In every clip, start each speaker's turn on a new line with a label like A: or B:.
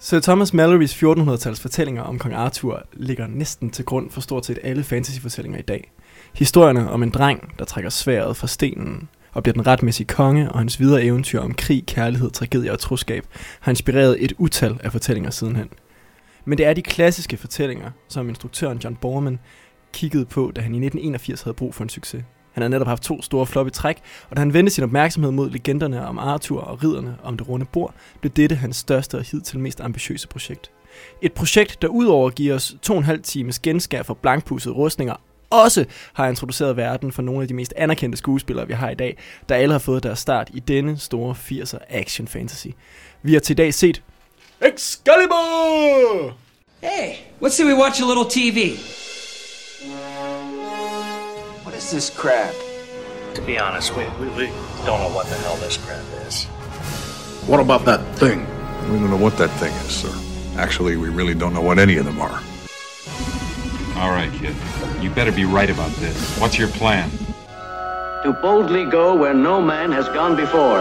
A: Sir Thomas Mallorys 1400-tals fortællinger om kong Arthur ligger næsten til grund for stort set alle fantasyfortællinger i dag. Historierne om en dreng, der trækker sværet fra stenen og bliver den retmæssige konge, og hans videre eventyr om krig, kærlighed, tragedie og troskab har inspireret et utal af fortællinger sidenhen. Men det er de klassiske fortællinger, som instruktøren John Borman kiggede på, da han i 1981 havde brug for en succes. Han havde netop haft to store floppe træk, og da han vendte sin opmærksomhed mod legenderne om Arthur og ridderne om det runde bord, blev dette hans største og hidtil mest ambitiøse projekt. Et projekt, der udover at give os to og en halv times genskær for blankpussede rustninger, også har introduceret verden for nogle af de mest anerkendte skuespillere, vi har i dag, der alle har fået deres start i denne store 80'er action fantasy. Vi har til i dag set Excalibur!
B: Hey, let's see we watch a little TV. What is this crap?
C: To be honest, we, we, we don't know what the hell this crap is.
D: What about that thing?
E: We don't know what that thing is, sir. Actually, we really don't know what any of them are.
F: All right, kid. You better be right about this. What's your plan?
G: To boldly go where no man has gone before.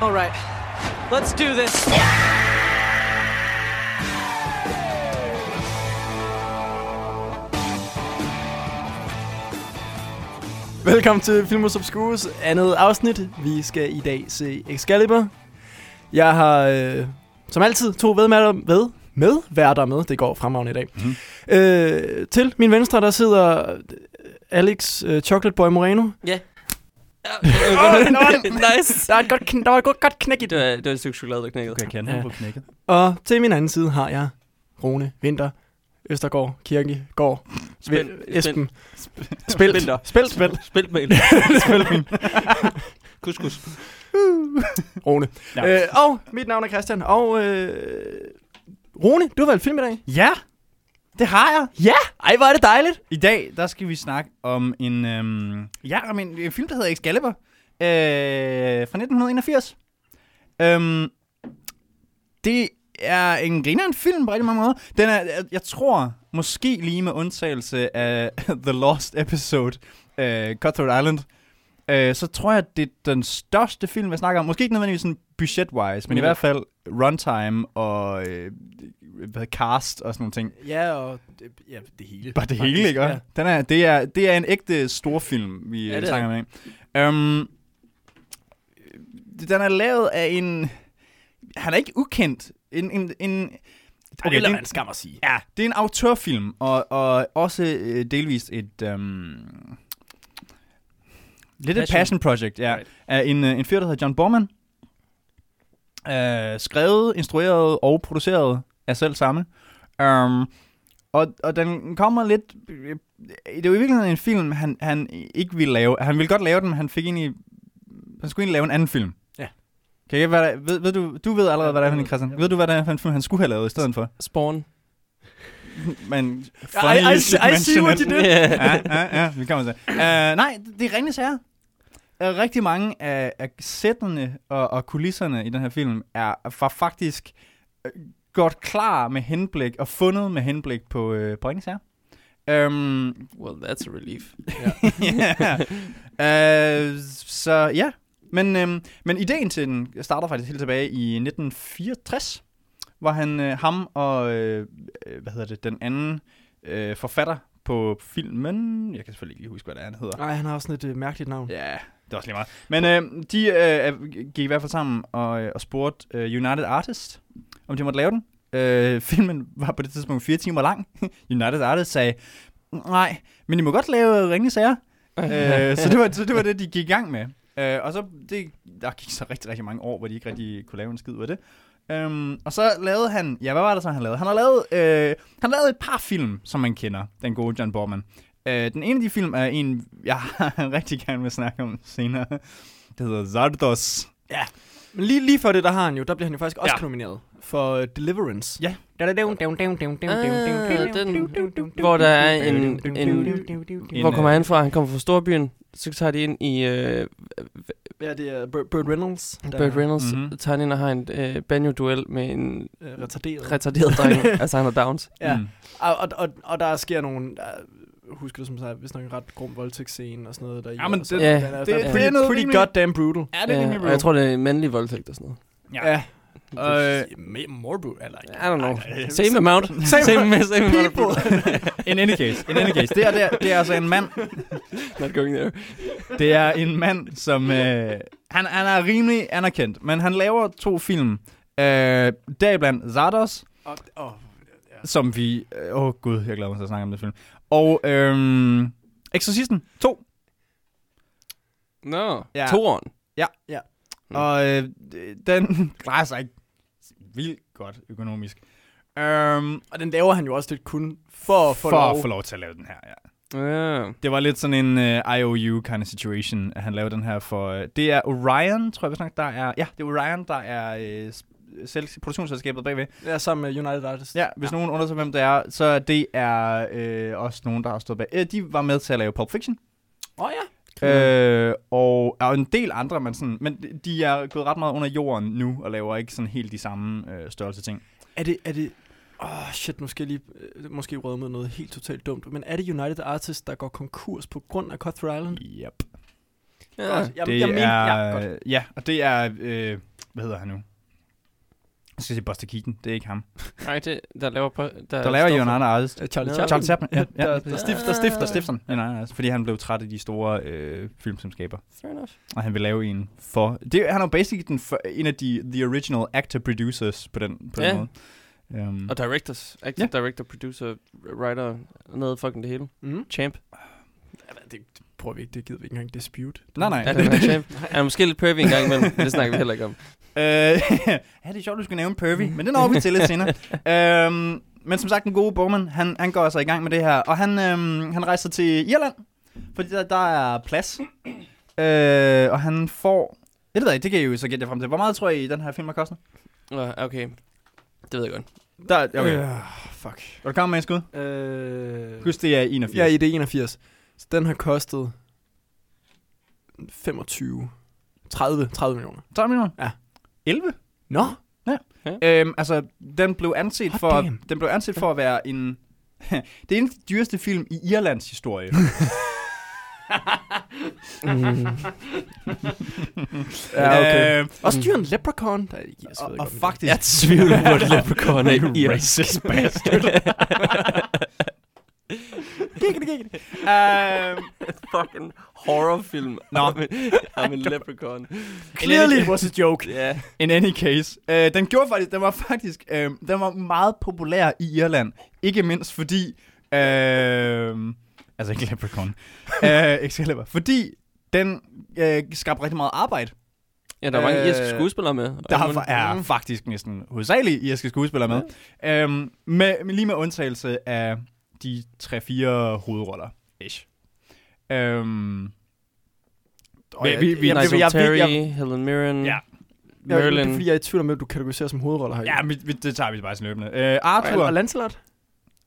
H: All right, let's do this.
A: Velkommen til Filmus Obscures andet afsnit. Vi skal i dag se Excalibur. Jeg har øh, som altid to vedmærter ved med værter med. Det går fremragende i dag. Mm. Øh, til min venstre, der sidder Alex øh, Chocolate Boy Moreno.
I: Ja.
A: Åh, den var-
I: nice.
A: Der er et godt, kn- der var et godt, godt knæk i
I: Det
A: det.
I: var, det var et stykke chokolade, der knækkede.
J: Jeg kan
A: Ja.
J: ja. på knækket.
A: Og til min anden side har jeg Rune Vinter, Østergaard, Kirke, Gård,
I: Spil-
A: Esben, Spilt,
I: Spilter.
A: Spilt, Spilt,
I: Spil med en. kus, kus.
A: Rune.
J: Ja.
A: Øh, og mit navn er Christian, og øh, Rune, du har valgt film i dag.
J: Ja, det har jeg.
A: Ja, ej, hvor er det dejligt.
J: I dag, der skal vi snakke om en, øhm, ja, om en, en film, der hedder Excalibur, øh, fra 1981. Øhm, det er en grinerende film på rigtig mange måder. Den er, jeg- jeg tror, måske lige med undtagelse af The Lost Episode, øh, Cutthroat Island, øh, så tror jeg, det er den største film, jeg snakker om. Måske ikke nødvendigvis sådan budget-wise, men i
A: Mm.
J: hvert fald runtime og øh, hvad hedder cast og sådan nogle ting.
A: Ja, og det, ja, det hele.
J: Bare det hele, ikke? Ja. Den er, det, er, det er en ægte storfilm, vi
I: Ja,
J: ja,
I: det er
J: snakker med. Um, den er lavet af en... Han er ikke ukendt. En, en, en,
A: Okay,
J: det
A: det
J: er
A: er
J: en-
A: en skam at sige.
J: ja, det er en autørfilm, og, og også øh, delvist et... Um, lidt et
I: Passion.
J: passion project, ja.
I: Right.
J: Af en, øh, en fyr, der hedder John Borman. Øh, skrevet, instrueret og produceret af selv samme. Um, og, og den kommer lidt... øh, Det er jo i virkeligheden en film, han, han ikke ville lave. Han ville godt lave den, men han fik egentlig... Han skulle egentlig lave en anden film.
A: Ja.
J: Kan jeg, hvad der, ved, ved du, du ved allerede, hvad der er for en, Christian. Ved du, hvad der er for en film, han skulle have lavet i stedet for?
I: Spawn.
J: Men
A: I,
J: funny
A: I, I, I see what you did.
J: ja, ja, ja, vi kommer til. Uh, nej, det er rene sager. Uh, rigtig mange af, af sætterne og, og kulisserne i den her film er var faktisk øh, godt klar med henblik og fundet med henblik på, øh, på rene sager. Um,
I: Well, that's a relief.
J: yeah. uh, så ja, men, øhm, men ideen til den starter faktisk helt tilbage i 1964, hvor han, øh, ham og, øh, øh, hvad hedder det, den anden øh, forfatter på filmen, jeg kan selvfølgelig ikke lige huske, hvad det er, han hedder.
A: Nej, han har også sådan et øh, mærkeligt navn.
J: Ja, det er også lige meget. Men øh, de øh, gik i hvert fald sammen og, øh, og spurgte øh, United Artists, om de måtte lave den. Øh, filmen var på det tidspunkt fire timer lang. United Artists sagde, nej, men I må godt lave ringe sager. øh, så, det var, så det var det, de gik i gang med. Øh, og så det, der gik så rigtig, rigtig mange år, hvor de ikke rigtig kunne lave en skid ud af det. Øhm, og så lavede han, ja, hvad var det så, han lavede? Han har lavet, øh, han lavede et par film, som man kender, den gode John Borman. Øh, den ene af de film er en, jeg rigtig gerne vil snakke om senere. Det hedder Zardos.
A: Men lige, lige for det, der har han jo, der bliver han jo faktisk også
J: Ja.
A: nomineret for øh, Deliverance.
J: Ja.
I: Ah, den, hvor der er en, en... øh, Hvor kommer han fra? Han kommer fra Storbyen. Så tager de ind i... Øh,
A: Ja, det er Burt Burt Reynolds. Der
I: Burt Reynolds
J: Mhm.
I: mm-hmm. tager han ind og har en øh, banjo-duel med en
A: er, øh, retarderet.
I: retarderet dreng. altså, han har Downs.
A: ja.
J: Mm.
A: Og, og, og, og der sker nogle... Der, husker du som sagt, hvis nok en ret grum voldtægtsscene og sådan noget der.
J: Ja, men
A: det,
I: det-
A: den er,
J: det- altså
A: den er
J: det
A: pretty,
J: er noget
A: pretty
J: rimelig-
A: goddamn brutal.
J: Er
I: Ja, og jeg tror, det er mandlig voldtægt og sådan noget.
J: Ja.
A: Ja.
J: Øh,
A: Ma- Morbu, eller...
I: I don't know. Same amount. Same, same, same amount of people.
J: in any case, in any case. Det er, det, er, det er altså en mand,
I: Not going there.
J: Det er en mand, som... Øh, han, han er rimelig anerkendt, men han laver to film. Øh, deriblandt Zardos,
A: Og, og,
J: som vi... øh, Åh øh, oh, gud, jeg glæder mig til at snakke om den film. Og øh, Exorcisten 2.
I: No.
J: Ja.
I: Yeah. Toren.
J: Ja. ja.
A: Mm.
J: Og øh, den klarer sig ikke vildt godt økonomisk. Øhm,
A: og den laver han jo også lidt kun for at få
J: for at
A: lov.
J: få lov til at lave den her, ja.
I: Ja.
J: Det var lidt sådan en uh, IOU kind of situation, at han lavede den her for... Uh, det er Orion, tror jeg, vi snakker, der er... Ja, det er Orion, der er uh, selv, produktionsselskabet bagved.
A: Ja, sammen med United Artists.
J: Ja, hvis ja. nogen undrer sig, hvem det er, så det er øh, også nogen, der har stået bag. Øh, de var med til at lave Pulp Fiction.
A: Åh oh, ja.
J: Øh, og, og en del andre, men, sådan, men de er gået ret meget under jorden nu, og laver ikke sådan helt de samme øh, størrelse ting.
A: Er det, er det, åh oh shit, nu skal jeg lige, øh, måske røde med noget helt totalt dumt, men er det United Artists, der går konkurs på grund af Cutthroat Island?
J: Yep.
I: Ja.
A: Godt. Jeg,
J: det
A: jeg
J: er, Øh,
A: mener, ja, godt.
J: ja, og det er, øh, hvad hedder han nu? Jeg skal sige Buster Keaton, det er ikke ham.
I: Nej, det, der laver... På, der,
J: Der laver
I: står
J: Jørgen
I: for-
J: Arne Artist.
A: Øh, Charlie
I: Nå.
A: Chaplin.
J: Charles Chaplin, ja. ja.
A: Der-
J: Der,
A: der
J: stifter, stifter, stifter. Ja, nej, altså, fordi han blev træt af de store øh, filmselskaber,
I: Fair enough.
J: og han vil lave en for... Det, han er jo basically den, for, en af de the original actor-producers på den, på
I: Ja.
J: den måde. Um,
I: Og directors. Actor,
J: Ja.
I: yeah. director, producer, writer. Noget fucking det hele.
A: Mm.
I: Champ.
A: Det, det prøver vi ikke, det gider vi ikke engang dispute.
J: nej, nej.
I: Ja, det er champ. Han er måske lidt pervy en gang imellem. men Det snakker vi heller ikke om.
J: Øh, ja, det er sjovt, du skulle nævne Pervy, men den når vi til lidt senere. øhm, men som sagt, den gode Bowman, han, han går altså i gang med det her, og han, øhm, han rejser til Irland, fordi der, der er plads, øh, og han får... Jeg ved jeg ikke, det kan I jo så gætte jer frem til. Hvor meget tror I, den her film har kostet?
I: Nå, Okay. Det ved jeg godt.
J: Der, okay. Øh.
A: Øh, fuck.
J: Er du klar med en skud?
A: Øh,
J: Husk, det er 81.
A: ja, i det 81. Så den har kostet 25, 30, 30 millioner.
J: 12 millioner?
A: Ja.
J: 11?
A: Nå,
J: Øhm, altså, den blev anset
A: Hot
J: for,
A: damn.
J: den blev anset for at være en... det er den dyreste film i Irlands historie.
A: ja, okay.
J: Øh,
A: Også dyren Leprechaun. Der, jeg, ved
J: og, og
A: ikke, om-
J: faktisk...
I: Jeg tvivler på, at Leprechaun er irsk.
J: Racist bastard. giggity, giggity. Um,
I: fucking horrorfilm.
J: Nå.
I: I'm, I'm a leprechaun.
J: clearly it was a joke.
I: Ja.
J: In any case. Uh, den gjorde faktisk, den var faktisk, uh, den var meget populær i Irland. Ikke mindst fordi, uh, altså ikke Leprechaun, uh, Excalibur, fordi den uh, skabte rigtig meget arbejde.
I: Ja, der er mange
J: Øh,
I: irske skuespillere med. og
J: Der
I: alt muligt.
J: er mm. faktisk næsten hovedsageligt irske skuespillere med. Øhm, med, med. Lige med undtagelse af de 3-4 hovedroller. Ish. Øhm, og
I: Vi,
J: jeg-
I: vi, vi,
J: jeg-
I: Nigel
J: jeg- jeg-
I: Terry,
J: jeg-
I: Helen Mirren,
J: Ja.
A: jeg, Merlin.
I: Merlin.
A: Det er fordi, jeg er i tvivl om, hvem du kategoriserer som hovedroller her.
J: Ja, vi, vi, det tager vi bare sådan løbende. Øh, Arthur.
A: Og, og Lancelot?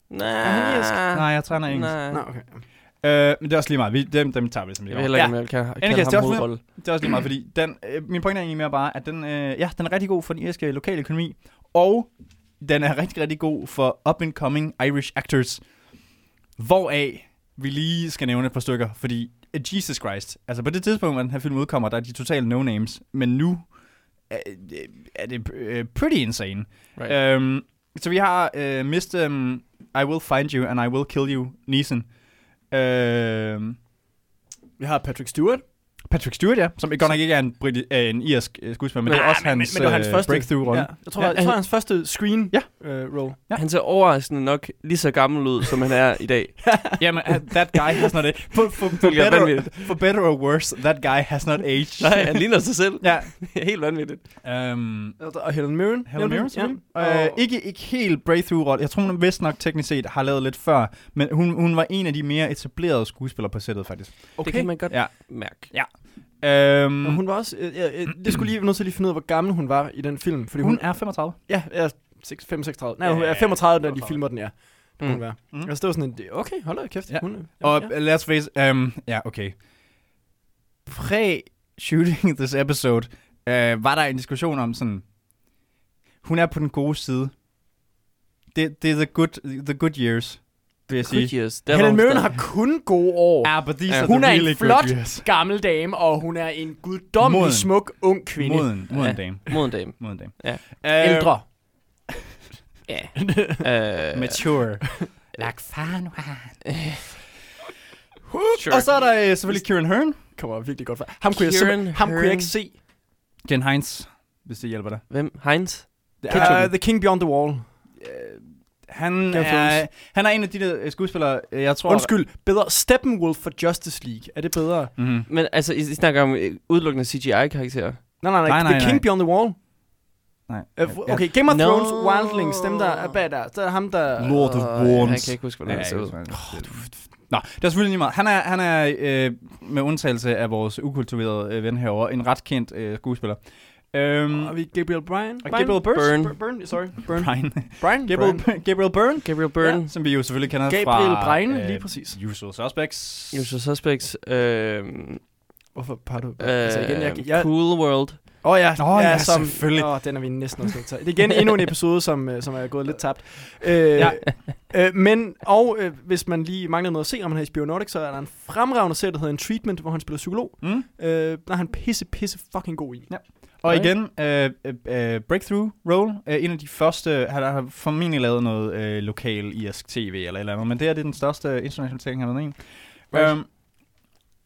I: Nej,
A: han irsk?
J: Nej, jeg træner engelsk.
I: Nej.
A: Nå, okay.
J: Øh, men det er også lige meget. Vi, dem, dem tager vi som
I: Jeg
J: lige
I: ved
J: meget.
I: heller ikke, om jeg kan
J: Any
I: kalde
J: case, det er
I: ham
J: også med-
I: hovedrolle.
J: Det er også lige meget, fordi den, øh, min pointe er egentlig mere bare, at den, øh, ja, den er rigtig god for den irske lokale økonomi, og den er rigtig, rigtig god for up-and-coming Irish actors, hvoraf vi lige skal nævne et par stykker, fordi øh, Jesus Christ, altså på det tidspunkt, hvor den her film udkommer, der er de totale no-names, men nu er, er det øh, pretty insane.
I: Right.
J: Øhm, så vi har øh, Mr. Um, I Will Find You and I Will Kill You, Neeson. Øhm,
A: Vi har Patrick Stewart.
J: Patrick Stewart, ja, som godt nok ikke er en, briti- øh, en irsk øh, skuespiller, men, men det er også hans, øh, men, men det hans første breakthrough-rolle.
A: Ja. øh, Jeg tror, ja, jeg, jeg tror, hans første screen
J: Ja.
A: øh, role.
J: Ja.
I: Han ser overraskende nok lige så gammel ud, som han er i dag.
J: Jamen, uh, that guy has not aged. For, for, for,
I: Hvilket er
J: better,
I: vanvittigt.
J: for better or worse, that guy has not aged.
I: Nej, han ligner sig selv.
J: ja.
I: Helt vanvittigt.
J: Um,
A: Og Helen Mirren.
J: Helen Mirren,
A: ja.
J: selvfølgelig. Øh, ikke, ikke helt breakthrough-rolle. Jeg tror, hun vist nok teknisk set har lavet lidt før, men hun, hun var en af de mere etablerede skuespillere på sættet, faktisk.
I: Okay. Det kan man godt
J: Ja.
I: mærke.
J: Um,
A: Og hun var også, øh, øh,
J: Mm.
A: øh, det skulle lige nødt til lige at finde ud af, hvor gammel hun var i den film. Fordi hun,
J: er 35.
A: ja, er 6, 5, 36. Nej, hun
J: Ja,
A: er 35, da de
J: 35.
A: filmer den, ja. Det kunne
I: Mm.
A: hun være.
J: Mm.
A: Altså, det var sådan en, det- okay, hold da kæft.
J: Ja.
A: Hun, er-
J: Og
A: ja.
J: ja. lad os face, um, ja, okay. Pre-shooting this episode, uh, var der en diskussion om sådan, hun er på den gode side. Det, det er the good, the good years. vil jeg sige.
I: Years, der
A: Helen
I: var hun
A: Mirren
I: stadig-
A: har kun gode år.
J: Ja, but these
I: Ja.
J: are
A: Hun er
J: the really
A: en
J: good
A: flot
J: years.
A: gammel dame, og hun er en guddommelig
J: Moden.
A: smuk ung kvinde.
J: Moden, moden dame.
I: Moden dame.
J: Moden dame.
I: Ja.
J: Øh,
A: Ældre.
I: Ja. Øh,
J: Mature.
I: Like fan Øh,
J: sure. Og så er der øh, selvfølgelig Kieran Hearn.
A: Kommer virkelig godt fra. Ham kunne, jeg,
I: Kieran
A: simpelthen- ham kunne jeg
I: Hearn.
A: ikke se.
J: Jen Heinz, hvis det hjælper dig.
I: Hvem? Heinz?
J: Det er,
A: Uh, the King Beyond the Wall.
J: han,
A: Game of
J: er,
A: Thrones.
J: han er en af de der øh, skuespillere, øh, jeg tror...
A: Undskyld, bedre. Steppenwolf for Justice League. Er det bedre?
J: Mm.
I: Men altså, I, I snakker om øh, udelukkende CGI-karakterer.
A: Nej, nej, nej.
J: Nej,
A: the
J: nej,
A: King
J: nej.
A: Beyond the Wall.
J: Nej.
A: Uh, okay, Game of
I: Nå.
A: Thrones, Wildlings, dem der er bag der. Der er ham, der...
J: Lord of Worms.
I: Jeg Øh, kan ikke huske,
J: Ja,
I: hvordan
J: jeg
I: det ser
J: Øh, kan
I: ud.
J: huske, hvad han hed. Nå, det er selvfølgelig lige meget. Han er, han er øh, med undtagelse af vores ukulturerede øh, ven herovre, en ret kendt øh, skuespiller. Øhm,
A: Og vi Gabriel Bryan.
J: og Gabriel Byrne.
I: Byrne.
A: Byrne. Byrne, sorry. Byrne.
J: Brian.
A: Brian.
J: Gabriel, Gabriel Byrne,
I: Gabriel Byrne,
J: som vi jo selvfølgelig kender
A: Gabriel
J: fra... øh,
A: Bryan, lige præcis.
J: Usual Suspects.
I: ja. Usual Suspects, øh, øh,
A: Hvorfor par du?
I: altså
A: igen, jeg- jeg-
I: Cool World.
A: Åh oh, ja,
J: Nå, ja, selvfølgelig.
A: Åh, oh, den er vi næsten også nødt til. at tage. Det er igen endnu en episode, som, øh, som er gået lidt tabt. Øh, ja. øh, men, og øh, hvis man lige mangler noget at se, om han har i Spionautic, så er der en fremragende serie, der hedder En Treatment, hvor han spiller psykolog.
J: Mm.
A: Øh, der er han pisse, pisse fucking god i.
J: Ja. Og igen, øh, øh, øh, Breakthrough Role, øh, en af de første, han har formentlig lavet noget øh, lokal irsk tv eller et eller andet, men det her det er den største international ting, han har lavet.
A: Right.
J: Right. Øhm,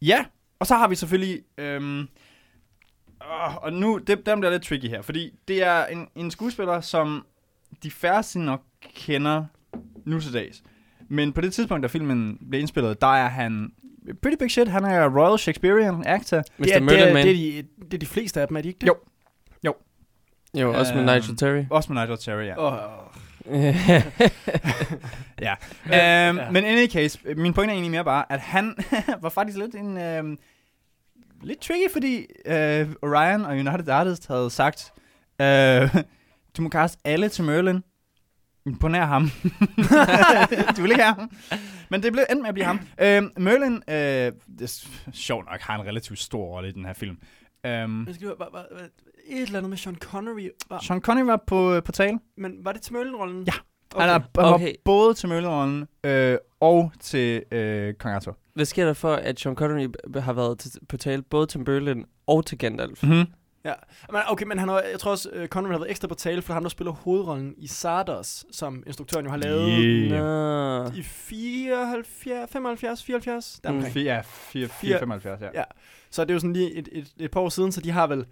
J: ja, og så har vi selvfølgelig, øhm, åh, og nu, det, dem bliver lidt tricky her, fordi det er en, en skuespiller, som de færreste nok kender nu til dags. Men på det tidspunkt, da filmen blev indspillet, der er han pretty big shit. Han er Royal Shakespearean actor.
I: Mr.
A: Det er, det,
I: Murder
A: er,
I: Man.
A: det, er de, det er de fleste af dem, er de ikke det?
J: Jo.
I: jo, også med
J: Øhm,
I: Nigel Terry.
J: Også med Nigel Terry, ja.
A: Oh,
J: Ja. øhm, Men in any case, øh, min pointe er egentlig mere bare, at han var faktisk lidt en... Øhm, lidt tricky, fordi øh, Orion og United Artists havde sagt, øh, du må kaste alle til Merlin. På nær ham. du vil ikke have ham. Men det blev endt med at blive ham. Øhm, Merlin, øh, det er s- sjovt nok, har en relativt stor rolle i den her film. Øhm,
A: jeg skal høre, var, var, var, et eller andet med Sean Connery. Var,
J: Sean Connery var på, på tale.
A: men var det til Møllenrollen?
J: Ja.
A: Okay.
J: Okay. Han, er, han
I: Okay.
J: var både til Merlin øh, og til øh, Kong Arthur.
I: Hvad sker der for, at Sean Connery b- har været til, på tale både til Merlin og til Gandalf?
J: Mm-hmm.
A: Ja, men, okay, men han har, jeg tror også, uh, Conrad har været ekstra på tale, for ham, der spiller hovedrollen i Sardos, som instruktøren jo har lavet
J: Yeah.
I: Nå.
A: i 74, 75, 74, der
I: Mm.
A: omkring.
J: Fi- Ja, 475, ja.
A: Ja. Så det er jo sådan lige et, et, et par år siden, så de har vel...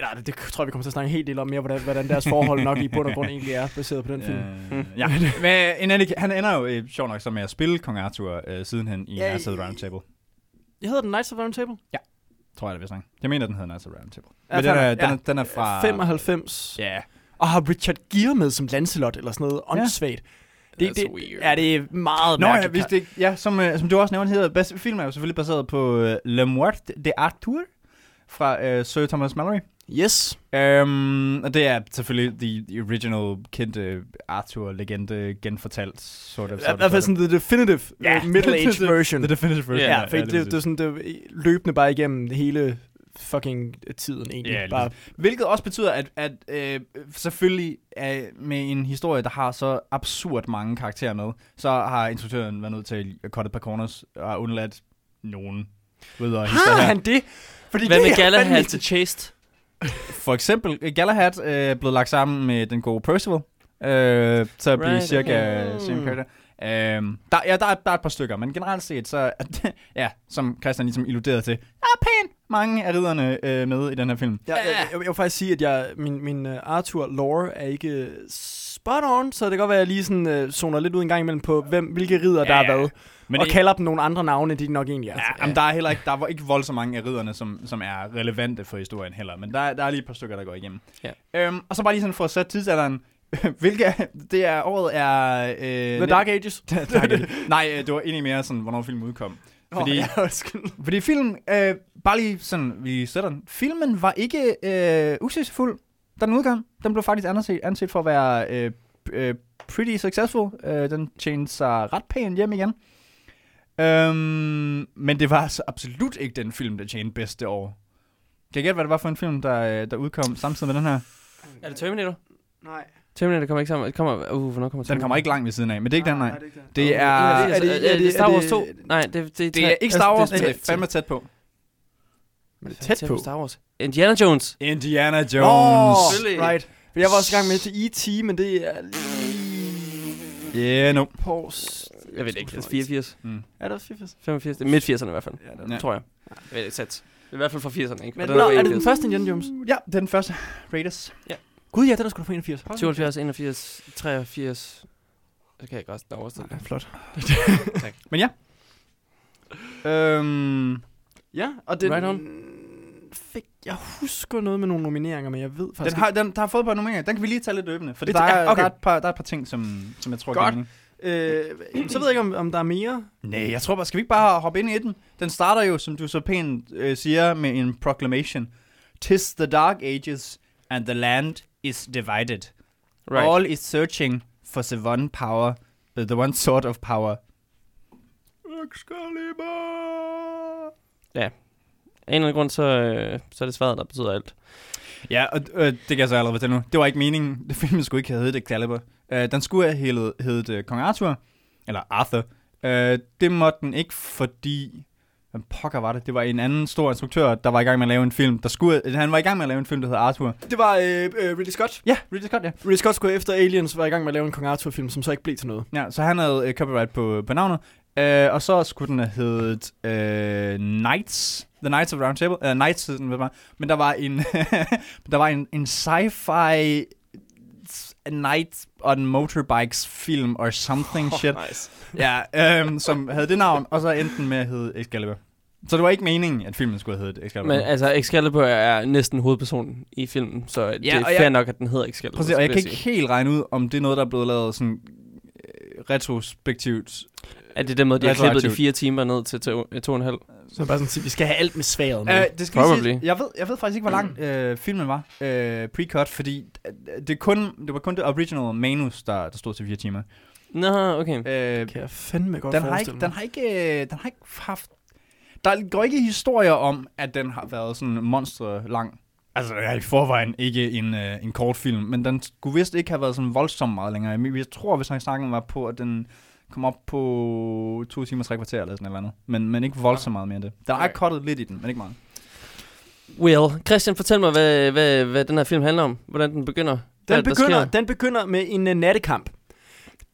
A: Ja, det, det tror jeg, vi kommer til at snakke en hel del om mere, hvordan, hvordan deres forhold nok i bund og grund egentlig er, baseret på den film.
J: Øh, ja. Men en anden, han ender jo øh, sjovt nok så med at spille Kong Arthur øh, sidenhen i
A: Ja,
J: yeah, Knights of
A: i-
J: the Round Table.
A: Jeg hedder den Knights of the Round Table.
J: Tror jeg, det vil sige. Jeg mener, den hedder Knights of the Round Table.
A: Ja,
J: Ja, Men den er,
A: fair
J: den,
A: nok.
J: er, den er fra...
A: 95.
J: Ja.
A: Og har Richard Gere med som Lancelot, eller sådan noget åndssvagt. Det,
I: That's
A: det,
I: weird.
A: Ja, det er meget
J: Nå ja,
A: mærkeligt.
J: hvis det, ikke- ja som, øh, som du også nævnte, hedder, bas, filmen er jo selvfølgelig baseret på øh, Le Mort de Arthur fra øh, Sir Thomas Mallory.
A: Yes.
J: Um, og det er selvfølgelig the, the original kendte Arthur-legende genfortalt, sort of.
A: I hvert fald sådan the definitive
J: Ja.
A: yeah. middle-aged version.
J: The definitive version.
A: Ja, for det,
J: lige
A: det, det er sådan, det er løbende bare igennem hele fucking tiden egentlig.
J: Ja, lige
A: bare,
J: Hvilket også betyder, at, at øh, selvfølgelig øh, med en historie, der har så absurd mange karakterer med, så har instruktøren været nødt til at cutte et par corners og har undladt nogen.
A: har
J: Videre historier.
A: han det? Fordi
I: Hvad
A: det
I: med
A: er
I: Galahad
A: fandme-
I: til Chased?
J: For eksempel, øh, Galahad øh, er blevet lagt sammen med den gode Percival, øh, så at blive
I: Right,
J: cirka
A: okay.
J: okay. same character. Øhm, der, ja, der, er, der er et par stykker, men generelt set, så, ja, som Christian ligesom illuderede til, der er pænt mange af ridderne øh, med i den her film.
A: Jeg, jeg, jeg, jeg vil faktisk sige, at jeg, min, min uh, Arthur lore er ikke øh, spot on, så det kan godt være, at jeg lige sådan, uh, zoner lidt ud en gang imellem på, hvem, hvilke ridder ja, der er
J: ja.
A: hvad,
J: Men
A: og
J: det-
A: kalder dem nogle andre navne, end de nok egentlig er.
J: Ja, jamen, der er heller ikke, der var ikke voldsomt mange af ridderne, som, som er relevante for historien heller, men der, er- der er lige et par stykker, der går igennem.
I: Ja.
J: Øhm, og så bare lige sådan for at sætte tidsalderen, hvilket det er, året er... Øh,
A: The Dark Ages.
J: Tak. Nej, øh, det var egentlig mere sådan, hvornår filmen udkom. Fordi,
A: Fordi...
J: oh,
A: Ja,
J: ja.
A: undskyld.
J: fordi filmen, øh, bare lige sådan, vi sætter den. Filmen var ikke øh, usuccesfuld, da den udkom. Den blev faktisk anset, anset for at være øh, p- øh, pretty successful. Øh, den tjente sig ret pænt hjem igen. Øhm, men det var altså absolut ikke den film, der tjente bedste år. Kan jeg gætte, hvad det var for en film, der, øh, der udkom samtidig med den her?
I: Er det Terminator?
A: Nej.
I: Terminator kommer ikke sammen. Kommer, uh, hvornår kommer
J: Den kommer ikke langt ved siden af, men det er ikke den, nej. Det er...
I: Ja, det, er,
J: er
I: det, er, det, er, det Star Wars 2? Nej, det, det,
J: Det er ikke Star Wars, men det er
I: tæt-
J: fandme tæt på.
A: Men det er
I: tæt
A: tæt på.
I: Star Wars. Indiana Jones.
J: Indiana Jones.
I: selvfølgelig.
J: right.
A: For jeg var også i gang med til E.T., men det er lige...
J: Yeah, no.
A: Pors.
I: Jeg ved det ikke. 84,
A: Er det også 84?
I: 85. Det er midt 80'erne i hvert fald.
A: Mm. Ja, det er
J: Ja.
I: Tror jeg. Jeg ved det ikke sat. Det er i hvert fald fra 80'erne, ikke?
A: Men
I: Og den
A: nå,
I: fra
A: er det den
I: 81.
A: første Indiana Jones?
J: Ja, det er den første. Raiders.
A: Gud ja, den er sgu da fra 81. Hold da
I: 72, 81, 83. Så kan jeg godt den overstå.
A: kæft. Ja, flot.
J: Men ja. Øhm,
A: Ja, og den
I: Right on.
A: fik... Jeg husker noget med nogle nomineringer, men jeg ved
J: den,
A: faktisk
J: har, den der har fået et par numeringer. Den kan vi lige tage lidt løbende. For
A: Det-
J: der, er,
A: ja, okay.
J: der, er et par, der er et par ting, som, som jeg tror
A: Godt.
J: mening.
A: ikke... Øh, så ved jeg ikke, om, om der er mere.
J: Nej, jeg tror bare, skal vi ikke bare hoppe ind i den? Den starter jo, som du så pænt øh, siger, med en proclamation. Tis the dark ages, and the land is divided. Right. All is searching for the one power, uh, the one sort of power. Excalibur!
I: Af en eller anden grund, så, øh, så er det svaret, der betyder alt.
J: Ja, og øh, det kan jeg så allerede fortælle nu. Det var ikke meningen. Det filmen skulle ikke have heddet Excalibur. Øh, den skulle have heddet, heddet øh, Kong Arthur, eller Arthur. Øh, det måtte den ikke, fordi... Hvad pokker var det? Det var en anden stor instruktør, der var i gang med at lave en film, der skulle... øh, Han var i gang med at lave en film, der hedder Arthur.
A: Det var øh, øh, Ridley Scott.
J: Ja, Ridley Scott, ja.
A: Ridley Scott skulle efter Aliens være i gang med at lave en Kong Arthur-film, som så ikke blev til noget.
J: Ja, så han havde øh, copyright på, på navnet. Øh, og så skulle den have heddet øh, Knights. The Knights of the Round Table. Øh, Knights hed den, ved man. Men der var en, der var en, en sci-fi Knights on Motorbikes film or something oh, shit.
A: Nice.
J: Ja, øhm, som havde det navn, og så endte den med at hedde Excalibur. Så det var ikke meningen, at filmen skulle have heddet Excalibur.
I: Men altså, Excalibur er næsten hovedpersonen i filmen, så det er
J: og
I: fair
J: jeg-
I: nok, at den hedder Excalibur.
J: Præcis, og jeg
I: vil
J: kan ikke
I: sige.
J: helt regne ud, om det er noget, der er blevet lavet sådan øh, retrospektivt.
I: Er det den måde, de har klippet de
J: Retroaktivt.
I: fire timer ned til to, øh, to og en halv?
A: Så bare sådan, at vi skal have alt med sværet med.
J: Øh,
A: Øh,
J: det skal lige
I: Probably.
J: siges, jeg, ved, jeg ved faktisk ikke, hvor
A: Mm.
J: lang øh, filmen var, øh, pre-cut, fordi øh, det, er kun, det var kun det original manus, der, der stod til fire timer.
I: Nå, okay.
J: Øh,
A: Mm. kan jeg fandme godt
J: den, har
A: forestille
J: ikke, den, har ikke, øh, den har ikke haft... Der går ikke historier om, at den har været sådan monster lang. Altså, jeg er i forvejen ikke en, øh, en kort film, men den skulle vist ikke have været sådan voldsomt meget længere. Jeg, jeg tror, hvis jeg snakken var på, at den kom op på to timer, tre kvarter eller sådan et eller andet. Men, men ikke voldsomt meget mere end det. Der er kottet lidt i den, men ikke meget.
I: Well, Christian, fortæl mig, hvad, hvad, hvad den her film handler om. Hvordan den begynder. hvad,
A: Den begynder,
I: Der sker.
A: den begynder med en uh, nattekamp.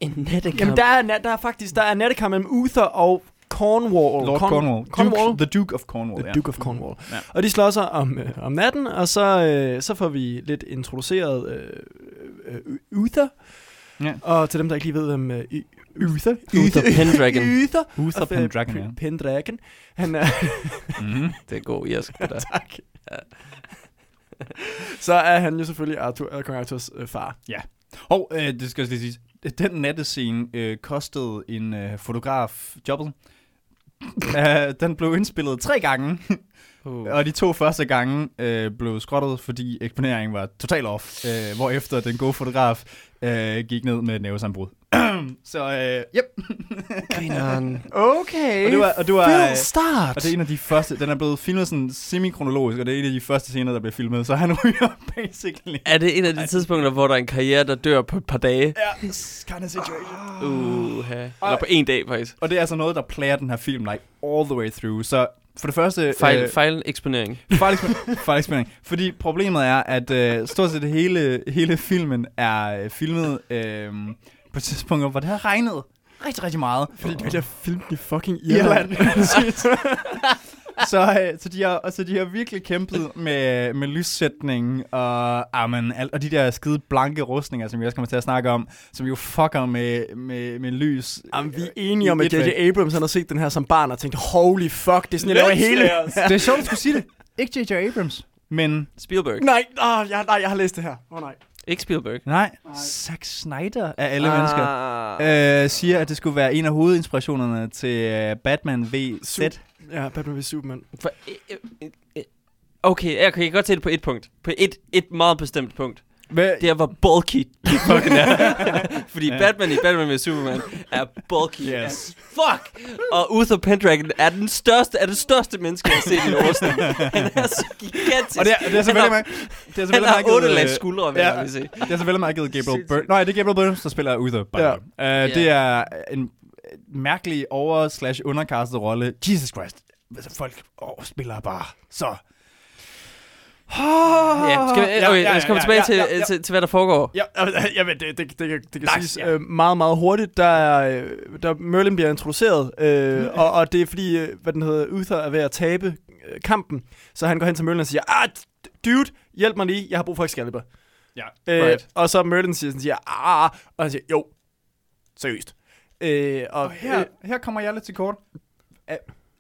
I: En nattekamp.
A: Jamen, der er, nat- der er faktisk der er nattekamp mellem Uther og Cornwall.
J: Lord
A: Corn-
J: Cornwall.
A: Cornwall.
J: Duke, the Duke of Cornwall, Mm.
A: The
J: ja.
A: Duke of Cornwall.
J: Ja.
A: Ja. Og de slår sig om, øh, om natten, og så, øh, så får vi lidt introduceret øh, øh, øh, Uther.
J: Ja.
A: Og til dem, der ikke lige ved, hvem øh, I- Uther...
I: Uther Pendragon.
A: Uther,
J: Uther
A: og, øh,
J: Pendragon,
A: P-
J: ja.
A: Pendragon. Han er,
J: Mm-hmm.
I: Det er god irsk, det der.
A: tak. så er han jo selvfølgelig Arthur, øh, Kong Arthurs øh, far.
J: Og øh, det skal jeg lige sige. Den nattescene øh, kostede en øh, fotograf jobbet. uh, den blev indspillet tre gange,
I: Uh.
J: og de to første gange øh, blev skrottet, fordi eksponeringen var total off, øh, hvorefter den gode fotograf øh, gik ned med et nævesambrud. Så, øh, yep.
I: Grineren.
A: Okay.
J: Og det var- og det var,
A: Fed
J: øh,
A: start.
J: Og det er en af de første, den er blevet filmet sådan semikronologisk, og det er en af de første scener, der bliver filmet, så han ryger basically.
I: Er det en af de tidspunkter, hvor der er en karriere, der dør på et par dage?
J: Ja, kind of situation.
I: Uh, Eller på en dag, faktisk.
J: Og det er altså noget, der plager den her film, like, all the way through. Så for det første...
I: Fejl,
J: øh,
I: fejl eksponering.
J: fejlekspon- fejlekspon- Fordi problemet er, at øh, stort set hele, hele filmen er øh, filmet øh, på tidspunkter, hvor det har regnet rigtig, rigtig meget.
A: Fordi det var der film i fucking Irland.
J: Irland. Præcis. så, øh, så, de har, og så de har virkelig kæmpet med, med lyssætning og, amen, al, og de der skide blanke rustninger, som vi også kommer til at snakke om, som jo fucker med, med, med lys. øh,
A: Jamen, vi er enige om,
J: I
A: at
J: et væk.
A: J.J. Abrams han har set den her som barn og tænkt, holy fuck, det er sådan, jeg laver hele.
J: Det er sjovt, at du skulle sige det. Ikke J.J. Abrams, men...
I: Spielberg.
A: Nej, oh, jeg, nej, jeg har læst det her. Åh oh, nej.
I: Ikke Spielberg.
J: Nej, Zack Snyder af alle ah.
I: Ah.
J: mennesker, øh, siger, at det skulle være en af hovedinspirationerne til øh, Batman v. Z.
A: Sup- Ja, Batman vs. Superman.
I: For, øh, øh, øh, okay, jeg kan godt se det på et punkt. På et, et meget bestemt punkt.
J: Hvad?
I: Det er, hvor bulky de fucking er. Fordi Batman i Batman med Superman er bulky yes. as fuck. Og Uther Pendragon er den største, er det største menneske, jeg har set i Austin. Han er så gigantisk.
J: Og det er, det er så
I: Han
J: vel
I: har-
J: meget... Det er så
I: Han
J: vel
I: har
J: meget
I: otte
J: givet,
I: lag
J: øh,
I: skuldre, vil
J: ja.
I: jeg lige sige.
J: Det er så vel meget givet Gabriel Byrne. Nej, det er Gabriel Byrne, der spiller Uther. By
A: Ja.
J: ja. Uh, Det er en øh, mærkelig over- slash underkastet rolle. Jesus Christ. Altså, folk oh, spiller bare så...
I: Ja, skal vi, okay, ja, ja, ja, lad os komme tilbage til, øh,
J: ja, ja.
I: Til, til, hvad der foregår.
J: Ja, ja, ja, men det, det, det, kan- øhm,
A: Det kan nice, siges
J: ja.
A: øh, meget, meget hurtigt. Der, er, øh, der Merlin bliver introduceret, øh,
J: Mm-hmm.
A: og, og det er fordi, øh, hvad den hedder, Uther er ved at tabe øh, kampen. Så han går hen til Merlin og siger, ah, d- dude, hjælp mig lige, jeg har brug for Excalibur.
J: ja.
A: Øh,
J: Right.
A: Og så Merlin siger, sådan, siger, ah, og han siger, jo, seriøst. Øh, og,
J: Og her, her kommer jeg lidt til kort. Er,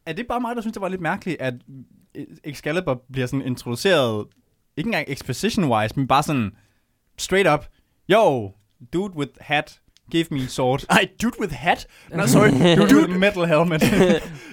J: er det bare mig, der synes, det var lidt mærkeligt, at øh, Excalibur bliver sådan introduceret, ikke engang exposition-wise, men bare sådan straight up, yo, dude with hat, give me sword.
A: Ej, dude with hat?
J: No, sorry, dude, with metal helmet.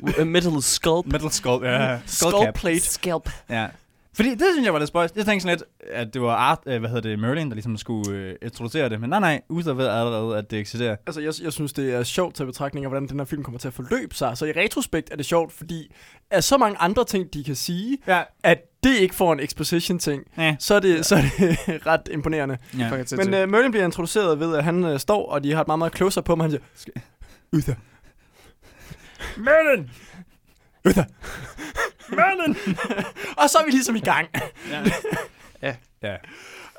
I: Uh, Metal Sculpt.
J: metal skull, ja.
A: Skull plate.
I: Scalp.
J: Ja. Fordi det synes jeg var lidt spøjst. Jeg tænkte sådan lidt, at det var Art, øh, hvad hedder det, Merlin, der ligesom skulle øh, introducere det. Men nej, nej, Uther ved allerede, at det eksisterer.
A: Altså, jeg, jeg synes, det er sjovt til betragtning af, hvordan den her film kommer til at forløbe sig. Så i retrospekt er det sjovt, fordi er så mange andre ting, de kan sige,
J: Ja.
A: at det ikke får en exposition-ting,
J: Ja.
A: så er det, så er det ret imponerende.
J: Ja.
A: Men uh, Merlin bliver introduceret ved, at han uh, står, og de har et meget, meget close-up på ham, og han siger, Uther. Merlin! Uther. Merlin! og så er vi ligesom i gang.
J: ja.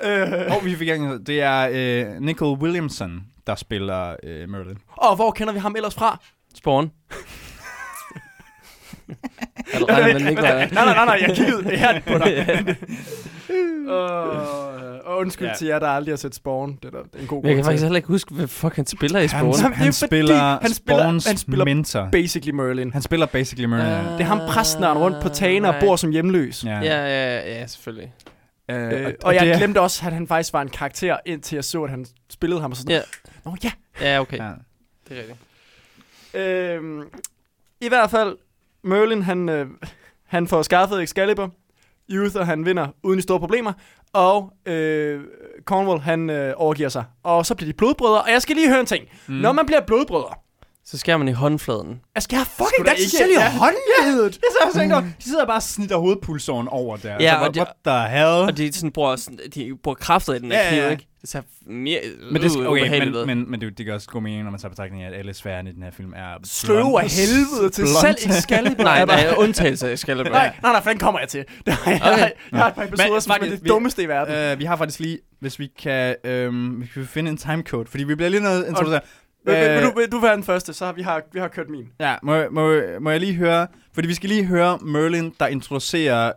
A: Øh,
J: Og vi fik gang det er øh, Nicole Williamson, der spiller øh, Merlin.
A: og hvor kender vi ham ellers fra?
I: Spawn. Eller nej, men ikke være.
A: nej, nej, nej, nej, jeg kiggede her på dig. øh, og undskyld
J: Ja.
A: til jer, der aldrig har set Spawn. Det er da en god
I: Men jeg kan
A: grund
I: faktisk
A: til.
I: heller ikke huske, hvad fuck han spiller i
J: Han,
I: Spawn.
A: er
J: han,
A: fordi,
J: spiller
A: han
J: han
A: spiller-
J: spiller Spawns
A: han spiller
J: mentor.
A: Basically Merlin.
J: han spiller basically Merlin.
A: Det er ham præsten, der render rundt på tagene og bor som hjemløs.
J: ja.
I: Ja, ja, ja, selvfølgelig.
J: Øh,
A: Øh, og jeg
J: det er-
A: glemte også, at han faktisk var en karakter, indtil jeg så, at han spillede ham og sådan
I: Ja,
A: Nå ja.
I: ja okay.
J: Ja.
I: Det er rigtigt.
A: Øhm, I hvert fald, Merlin, han, øh, han får skaffet Excalibur. Uther, han vinder uden de store problemer. Og øh, Cornwall, han øh, overgiver sig. Og så bliver de blodbrødre. Og jeg skal lige høre en ting. Mm. Når man bliver blodbrødre, altså,
I: Så skærer man i håndfladen.
A: jeg skal have fucking
J: da
A: da
J: ikke-
A: selv i
J: ja.
A: håndledet. Mm.
J: Det er så også tænkt over. De sidder bare og snitter hovedpulsoren over der.
I: Ja,
J: så,
I: og
J: what,
I: det-
J: what the hell?
I: Og de, sådan, bruger, sådan, de bruger kraftet i den der
J: Ja, ja,
I: kniv,
J: ja.
I: ikke? Det ser mere
J: men det,
I: øh,
J: skal- okay,
I: ubehageligt ud.
J: men, men, men det, det gør også god mening, når man tager betragtning af, at alle sværene i den her film er
A: Sløv af helvede til
J: Blond.
A: selv Excalibur.
I: Nej,
A: er der.
I: nej, undtagelse af Excalibur.
A: Nej, nej, nej, for den kommer jeg til. Der er, jeg, har, jeg har et par episoder, som er
J: faktisk,
A: det
J: vi-
A: dummeste i verden.
J: Øh, vi har faktisk lige, hvis vi kan, øh, hvis vi kan finde en timecode, fordi vi bliver lige nødt introduceret.
A: Vil, vil, vil,
J: Øh,
A: du, vil du være den første, så har vi har, vi har kørt min.
J: Ja, må, må, må jeg lige høre, fordi vi skal lige høre Merlin, der introducerer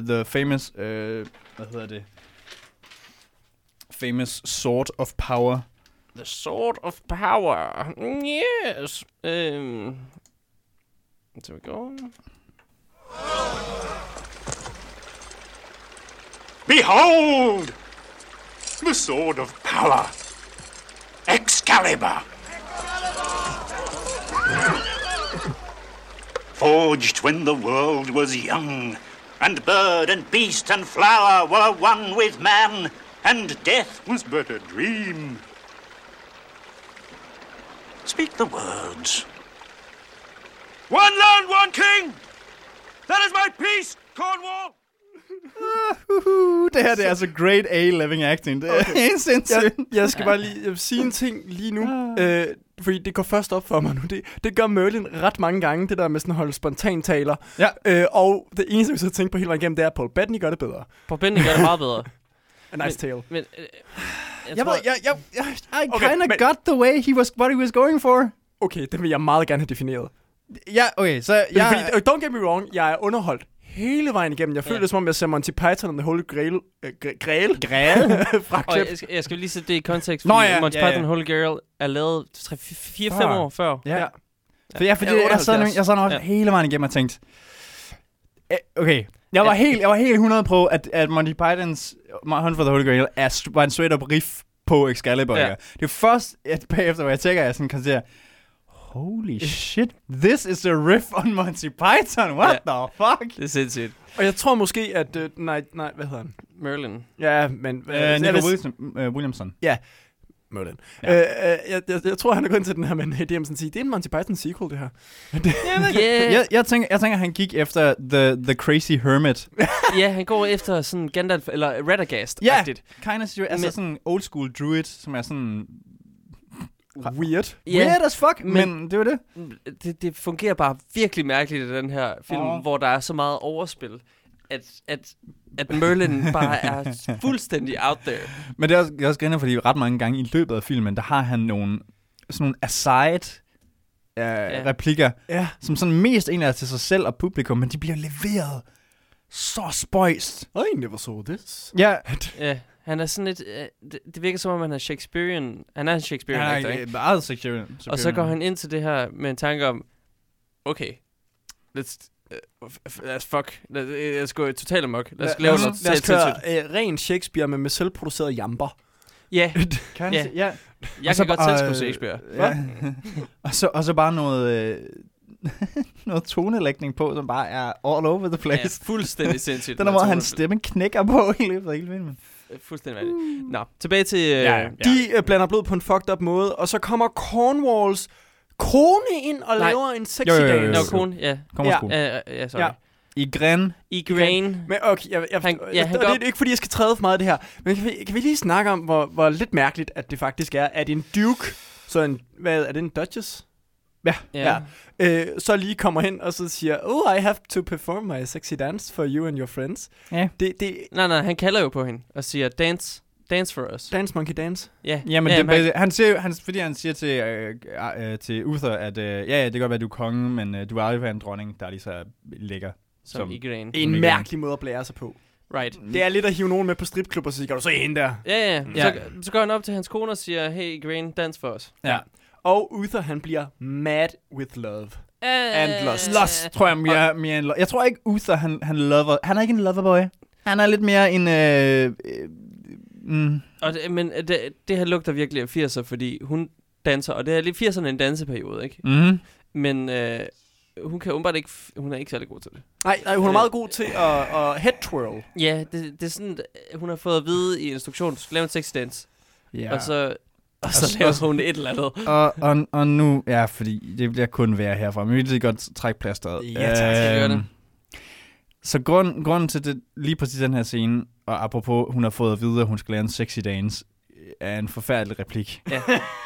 J: uh, The Famous, uh, hvad hedder det? Famous Sword of Power.
I: The Sword of Power. Mm, Yes. Um, there we go.
D: Behold! The sword of power. Excalibur. Forged when the world was young, and bird and beast and flower were one with man, and death was but a dream. Speak the words. One land, one king! That is my peace, Cornwall!
J: Uh, det her, det er altså great A living acting. Det er okay. helt
A: jeg,
J: sindssygt.
A: jeg skal bare lige jeg vil sige en ting lige nu, øh, fordi det går først op for mig nu. Det, det gør Merlin ret mange gange, det der med sådan at holde spontantaler.
J: Ja.
A: Øh, og det eneste, vi så tænker på hele vejen igennem, det er, at Paul Bettany gør det bedre.
I: På Bendy gør det meget bedre.
A: A nice tale.
I: Men, øh, jeg,
J: Jeg
I: tror,
J: ved, jeg, jeg, jeg, I
A: Okay,
J: kinda
A: men-
J: got the way he was, what he was going for.
A: Okay, det vil jeg meget gerne have defineret.
J: Ja, okay, så
A: Ja.
J: jeg...
A: Fordi, øh, don't get me wrong, jeg er underholdt hele vejen igennem. Jeg føler det, som om jeg ser Monty Python and the Holy Grail, øh, gre- grail
J: er Græde.
A: fra
I: og
A: klip.
I: jeg, skal, jeg skal lige sætte det i kontekst,
J: Nå
I: fordi
J: ja,
I: Monty
J: ja, ja.
I: Python Holy Girl er lavet 4-5
J: Før.
I: år før.
J: Ja.
A: Ja.
J: For ja, fordi
I: Ja,
J: jeg, jeg, sad,
I: 78.
J: nemlig- jeg sad også
I: Ja.
J: ja. hele vejen igennem og tænkte, "Eh, okay, jeg var, helt, jeg var helt 100 på, at, at Monty Pythons Hunt for the Holy Grail er, st- var en straight up riff på Excalibur.
I: Ja.
J: Ja. Det er først, at bagefter, hvor jeg tjekker, jeg sådan kan sige, holy shit, this is a riff on Monty Python, what the fuck?
I: Det er sindssygt.
A: Og jeg tror måske, at... Øh, nej, nej, hvad hedder han?
I: Merlin.
A: Ja, men...
J: Øh,
A: ellers-
J: Nico Wilson, øh, Williamson.
A: Ja. Merlin. Ja. Øh, øh, jeg, jeg, jeg, tror, han er gået ind til den her med en idé om sådan at sige, det er en Monty Python sequel, det her.
I: Yeah.
J: Jeg, jeg, tænker, jeg tænker, han gik efter The, the Crazy Hermit.
I: ja, han går efter sådan Gandalf, eller Radagast.
J: Ja, kind of, altså
I: Men-
J: sådan old school druid, som er sådan
A: Weird.
I: Ja.
J: weird as fuck, men,
I: men-
J: det var det.
I: det, det fungerer bare virkelig mærkeligt i den her film,
J: Åh.
I: oh. hvor der er så meget overspil, at, at, at Merlin bare er fuldstændig out there.
J: Men det er også, det er også griner, fordi ret mange gange i løbet af filmen, der har han nogle sådan nogle aside øh, ja. replikker,
A: Ja.
J: som sådan mest egentlig er til sig selv og publikum, men de bliver leveret så spøjst.
A: I never saw this.
J: Ja,
I: Ja, han er sådan lidt... Øh, det, det virker som om, han er Shakespearean. Han er en Shakespearean
J: han
I: actor,
J: er
I: ikke?
J: øh, meget Shakespearean.
I: Og så går han ind til det her med en tanke om, okay, let's, uh, let's fuck, lad øh, lad os gå totalt amok, lad os lave
J: lad
I: noget
J: os-
A: Lad os
I: sindssygt.
A: køre øh, ren Shakespeare, men med selvproduceret jamper.
I: Ja,
J: Kan
I: Ja.
J: yeah. ja.
I: jeg
J: så
I: kan godt selv
J: bare,
I: skrive
J: øh,
I: Shakespeare.
J: ja. og, så, og så bare noget, øh, noget tonelægning på, som bare er all over the
I: Ja,
J: place.
I: fuldstændig sindssygt.
J: Den er, hvor
I: Men
J: hans
I: Tone-
J: stemme knækker på i løbet af hele filmen.
I: Fuldstændig vanvittigt. Nå, tilbage til... Øh,
J: Ja, ja.
A: De øh, blander blod på en fucked up måde, og så kommer Cornwalls kone ind og
I: Nej.
A: laver en sexy
J: Jo, jo, jo, jo.
A: dance.
I: Nå,
J: Øh,
I: kone, ja. øh,
J: Kom og
A: Ja.
J: sku.
I: Ja, ja, sorry.
A: Ja.
I: Ja.
J: I gren.
I: I Grain.
A: Men okay, jeg, jeg,
I: Han-
A: han,
I: ja,
A: ja,
I: han
A: og
I: går-
A: det er ikke fordi, jeg skal træde for meget i det her, men kan vi, kan vi lige snakke om, hvor, hvor lidt mærkeligt, at det faktisk er, at en duke, så en, hvad er det, en duchess? Ja,
I: Ja.
A: ja. ja. Øh, så lige kommer hen og så siger, oh, I have to perform my sexy dance for you and your friends.
J: Ja.
A: Det, det
I: Nej, nej, han kalder jo på hende og siger, dance, dance for us.
A: Dance Monkey Dance.
I: Ja,
J: Jamen,
I: ja,
J: det,
I: men,
J: han, han siger, jo- han, fordi han siger til, øh, øh, øh, til Uther, at øh, ja, ja, det kan godt være, at du er konge, men øh, du er aldrig være en dronning, der er lige så lækker.
I: som, som
J: som-
I: i Grain.
A: En
J: Mega.
A: mærkelig måde at blære sig på.
I: Right.
A: Det er lidt at hive nogen med på stripklub og sige, kan du se hende der?
I: Ja, ja, Mm. ja.
J: Ja.
I: Så, så går han op til hans kone og siger, hey, Grain, dans for os.
J: Ja.
A: Og Uther, han bliver mad with love.
I: And
J: Lost, tror jeg mere, mere end lo- Jeg tror ikke, Uther, han, han lover. Han er ikke en loverboy. Han er lidt mere en... Øh, øh, mm,
I: Og det, men øh, det, det her lugter virkelig af 80'er, fordi hun danser, og det er lige 80'erne en danseperiode, ikke?
J: mm.
I: Men øh, hun kan åbenbart ikke, f- hun er ikke særlig god til det.
A: Nej, nej hun er meget god til at, at head twirl.
I: Ja, det, det er sådan, øh, hun har fået at vide i instruktionen, du skal lave en sexy dance, ja. og så, og så
J: Og-
I: laver hun et eller andet.
J: Og, og, og nu, ja, fordi det bliver kun værre herfra, men vi kan lige godt trække plasteret.
A: Ja, tak. Skal
I: vi gøre det?
J: Øhm, Så grund, grunden til det, lige præcis den her scene, og apropos, hun har fået at vide, at hun skal lære en sexy dance, øh, er en forfærdelig replik.
I: Ja.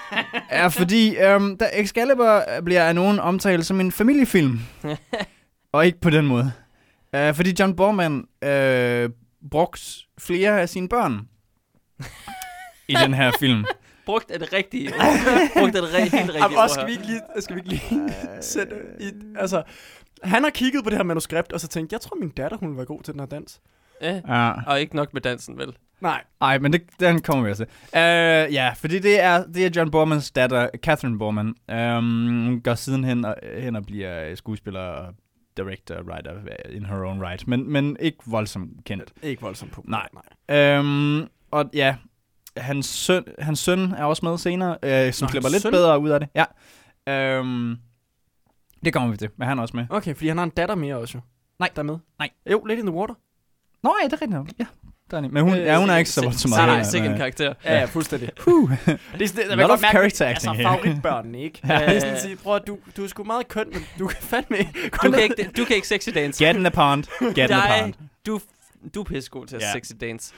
J: er fordi, øhm, der Excalibur bliver af nogen omtalt som en familiefilm. og ikke på den måde. Uh, fordi John Borman øh, brugte flere af sine børn i den her film.
I: Brugt er det rigtige ord. Brugt er det re- helt rigtige
A: Jamen,
I: ord
A: også skal vi
I: her.
A: ikke lige, skal vi ikke lige sætte i, altså, han har kigget på det her manuskript, og så tænkt, jeg tror min datter, hun var god til den her dans.
I: Ja.
J: Ja.
I: Og ikke nok med dansen, vel?
A: Nej,
J: Nej, men det, den kommer vi også til. Øh, ja, fordi det er, det er John Bormans datter, Catherine Borman. Øhm, hun går sidenhen og, hen og bliver øh, skuespiller og director, writer øh, in her own right. Men, men ikke voldsomt kendt.
A: ikke voldsomt på.
J: Nej.
A: nej.
J: Øhm, og ja, hans søn, hans søn er også med senere, øh, som
A: Nå,
J: klipper
A: hans
J: lidt
A: søn?
J: bedre ud af det. Ja. Øhm, det kommer vi til, men han er også med.
A: Okay, fordi han har en datter mere også jo.
J: Nej.
A: Der er med.
J: Nej.
A: Jo, Lady in the Water.
J: Nå ja, det er rigtigt nok. Ja, der er en- men hun, ja, hun er ikke så
A: Øh,
J: voldsomt så meget.
I: Nej, nej,
J: med-
I: sikkert en karakter.
A: Ja, ja fuldstændig.
J: Puh.
A: Det er sådan,
J: Lot of character
A: altså,
J: acting her.
A: favoritbørnene, ikke? ja. Det er sådan at sige, prøv at du, du er sgu meget køn, men du kan fandme ikke.
I: Du kan ikke, du kan ikke sexy dance.
J: Get in the pond. Get in the pond.
I: Dig, du, du er pissegod til at
J: Ja.
I: sexy dance.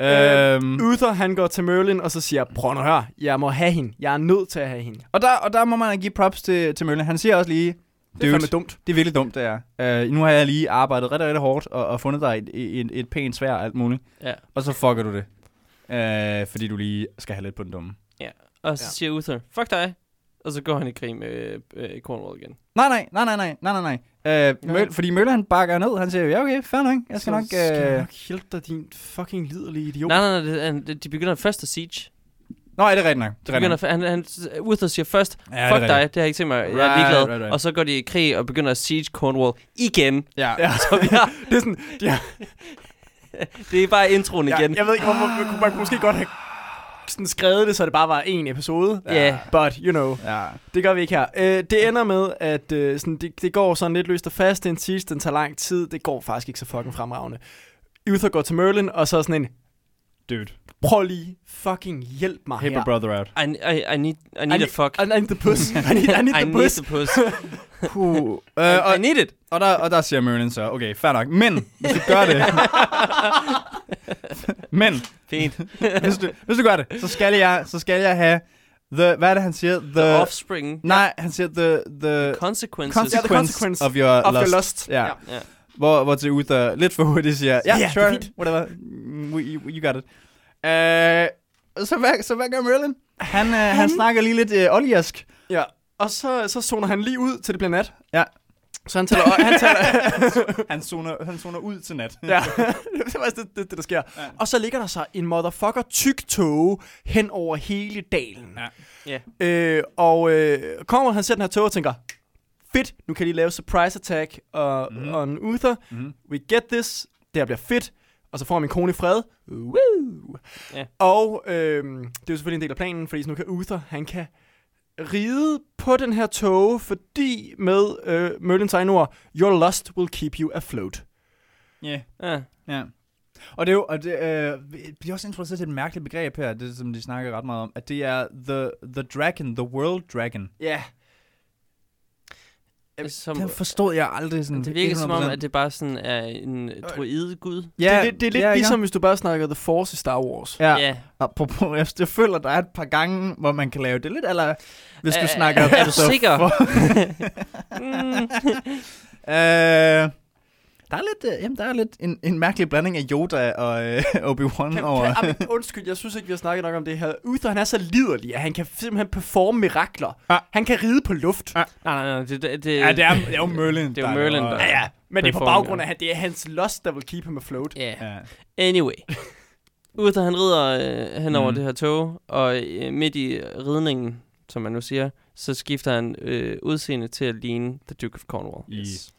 A: Øh,
J: Øhm,
A: Mm. Uther, han går til Merlin, og så siger, prøv nu hør, jeg må have hende. Jeg er nødt til at have hende.
J: og, der, og der må man give props til, til Mølle. Han siger også lige,
A: Det er
J: dude,
A: fandme dumt.
J: det er virkelig dumt, det er. Øh, nu har jeg lige arbejdet rigtig, rigtig hårdt og, og fundet dig et, et, et pænt svær og alt muligt.
I: Ja.
J: Og så fucker du det. Øh, fordi du lige skal have lidt på den dumme.
I: Og så
A: Ja.
I: siger Uther, fuck dig. Og så går han i krig med øh, Cornwall igen.
J: Nej, nej, nej, nej, nej, nej, nej, nej. Øh, Mølle, fordi Mølle, han bakker ned. Han siger, ja, okay, fair nok. Jeg skal
A: så
J: nok...
A: Skal jeg
J: Øh...
A: nok hjælpe dig, din fucking liderlige idiot.
I: Nej, nej, nej, det, han- det- de begynder først at siege.
J: Nå, ja, det er rigtigt nok.
I: De
J: Det er rigtigt
I: begynder,
J: nok.
I: han, han, Uther siger først,
J: Ja,
I: fuck
J: det er
I: dig,
J: rigtigt.
I: det har jeg ikke tænkt mig, jeg er
J: Right,
I: ligeglad.
J: right, right.
I: Og så går de i krig og begynder at siege Cornwall igen.
J: Ja.
A: Ja.
I: Så vi har,
A: Det er sådan, ja,
I: det er bare introen igen.
A: jeg ved ikke, hvor, hvor, kunne man kunne måske godt have sådan skrevet det, så det bare var en episode.
I: Ja.
A: But, you know.
J: Ja.
A: Det gør vi ikke her. Øh, det ender med, at øh, sådan, det, det går sådan lidt løst og fast. Det er en tease, den tager lang tid. Det går faktisk ikke så fucking fremragende. Uther går til Merlin, og så er sådan en,
J: Dude.
A: prøv lige fucking hjælp mig
J: Help
A: her.
J: a brother out.
I: I, I, I, need, I
A: I
I: need
A: need-
I: a fuck.
A: I need the puss. I need, I need
I: I
A: the puss.
I: the puss.
J: Puh.
I: I,
J: Øh, og,
I: I need it.
J: og, der, og der siger Merlin så, okay, fair nok. Men, hvis du gør det... men,
I: Fint.
J: hvis du, hvis du gør det, så skal jeg, så skal jeg have... The, hvad er det, han siger? The,
I: The offspring.
J: Nej, han siger the, the
I: Consequences.
A: Ja, the
J: consequence,
A: consequence
J: of your
A: of your
J: lust.
A: lust.
J: Ja.
A: Ja.
I: Ja.
J: Hvor, hvor til Uther lidt for hurtigt siger, ja,
A: Ja, det
J: yeah,
A: er
J: sure,
A: fint.
J: whatever, Mm, we, you, you got it. Uh, så, hvad, så hvad gør Merlin? Han, uh, han,
A: Mhm.
J: han snakker lige lidt uh, oliesk.
A: Ja, og så, så zoner han lige ud til det bliver nat.
J: Ja.
A: Så han tæller, og han tæller,
J: Han zoner, han zoner ud til nat.
A: ja, det er faktisk det, det, det, der sker. Ja. Og så ligger der så en motherfucker tyk tåge hen over hele dalen.
J: Ja.
I: Ja.
A: Øh, og øh, kommer han ser den her tåge og tænker, fedt, nu kan de lave surprise attack og, mm. on Uther. Mm. We get this, det her bliver fedt. Og så får han min kone i fred. Woo!
I: Ja.
A: Og øh, det er jo selvfølgelig en del af planen, fordi så nu kan Uther, han kan ride på den her tåge, fordi med øh, Merlins egne ord, your lust will keep you afloat.
J: Yeah.
I: Ja.
J: Ja. Og det er jo, og det, øh, vi bliver også introduceret til et mærkeligt begreb her, det som de snakker ret meget om, at det er the, the dragon, the world dragon.
A: Ja.
I: Som,
J: Den forstod jeg aldrig sådan
I: det virker som om,
J: 100%.
I: at det bare sådan er en
A: Øh,
I: druidegud.
A: Ja, det, er lidt- det er lidt
J: ja,
A: ja,
J: ikke?
A: ligesom, hvis du bare snakker The Force i Star Wars.
J: Ja,
I: ja.
J: Apropos, jeg, jeg føler, der er et par gange, hvor man kan lave det lidt, eller hvis du
I: Er-
J: snakker...
I: er- er du
J: så-
I: sikker?
J: Altså, for-
I: Mm.
J: øh, der er lidt, øh, jamen, der er lidt en, en mærkelig blanding af Yoda og øh, Obi-Wan
A: Kan,
J: over...
A: kan, ah, men undskyld, jeg synes ikke, vi har snakket nok om det her. Uther, han er så liderlig, at han kan simpelthen performe mirakler.
J: Ah.
A: Han kan ride på luft.
I: Nej, nej, nej. Det, det, det,
J: ja, det er, det er jo Merlin.
I: Det er jo Merlin,
J: der...
I: der-
A: Ja, ja. Men det er på
I: Performe,
A: baggrund
I: ja.
A: af, at det er hans lust, der vil keep him afloat.
I: Ja. Yeah.
J: Ja.
I: Anyway. Uther han rider øh, hen over
J: Mm.
I: det her tog, og øh, midt i ridningen, som man nu siger, så skifter han øh, udseende til at ligne The Duke of Cornwall.
J: Yes.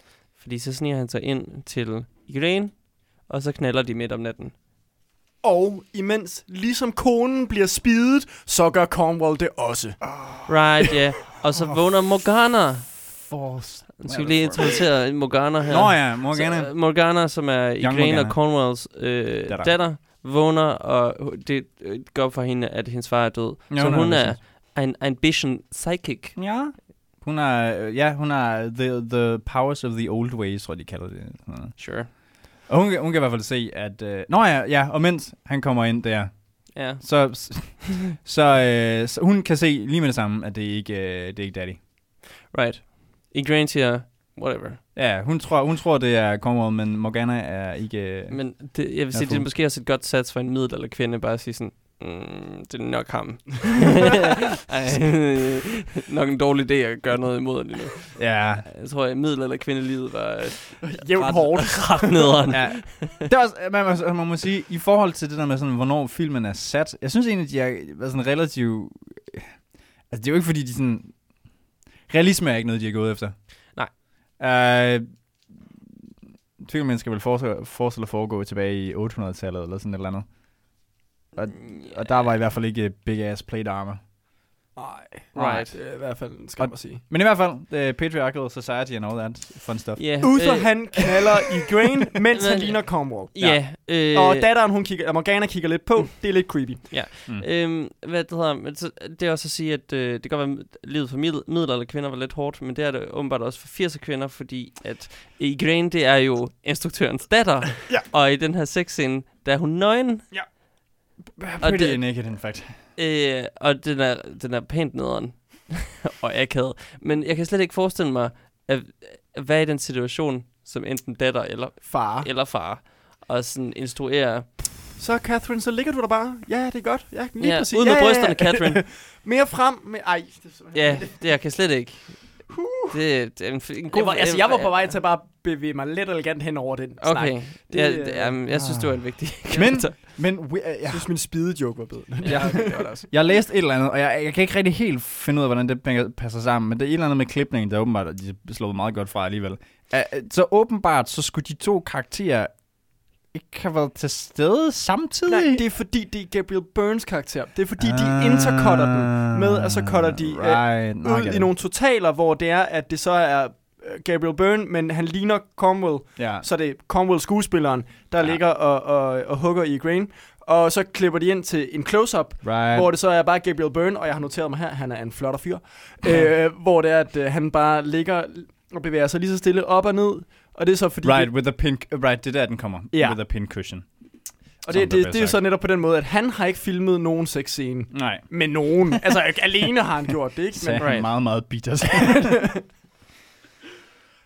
I: Fordi så sniger han sig ind til Irene, og så knaller de midt om natten.
A: Og imens, ligesom konen bliver spidet, så gør Cornwall det også.
I: Ah. Right, ja. Yeah. Og så vågner Morgana.
J: Force.
I: Nu skal vi lige introducere Morgana her.
J: Nå ja, Morgana.
I: Så, øh, Morgana, som er Irene
J: Morgana.
I: og Cornwalls øh,
J: Datter.
I: datter. vågner, og hu- det øh, går op for hende, at hendes far er død.
J: Jo,
I: så
J: nej,
I: hun er
J: præcis.
I: en ambition psychic.
J: Ja. Hun er, øh, ja, hun er the, the powers of the old ways, tror jeg, de kalder det. Ja.
I: Sure.
J: Og hun, kan- hun kan i hvert fald se, at... Øh, nå ja, ja, og mens han kommer ind der,
I: Ja.
J: Så, så, øh, så hun kan se lige med det samme, at det ikke øh, det er ikke daddy.
I: Right. Igraine siger, whatever.
J: Ja, hun tror, hun tror det er Cornwall, men Morgana er ikke... Øh,
I: Men det, jeg vil sige,
J: fuld.
I: det er måske også et godt sats for en middelalder kvinde, bare at sige sådan, mm, det er nok ham. Ej, nok en dårlig idé at gøre noget imod lige nu.
J: ja.
I: Jeg tror, at middelalder kvindelivet var øh,
A: Jævnt
I: ret,
A: hårdt.
I: ret nederen.
J: ja. Det er også, øh, man, man, man, må sige, i forhold til det der med, sådan, hvornår filmen er sat, jeg synes egentlig, de er været sådan relativt... Altså, det er jo ikke fordi, de sådan... Realisme er ikke noget, de er gået efter.
I: Nej.
J: Øh, Tvivl skal vel forestille, forestille at foregå tilbage i 800-tallet, eller sådan et eller andet. Og, og der var i hvert fald ikke øh, big ass plate armor.
A: Nej,
I: Right.
A: det er i hvert fald, skal man sige.
J: Men i hvert fald, the patriarchal society and all that fun stuff.
I: Ja,
A: Uther,
I: øh,
A: han knaller Igraine, mens han
I: men-
A: ligner Cornwall.
I: Ja, øh, Mm.
A: Og datteren, hun kigger, Morgana kigger lidt på. Det er lidt creepy.
I: Øhm, hvad det hedder, men så, det er også at sige, at øh, det kan godt være, at livet for middel, middelalder kvinder var lidt hårdt, men det er det åbenbart også for 80'er kvinder, fordi at Igraine, det er jo instruktørens datter,
A: Ja.
I: og i den her sexscene, der er hun nøgen,
J: Pretty
I: det-
J: naked, in fact.
I: øh, og den er, den er pænt nederen, og akavet. Men jeg kan slet ikke forestille mig, at, at være i den situation, som enten datter eller,
A: Far.
I: eller far, og sådan instruere.
A: Så Catherine, så ligger du der bare. Ja, det er godt. Ja, lige
I: Ja,
A: præcis.
I: ud med
A: ja, ja, ja.
I: brysterne, Catherine.
A: Mere frem. Med, ej, det er simpelthen-
I: Ja, det jeg kan slet ikke. Det, det er en, en god...
A: Jeg var, altså, jeg var på vej til at bare bevæge mig lidt elegant hen over den snak.
I: Okay, det, ja,
A: øh,
I: det, jamen, jeg synes, det var en vigtig
J: Men,
I: kommentar.
J: men we, uh,
A: Jeg
J: ja.
A: synes, min spide joke var bedre.
J: Ja, jeg har læst et eller andet, og jeg, jeg kan ikke rigtig helt finde ud af, hvordan det hænger- passer sammen, men det er et eller andet med klipningen, der åbenbart de er slået meget godt fra alligevel. Uh, så åbenbart, så skulle de to karakterer ikke har været til stede samtidig? Ah,
A: Nej, det er fordi, det er Gabriel Burns karakter. Det er fordi, de intercutter den med, og så cutter de right.
J: right.
A: øh, ud i nogle totaler, hvor det er, at det så er øh, Gabriel Byrne, men han ligner Cromwell.
J: Ja.
A: Så er det Cromwell-skuespilleren, der
J: Ja.
A: ja. ligger og, og, og hugger i Grain. Og så klipper de ind til en close-up,
J: Right.
A: hvor det så er bare Gabriel Byrne, og jeg har noteret mig her, han er en flot og fyr, øh, hvor det er, at øh, han bare ligger og bevæger sig lige så stille op og ned, og det er så fordi...
J: Right,
A: det,
J: with a pin... Right, det er der, den kommer.
A: Ja.
J: With a pin cushion.
A: og det,
J: som der
A: det,
J: bliver
A: det, er jo
J: sagt.
A: så netop på den måde, at han har ikke filmet nogen sexscene
J: Nej.
A: med nogen. altså, ikke alene har han gjort det, ikke?
J: Så
A: Men,
J: er
I: right.
J: han meget, meget bitter.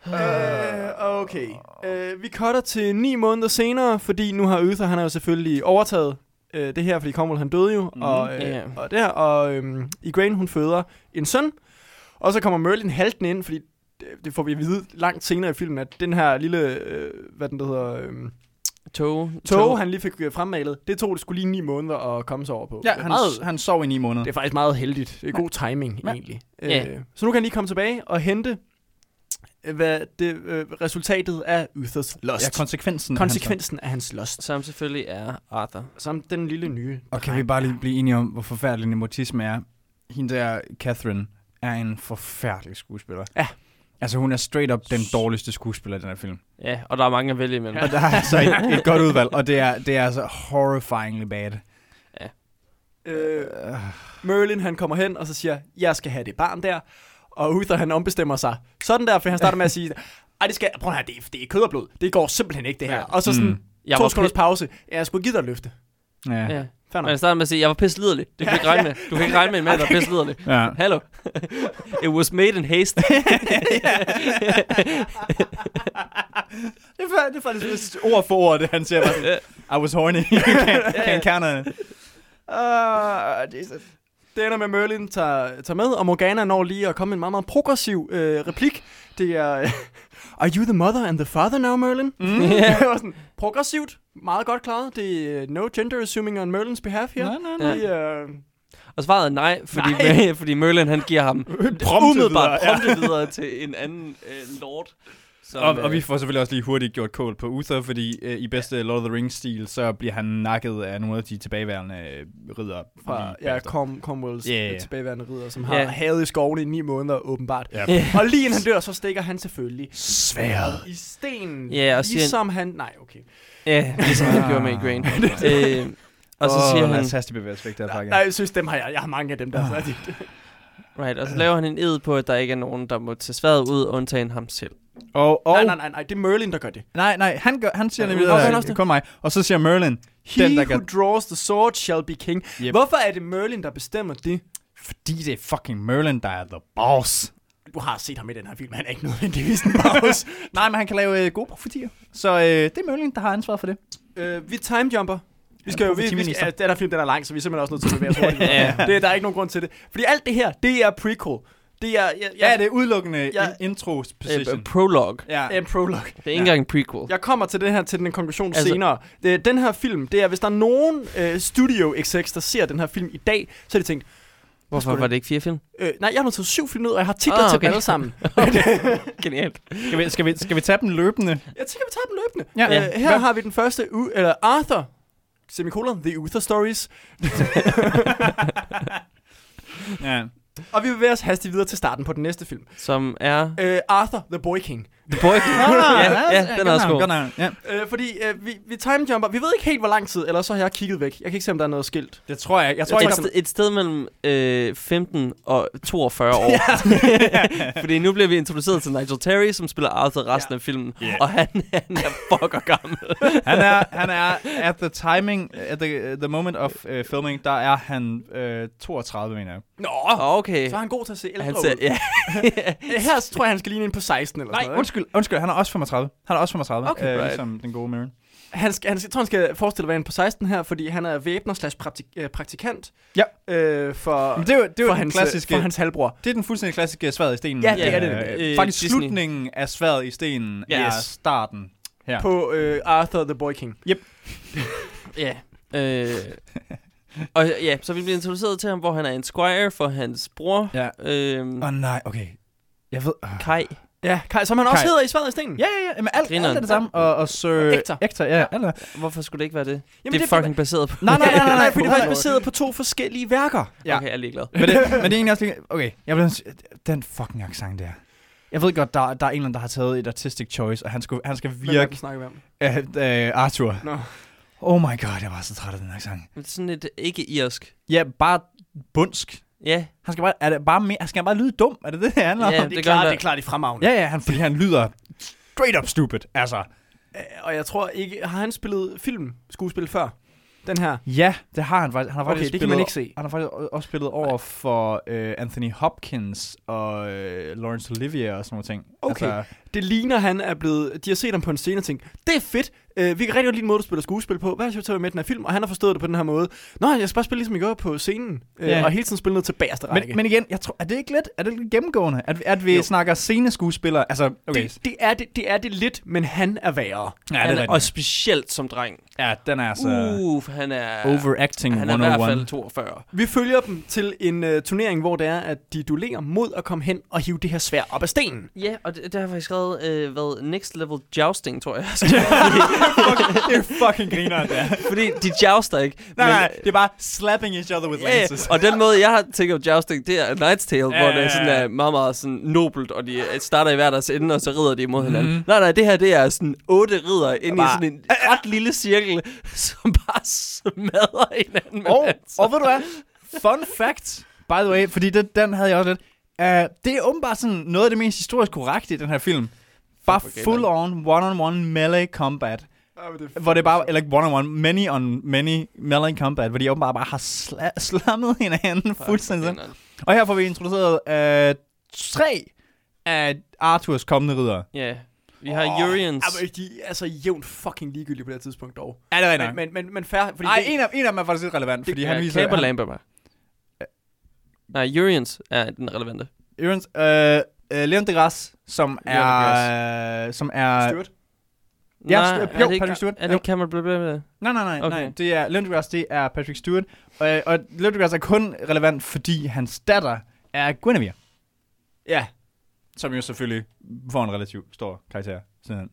A: øh, okay. Øh, vi cutter til ni måneder senere, fordi nu har Uther, han har jo selvfølgelig overtaget øh, det her, fordi Cromwell, han døde
J: Mhm.
A: jo, mm, og, øh,
I: ja.
A: og der, og øh, Igraine, hun føder en søn, og så kommer Merlin halten ind, fordi det- det får vi at vide langt senere i filmen, at den her lille, øh, hvad den der hedder, øh,
I: Tog.
A: tog, han lige fik øh, fremmalet, det tog det skulle lige ni måneder at komme sig over på.
J: ja,
A: Det er
J: han,
A: meget-
J: han sov i ni måneder.
A: Det er faktisk meget heldigt. Det er god timing,
J: Ja.
A: egentlig.
I: Ja.
A: Øh, så nu kan han lige komme tilbage og hente øh, hvad det, øh, resultatet af Uthers
J: Ja,
A: lust.
J: konsekvensen. af hans søn.
A: konsekvensen af hans lust.
I: Som selvfølgelig er Arthur.
A: Som den lille nye.
J: Og kan vi bare lige blive enige om, hvor forfærdelig nepotisme er? Hende der, Catherine, er en forfærdelig skuespiller.
A: Ja.
J: Altså, hun er straight up den dårligste skuespiller i den her film.
I: Ja, og der er mange at vælge imellem.
J: Og der er altså et, et godt udvalg, og det er, det er altså horrifyingly bad.
A: Øh, Merlin, han kommer hen, og så siger, jeg skal have det barn der. Og Uther, han ombestemmer sig. Sådan der, for han starter med at sige, ej, det skal, prøv at høre, det, er, det er kød og blod. Det går simpelthen ikke, det her.
I: Ja.
A: Og så sådan,
J: Mm.
A: mm.
I: Jeg
A: to
I: var
A: sekunders
I: pe-
A: pause. Ja, jeg skulle give dig et løfte.
J: Ja.
I: Ja.
A: Fair
I: Men
A: nok.
I: jeg startede med at sige, jeg var pisse liderlig. Det kan du ikke regne med. Du kan ikke regne med en mand, der er pisse liderlig.
J: ja.
I: Hallo. It was made in haste.
J: Det er, det er faktisk vist ord for ord, det han siger. Bare sådan, I was horny. kan, kan kernerne.
A: Uh, Jesus. Det ender med, at Merlin tager, tager med, og Morgana når lige at komme med en meget, meget progressiv øh, replik. Det er, øh, are you the mother and the father now, Merlin? Mm. Yeah. sådan, progressivt, meget godt klaret. Det er øh, no gender assuming on Merlins behalf her.
J: nej,
I: nej.
A: Det er, øh,
I: Og svaret er nej, fordi, nej. fordi Merlin han giver ham umiddelbart prompte videre til en anden øh, lord. Som,
J: Og, og vi
I: øh,
J: får selvfølgelig også lige hurtigt gjort kål på Uther, fordi øh, i bedste Lord of the Rings-stil, så bliver han nakket af nogle af de tilbageværende øh, ridder.
A: fra ja, Com- Cromwells
J: Ja, ja.
A: yeah. tilbageværende ridder, som har
I: Ja.
A: yeah. havet i skoven i ni måneder, åbenbart.
J: Ja.
A: Og lige inden han dør, så stikker han selvfølgelig
J: Sværet.
A: i stenen.
I: Ja, og siger-
A: ligesom han... Nej, okay.
I: Ja, ligesom han gjorde med Grain. øh, og så siger han,
J: hastigbevægelse væk der pakke.
A: Nej, jeg synes, dem har jeg. Jeg har mange af dem, der er færdige.
I: right, og så laver han en ed på, at der ikke er nogen, der må tage sværet ud, undtagen ham selv.
J: Og, og,
A: Nej, nej, nej, nej, det er Merlin, der gør det.
J: nej, nej, han, gør, han siger
A: Ja,
J: nemlig,
A: hvorfor gør han også
J: at
A: det?
J: kun mig. Og så siger Merlin,
A: He
J: den der
A: who
J: gør,
A: draws the sword shall be king.
J: Yep.
A: Yep. Hvorfor er det Merlin, der bestemmer det?
J: fordi det er fucking Merlin, der er the boss.
A: Du har set ham i den her film, han er ikke nødvendigvis en pause.
J: nej, men han kan lave øh, gode profetier. Så øh, det er Merlin, der har ansvaret for det.
A: øh, vi timejumper. Vi skal jo, vi, vi skal,
J: politiminister.
A: ja, den her film, den er lang, så vi er simpelthen også nødt til at bevæge os hurtigt. ja. det, der er ikke nogen grund til det. Fordi alt det her, det er prequel. Det er, jeg,
J: Ja,
A: jeg,
J: det er udelukkende ja.
A: Ja.
J: en intro
I: Øh,
J: position.
I: øh, prologue.
J: ja.
A: er en prologue.
I: Det er ikke engang en prequel.
A: Jeg kommer til den her til den konklusion
I: Altså-
A: altså, senere. Det, den her film, det er, hvis der er nogen øh, studio execs, der ser den her film i dag, så har de tænkt,
I: Hvorfor
A: skulle
I: var det ikke fire film?
A: øh, nej, jeg har noteret syv film ned, og jeg har titler
I: Ah,
A: ah, okay. til
I: okay.
A: dem alle sammen.
I: Genialt.
J: Skal, vi, skal, vi, skal vi tage dem løbende?
A: Jeg tænker, vi tager dem løbende. Ja,
J: Ja. Ja.
A: øh, her
J: Hvad-
A: har vi den første, u- eller Arthur, semikolon, The Uther Stories.
J: Ja.
A: Og vi bevæger os hastigt videre til starten på den næste film.
I: Som er...
A: Øh, Arthur, The Boy King.
I: The Boy ja, ja, den er også god.
J: god. Ah, Ja.
A: Øh, fordi øh, vi, vi timejumper, vi ved ikke helt, hvor lang tid, eller så har jeg kigget væk. Jeg kan ikke se, om der er noget skilt.
J: Det tror jeg. Jeg tror
I: Et,
J: ikke,
I: sted, et sted mellem øh, 15 og 42 år. Fordi nu bliver vi introduceret til Nigel Terry, som spiller Arthur resten af filmen. Og han, han er fucker gammel.
J: han er, han er at the timing, at the, the moment of uh, filming, der er han uh, 32, mener jeg.
A: Nå,
I: Ah, okay.
A: så er han god til at se ældre
I: Han
A: han
I: ser,
A: ud.
I: ja.
A: Øh, Her tror jeg, han skal ligne ind på 16 eller sådan noget. ikke?
J: undskyld, undskyld, han er også 35. Han er også 35,
I: Okay,
J: øh,
I: right.
J: ligesom den gode Maren.
A: Han, skal, han skal, jeg tror, han skal forestille at være en på 16 her, fordi han er væbner slash praktik, øh, praktikant
J: Ja.
A: øh, for,
J: Men det er jo, det er jo
A: for,
J: den
A: hans, øh,
J: klassiske...
A: for hans halvbror.
J: Det er den fuldstændig klassiske sværet i stenen.
A: Ja, det er det
I: nemlig. Øh,
J: faktisk
I: Disney.
J: slutningen af sværet i stenen
I: Ja.
J: er starten. Ja.
A: På øh, Arthur, The Boy King.
I: Ja. Øh, og ja, så vi bliver introduceret til ham, hvor han er en squire for hans bror.
J: Ja.
I: Øhm,
J: Åh oh, nej, okay. Jeg ved...
I: Kai.
J: Ja,
A: Kai, som han også
J: Kai.
A: hedder i Svaret i Stenen.
J: Ja, ja, ja. Men alt, alt er
I: Grineren.
J: det samme. Og, og Sir...
A: Ektor.
J: Ektor, ja. Alt er.
I: Hvorfor skulle det ikke være det?
A: Jamen,
I: det er
A: det er-
I: fucking baseret på...
J: Nej, nej, nej, nej, nej.
A: fordi det er faktisk baseret
J: baseret-
A: på to forskellige værker.
J: ja.
I: Okay, jeg er ligeglad.
J: men, det, men det er egentlig også lige... Okay, jeg blev, den fucking accent der. Jeg ved godt, der, der er en eller anden, der har taget et artistic choice, og han, skulle, han skal
A: Hvem er det,
J: virke
A: vi snakker om?
J: af øh, Arthur.
A: Nå.
J: Oh my god, jeg var så træt af den accent.
I: Men det er sådan et ikke-irsk.
J: Ja, bare bundsk.
I: Ja,
J: Han skal bare, er det bare mere, skal han bare lyde dum? Er det det, det handler
I: Ja,
J: om?
A: Det er
I: gør han
A: klart,
I: da.
A: det er klart i fremragende.
J: Ja, ja, han, fordi han lyder straight up stupid, altså.
A: Og jeg tror ikke, har han spillet film, skuespil før? Den her.
J: Ja, det har han faktisk. Han
A: Okay,
J: har faktisk
A: det kan
J: spillet,
A: man ikke se.
J: Han har faktisk o- også spillet over for øh, Anthony Hopkins og øh, Laurence Olivier og sådan nogle ting.
A: Okay.
J: Altså,
A: Det ligner, han er blevet... De har set ham på en scene og tænkt, det er fedt. Øh, vi kan rigtig godt lide den måde, du spiller skuespil på. Hvad hvis vi tager med den her film? Og han har forstået det på den her måde. Nå, jeg skal bare spille ligesom i går på scenen. Øh,
J: Ja.
A: Og hele tiden spille noget til bagerste række.
J: men, men igen, jeg tror, er det ikke lidt, er det lidt gennemgående, at, at vi
A: Jo.
J: jo. snakker sceneskuespillere? Altså, okay.
A: det, det, er det, det er det lidt, men han er værre.
J: ja,
I: han
J: det
I: er,
J: er
I: og
J: rigtigt.
I: specielt som dreng.
J: Ja, den er altså
I: Uff, han er...
J: overacting
I: han er i hvert
J: 101.
I: fald 42.
A: Vi følger dem til en øh, turnering, hvor det er, at de duellerer mod at komme hen og hive det her svær op af stenen.
I: Ja, og det, der har jeg faktisk skrevet, øh, hvad, next level jousting, tror jeg.
J: det er fucking griner, det er.
I: Fordi de jouster ikke.
J: Nej,
I: men-
J: nej, det er bare slapping each other with
I: Ja, ja.
J: lances.
I: og den måde, jeg har tænkt om jousting, det er Night's Tale,
J: Ja,
I: hvor
J: ja,
I: det er sådan
J: ja.
I: er meget, meget sådan nobelt, og de øh, starter i hver deres ende, og så rider de imod hinanden. Nej, nej, det her, det er sådan otte ridder inde i
J: Mhm. Bare-
I: sådan en ret lille cirkel, som bare smadrer hinanden altså. med
J: Og,
I: lanser.
J: og ved du hvad? Fun fact, by the way, fordi det, den havde jeg også lidt. Uh, det er åbenbart sådan noget af det mest historisk korrekte i den her film. Bare
I: Propaganda.
J: full on one-on-one melee combat. Hvor Ah, det bare, eller ikke one-on-one, many on many melee combat, hvor de åbenbart bare har sla- slammet hinanden fuldstændig. sådan. Og her får vi introduceret uh, tre af Arthurs kommende ridder.
I: Ja, vi har Urians.
A: Ja, men de er så jævnt fucking ligegyldige på det her tidspunkt dog.
J: Ja, det er
A: Men, men, men, men fair, fordi
J: Nej,
A: det,
J: en af, en af dem er faktisk lidt relevant, fordi han viser...
I: Caper
J: han-
I: Lamba bare. Nej, Urians er den relevante.
J: Ørens, øh, øh, Leon deGrasse, som
I: Leon
J: er... Som er...
A: Stuart.
J: Ja,
I: Nej,
J: jo,
I: er det
J: Patrick Stewart.
I: Er det
J: Jo.
I: ikke Cameron Blablabla?
J: Nej, nej, nej,
I: Okay.
J: okay. nej. Det er, Leon deGrasse, det er Patrick Stewart. Og, og Leon deGrasse er kun relevant, fordi hans datter er Guinevere.
A: Ja,
J: Som jo selvfølgelig får en relativt stor karakter. Sådan.
A: Jamen,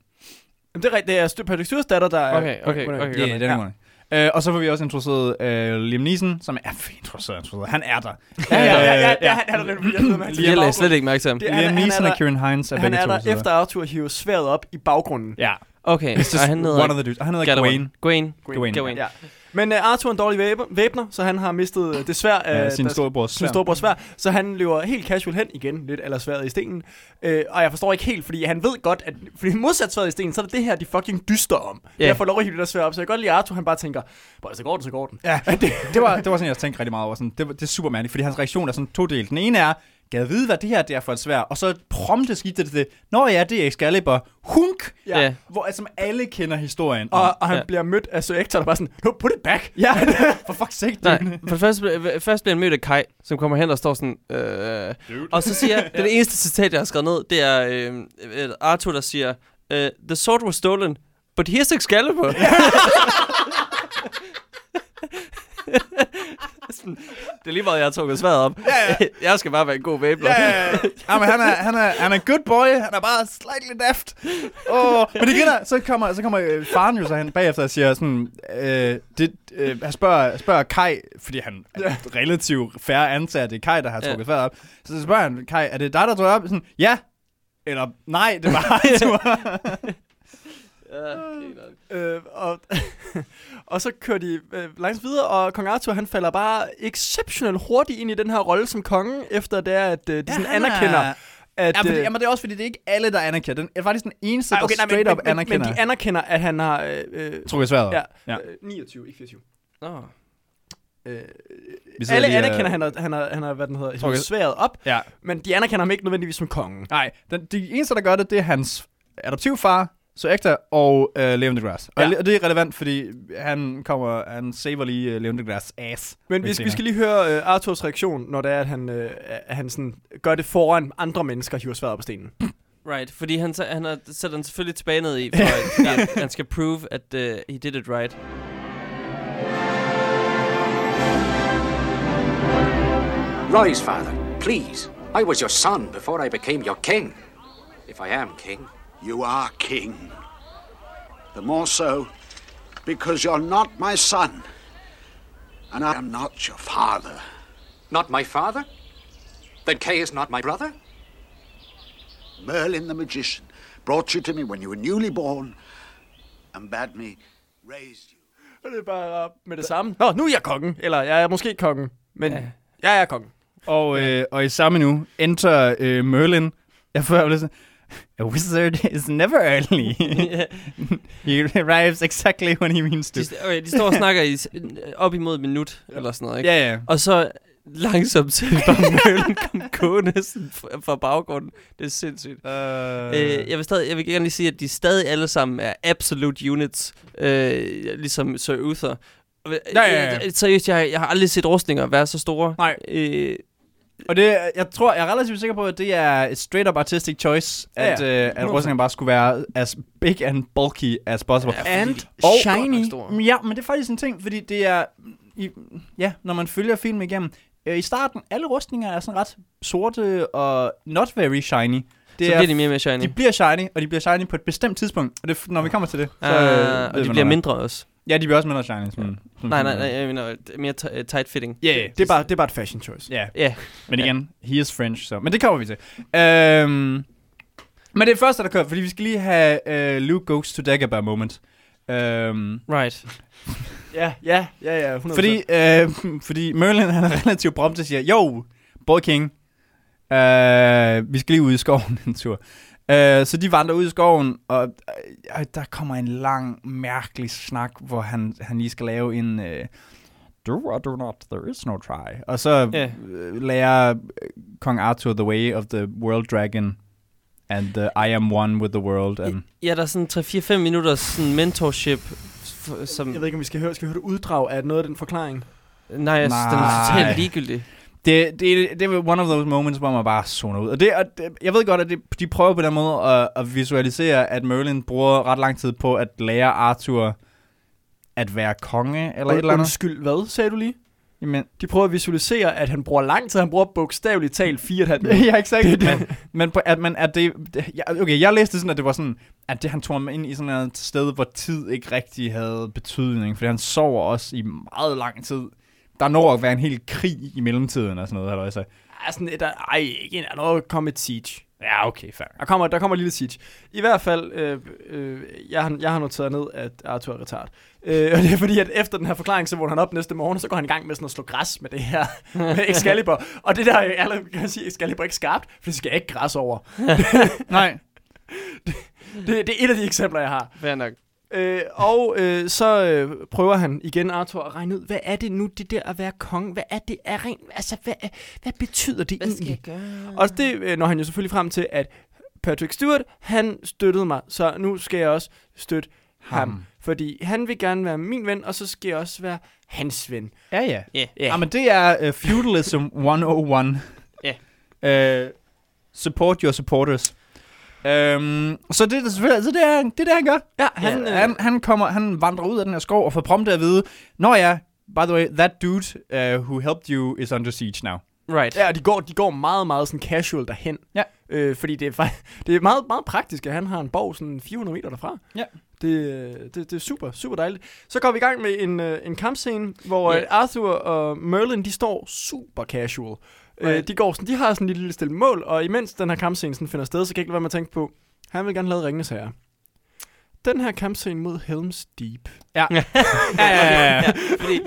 A: det er rigtigt. Det er Stu- Patrick Stewart's datter, der er...
I: Okay, okay,
A: Hvordan-
I: okay.
J: Ja, yeah, den
A: Ja.
J: er måde. Øh, og så får vi også introduceret øh, Liam Neeson, som er introduceret, introduceret. Han er der.
A: Ja, ja, ja, ja,
J: Øh,
A: ja, han er der lidt vildt. med hans
I: Jeg lagde slet
A: baggrund.
I: ikke mærke til ham.
A: Det- han-
J: Liam
A: han er
J: Neeson
A: der-
J: og Kieran Hines er
A: Han
J: begge
A: er
J: to.
A: der
J: sidder.
A: efter Arthur hiver sværet op i baggrunden.
J: Ja.
I: Okay, og han
J: One of
I: hedder
J: the dudes. Og han hedder
I: Galloway.
J: Gawain.
I: Gawain.
J: Gawain.
I: Gawain.
A: Ja. Men uh, Arthur er en dårlig væb- væbner, så han har mistet øh, det svær af
J: Ja, sin
A: deres-
J: storebrors
A: sin
J: sværd.
A: storebrors svær. Så han løber helt casual hen igen, lidt eller sværet i stenen. Øh, og jeg forstår ikke helt, fordi han ved godt, at fordi modsat sværet i stenen, så er det det her, de fucking dyster om.
I: Ja.
A: Yeah. Jeg får lov at hive det der svær op, så jeg kan godt lide at Arthur, han bare tænker, "Bøj, så går den, så går den.
J: Ja, det, det, var, det var sådan, jeg tænkte rigtig meget over. Sådan, det, var- det er super mærkeligt, fordi hans reaktion er sådan to dele. Den ene er, gad vide, hvad det her det er for et svær, og så prompte skifter det til, Nå ja, det er Excalibur. Hunk!
I: Ja. Ja.
J: Hvor, altså, som alle kender historien.
A: Og, og han
I: Ja.
A: yeah. bliver mødt af Sir Ector, der bare sådan, no, put it back.
J: ja, for fuck's sake,
I: Nej,
J: dude.
I: for det første, blev- først bliver han mødt af Kai, som kommer hen og står sådan, øh, og så siger jeg, det, eneste citat, jeg har skrevet ned, det er øh, øh, Arthur, der siger, øh, the sword was stolen, but here's Excalibur. Sådan, det er lige meget, jeg har trukket sværet op.
J: Ja, ja.
I: jeg skal bare være en god væbler.
J: Ja, ja, ja. men han er, han, er, han er good boy, han er bare slightly daft. Oh, men det gælder, så kommer, så kommer øh, faren jo så hen bagefter og siger sådan, øh, det, øh, han spørger, spørger Kai, fordi han er relativt færre ansat, det er Kai, der har
I: Ja.
J: trukket ja. færd op. Så spørger han Kai, er det dig, der tog op? Sådan, ja, eller nej, det var Arthur.
A: Øh, og, og så kører de øh, langs videre, og kong Arthur han falder bare exceptionelt hurtigt ind i den her rolle som konge, efter det er, at øh, de ja, sådan
J: han er-
A: anerkender, at...
J: ja, fordi,
A: øh,
J: jamen, det er også fordi, det er ikke alle, der anerkender den. Det er faktisk den eneste,
A: ej,
J: der
A: nej,
J: straight up
A: men, men,
J: anerkender.
A: men de anerkender, at han har... Øh, øh,
J: Tror jeg sværet.
A: ja,
J: ja.
A: Øh, 29, ikke 24.
I: Nå.
A: Øh,
J: Vi sidder
A: alle
J: lige, øh,
A: anerkender, at han har, han har, han har hvad den hedder,
J: Okay.
A: okay. sværet op,
J: Ja.
A: men de anerkender ham ikke nødvendigvis som kongen.
J: Nej, den, de eneste, der gør det, det er hans adoptivfar, så ægte, og øh, Leon deGrasse. Og,
A: Ja.
J: ja. og det er relevant, fordi han kommer, han saver lige øh, Leon deGrasse ass.
A: Men vi,
J: lidt
A: skal- vi
J: senere.
A: skal lige høre øh, Arthurs reaktion, når det er, at han, øh, at han sådan, gør det foran andre mennesker, hiver sværet op af stenen.
I: Right, fordi han, så- han har sat den selvfølgelig tilbage ned i, for at, fordi han, han skal prove, at uh, he did it right.
B: Rise, father, please. I was your son before I became your king.
C: If I am king.
D: You are king. The more so because you're not my son. And I am not your father.
C: Not my father? Then Kay is not my brother?
D: Merlin the magician brought you to me when you were newly born and bade me raise you.
A: Og det er bare op med det samme. Nå, nu er jeg kongen. Eller jeg er måske kongen. Men ja. jeg er kongen.
J: Og, øh, og i samme nu, enter øh, Merlin. Jeg får lidt sådan, A wizard is never early. he arrives exactly when he means to.
I: De, okay, de står og snakker i, s- op imod et minut, eller sådan noget, ikke?
J: Ja, ja.
I: Og så langsomt ser vi bare møllen komme gående sådan fra fra baggrunden. Det er sindssygt. Øh, jeg, vil stadig, jeg vil gerne lige sige, at de stadig alle sammen er absolute units, øh, ligesom Sir Uther.
J: Ja, ja, ja.
I: Øh, Seriøst, jeg, jeg har aldrig set rustninger være så store.
J: Nej.
I: Øh,
J: Og det, jeg tror, jeg er relativt sikker på, at det er et straight up artistic choice,
A: Ja, ja.
J: at, øh, at rustningen bare skulle være as big and bulky as possible.
I: Ja, fordi de
A: er
J: og,
A: godt nok
I: store.
J: Mm, Ja, men det er faktisk en ting, fordi det er, i, ja, når man følger filmen igennem, øh, i starten, alle rustninger er sådan ret sorte og not very shiny. Det
I: så
J: er,
I: bliver de mere og mere shiny.
J: de bliver shiny, og de bliver shiny på et bestemt tidspunkt, og det, er f- når vi kommer til det, så, øh, ved
I: Ah,
J: man,
I: og de
J: hvad
I: bliver
J: der
I: mindre også.
J: er. Ja, de bliver også mindre shiny. Som, som
I: Nej, nej, nej, jeg mener øh, mere t- øh, tight fitting.
J: Ja, yeah,
A: Det er bare, det er bare et fashion choice.
J: Ja,
I: Ja,
J: Men igen, he is French, så. Men det kommer vi til. Øhm, men det er første, der kører, fordi vi skal lige have øh, Luke goes to Dagobah moment. Øhm,
I: right.
A: Ja, ja, ja, ja. 100%.
J: fordi, øh, fordi Merlin, han er relativt prompt og siger, jo, boy king, øh, vi skal lige ud i skoven en tur. Øh, så de vandrer ud i skoven, og øh, der kommer en lang, mærkelig snak, hvor han, han lige skal lave en... Øh, do or do not, there is no try. Og så
I: Ja.
J: øh, lærer øh, kong Arthur the way of the world dragon, and the I am one with the world. And,
I: Ja, der er sådan 3-4-5 minutters sådan mentorship, f- som...
A: Jeg ved ikke, om vi skal høre, skal vi høre et uddrag af noget af den forklaring.
I: Nej, jeg synes, den er
J: Nej.
I: totalt ligegyldig.
J: Det, det, det er one of those moments, hvor man bare zoner ud. Og, det, og det, jeg ved godt, at det, de prøver på den måde at, at visualisere, at Merlin bruger ret lang tid på at lære Arthur at være konge, eller et eller andet.
A: Undskyld, hvad sagde du lige?
J: Jamen,
A: De prøver at visualisere, at han bruger lang tid. Han bruger bogstaveligt talt 4,5 minutter.
J: ja, exakt. Men, men, på- at, men at det, det- ja, okay, jeg læste sådan, at det var sådan, at det, han tog ham ind i sådan et sted, hvor tid ikke rigtig havde betydning, fordi han sover også i meget lang tid. Der når at være en hel krig i mellemtiden og sådan noget, halløj, så.
A: Ja, sådan et, der, ej, ikke en, der kommer et siege.
J: Ja, okay, fair.
A: Der kommer, der kommer et lille siege. I hvert fald, øh, øh, jeg, har, jeg har noteret ned, at Arthur er retard. Øh, og det er fordi, at efter den her forklaring, så vågner han op næste morgen, og så går han i gang med sådan at slå græs med det her, med Excalibur. Og det der, jeg allerede kan sige, Excalibur er ikke skarpt, for det skal jeg ikke græs over.
J: Nej.
A: Det, det er et af de eksempler, jeg har.
I: Fair nok.
A: Øh, og øh, så øh, prøver han igen, Arthur, at regne ud, hvad er det nu, det der at være konge? Hvad er det er rent? Altså, hvad, er- hvad betyder det
I: Hvad skal
A: egentlig?
I: jeg gøre?
A: Og det øh, når han jo selvfølgelig frem til, at Patrick Stewart, han støttede mig, så nu skal jeg også støtte ham. ham.
J: Ham.
A: Fordi han vil gerne være min ven, og så skal jeg også være hans ven.
J: Ja, ja.
I: Ja.
J: Ja, men det er uh, feudalism 101.
I: Ja.
J: Uh, support your supporters. Um, så det er det selvfølgelig, så det er det, er det han gør. Ja,
A: han,
J: han,
A: øh,
J: han, han, kommer, han vandrer ud af den her skov og får prompte at vide, Nå ja, by the way, that dude uh, who helped you is under siege now.
I: Right.
A: Ja, og de går, de går meget, meget sådan casual derhen.
J: Ja.
A: Øh, fordi det er, fakt- det er meget, meget praktisk, at han har en borg sådan 400 meter derfra.
J: Ja.
A: Det, øh, det, det er super, super dejligt. Så går vi i gang med en, øh, en kampscene, hvor
I: Ja.
A: yeah. Arthur og Merlin, de står super casual. Right. Øh,
I: Right.
A: de, går sådan, de har sådan et lille stille mål, og imens den her kampscene sådan finder sted, så kan jeg ikke lade være med at tænke på, han vil gerne lave Ringenes Herre. Den her kampscene mod Helm's Deep.
I: ja, ja, ja. Fordi,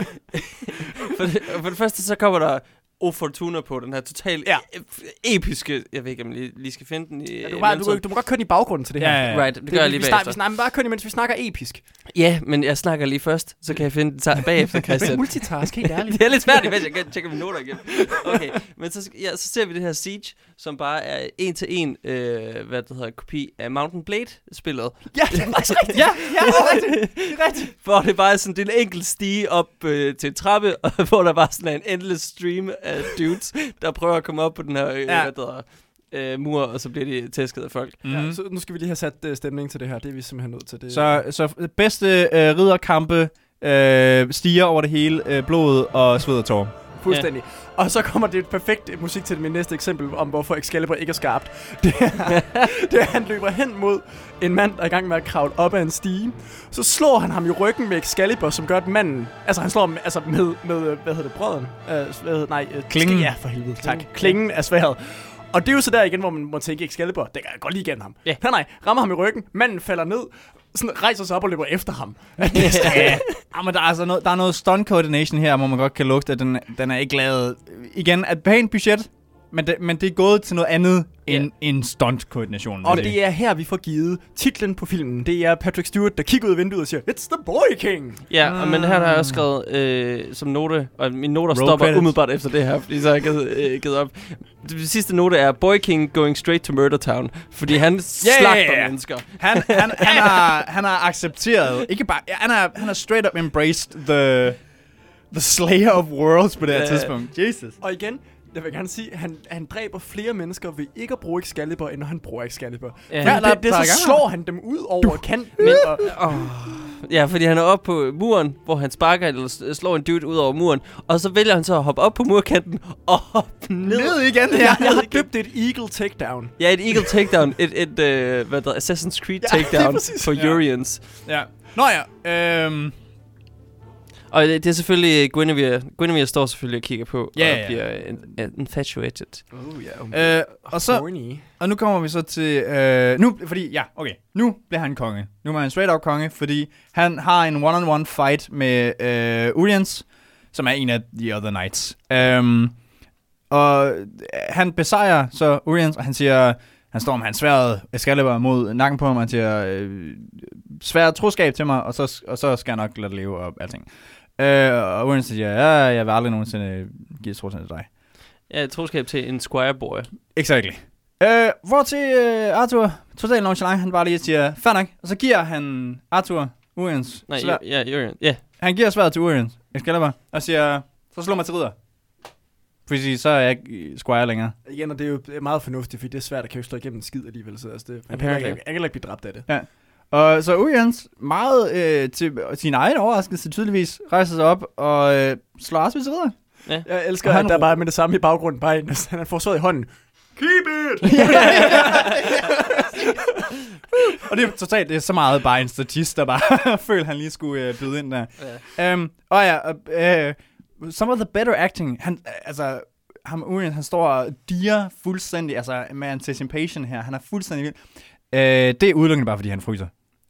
I: for, det, for det første, så kommer der O Fortuna på den her totalt ja. episke... Jeg ved ikke, om jeg lige, lige skal finde den i...
A: Ja, du, må bare, du, du må godt køre den i baggrunden til det her.
J: Ja, ja, ja.
I: Right, det, gør jeg lige
A: vi, snakker,
I: bagefter.
A: vi snakker, men bare kør den, mens vi snakker episk.
I: Ja, men jeg snakker lige først, så kan jeg finde den ta- bagefter, Christian.
A: Multitask, helt ærligt.
I: Det er lidt svært, imens jeg kan tjekke mine noter igen. Okay, men så, sk- ja, så ser vi det her Siege, som bare er en til en, øh, hvad det hedder, kopi af Mountain Blade-spillet.
A: ja, det er faktisk rigtigt. Ja, ja, det er rigtigt. Det er rigtigt.
I: Hvor det bare er sådan, det er en enkelt stige op øh, til en trappe, og hvor der bare sådan er en endless stream af dudes, der prøver at komme op på den her, øh, ja. hvad det hedder, øh, mur, og så bliver de tæsket af folk.
J: Mm.
A: Ja, så nu skal vi lige have sat uh, stemning til det her. Det er vi simpelthen nødt til. Det,
J: Så, så bedste øh, ridderkampe øh, stiger over det hele, øh, blod og sved og tår.
A: Fuldstændig. Og så kommer det et perfekt musik til min næste eksempel om, hvorfor Excalibur ikke er skarpt. Det er, det er, at han løber hen mod en mand, der er i gang med at kravle op ad en stige. Så slår han ham i ryggen med Excalibur, som gør, at manden... Altså, han slår ham altså, med, med, øh, hvad hedder det, brødren? Uh, hvad hedder, nej, uh,
J: Klingen.
A: Ja, for helvede, tak. Klingen af sværet. Og det er jo så der igen, hvor man må tænke, Excalibur, det kan jeg godt lige igen ham.
I: Ja.
A: Nej, nej, rammer ham i ryggen, manden falder ned, sådan rejser sig op og løber efter ham. Det er sådan-
J: Ja, men der er, altså noget, der er noget stunt coordination her, hvor man godt kan lugte, at den, den er ikke lavet... Igen, at pænt budget, men det, men det er gået til noget andet end en stunt koordination.
A: Og det er her, vi får givet titlen på filmen. Det er Patrick Stewart, der kigger ud af vinduet og siger, It's the boy king!
I: Ja, og, men her har jeg også skrevet øh, som note, og mine noter
J: Roll
I: stopper
J: credits.
I: umiddelbart efter det her, fordi så har jeg givet, øh, givet op. Den sidste note er Boy King going straight to Murder Town, fordi han slagter mennesker.
J: Han, han, han, har, han har accepteret, ikke bare, han har, han har straight up embraced the, the slayer of worlds på det her
I: Ja.
J: tidspunkt. Jesus.
A: Og igen, jeg vil gerne sige, at han, han dræber flere mennesker ved ikke at bruge Excalibur, end når han bruger Excalibur. Ja,
I: der-
A: det, det,
J: der er
A: så
J: gang.
A: slår han dem ud over kanten.
I: Men-
A: og,
I: Ja, fordi han er oppe på muren, hvor han sparker eller s- slår en dude ud over muren, og så vælger han så at hoppe op på murkanten og hoppe ned.
J: Ned igen.
A: jeg, jeg
I: ved
A: har
I: ikke.
A: døbt det et eagle takedown.
I: Ja, et Eagle Takedown, et, et øh, hvad der, Assassin's Creed
A: Ja, lige
I: Takedown
A: præcis.
I: for
J: Ja.
I: Urians.
J: Ja. Nå ja, øhm,
I: Og det det er selvfølgelig Guinevere. Guinevere står selvfølgelig og kigger på,
J: Ja,
I: og
J: ja.
I: bliver en- en- infatuated.
A: Oh, yeah.
J: øh, og så...
A: Horny.
J: Og nu kommer vi så til... Øh, nu, fordi, ja, okay. Nu bliver han konge. Nu er han straight up konge, fordi han har en one-on-one fight med øh, Urians, som er en af de other knights. Um, og øh, han besejrer så Urians, og han siger... Han står med hans sværet Excalibur mod nakken på ham, og han siger... Øh, sværet troskab til mig, og så, og så skal jeg nok lade det leve og alting. Øh, og Urians siger, ja, jeg vil aldrig nogensinde give troskab til dig.
I: Ja, et troskab til en squire boy.
J: Exactly. Øh, hvor til øh, Arthur, totalt nonchalant, han bare lige siger, fair nok. Og så giver han Arthur Uriens.
I: Nej,
J: svær-
I: Svær. ja, Urian. Ja,
J: han giver sværet til Uriens, Excalibur, og siger, så slå mig til ridder. Fordi så er jeg ikke øh, squire længere.
A: Igen, og det er jo meget fornuftigt, fordi det er svært at kan jo slå igennem en skid alligevel. Så altså det, han kan
I: Apparently.
A: heller ikke- han kan heller ikke blive dræbt af det.
J: Og så Uriens, meget øh, til sin egen overraskelse tydeligvis, rejser sig op og øh, slår Arthur til ridder.
A: Jeg elsker,
J: Og han
A: at der
J: ro-
A: bare med det samme i baggrunden, bare en, han får såret i hånden. Keep it!
J: Og det er totalt, det er så meget bare en statist, der bare føler, han lige skulle øh, byde ind der. Ja. Um, og ja, øh, øh, some of the better acting, han, øh, altså, ham Urien, han står og diger fuldstændig, altså med anticipation her, han er fuldstændig vild. Øh, det er udelukkende bare, fordi han fryser.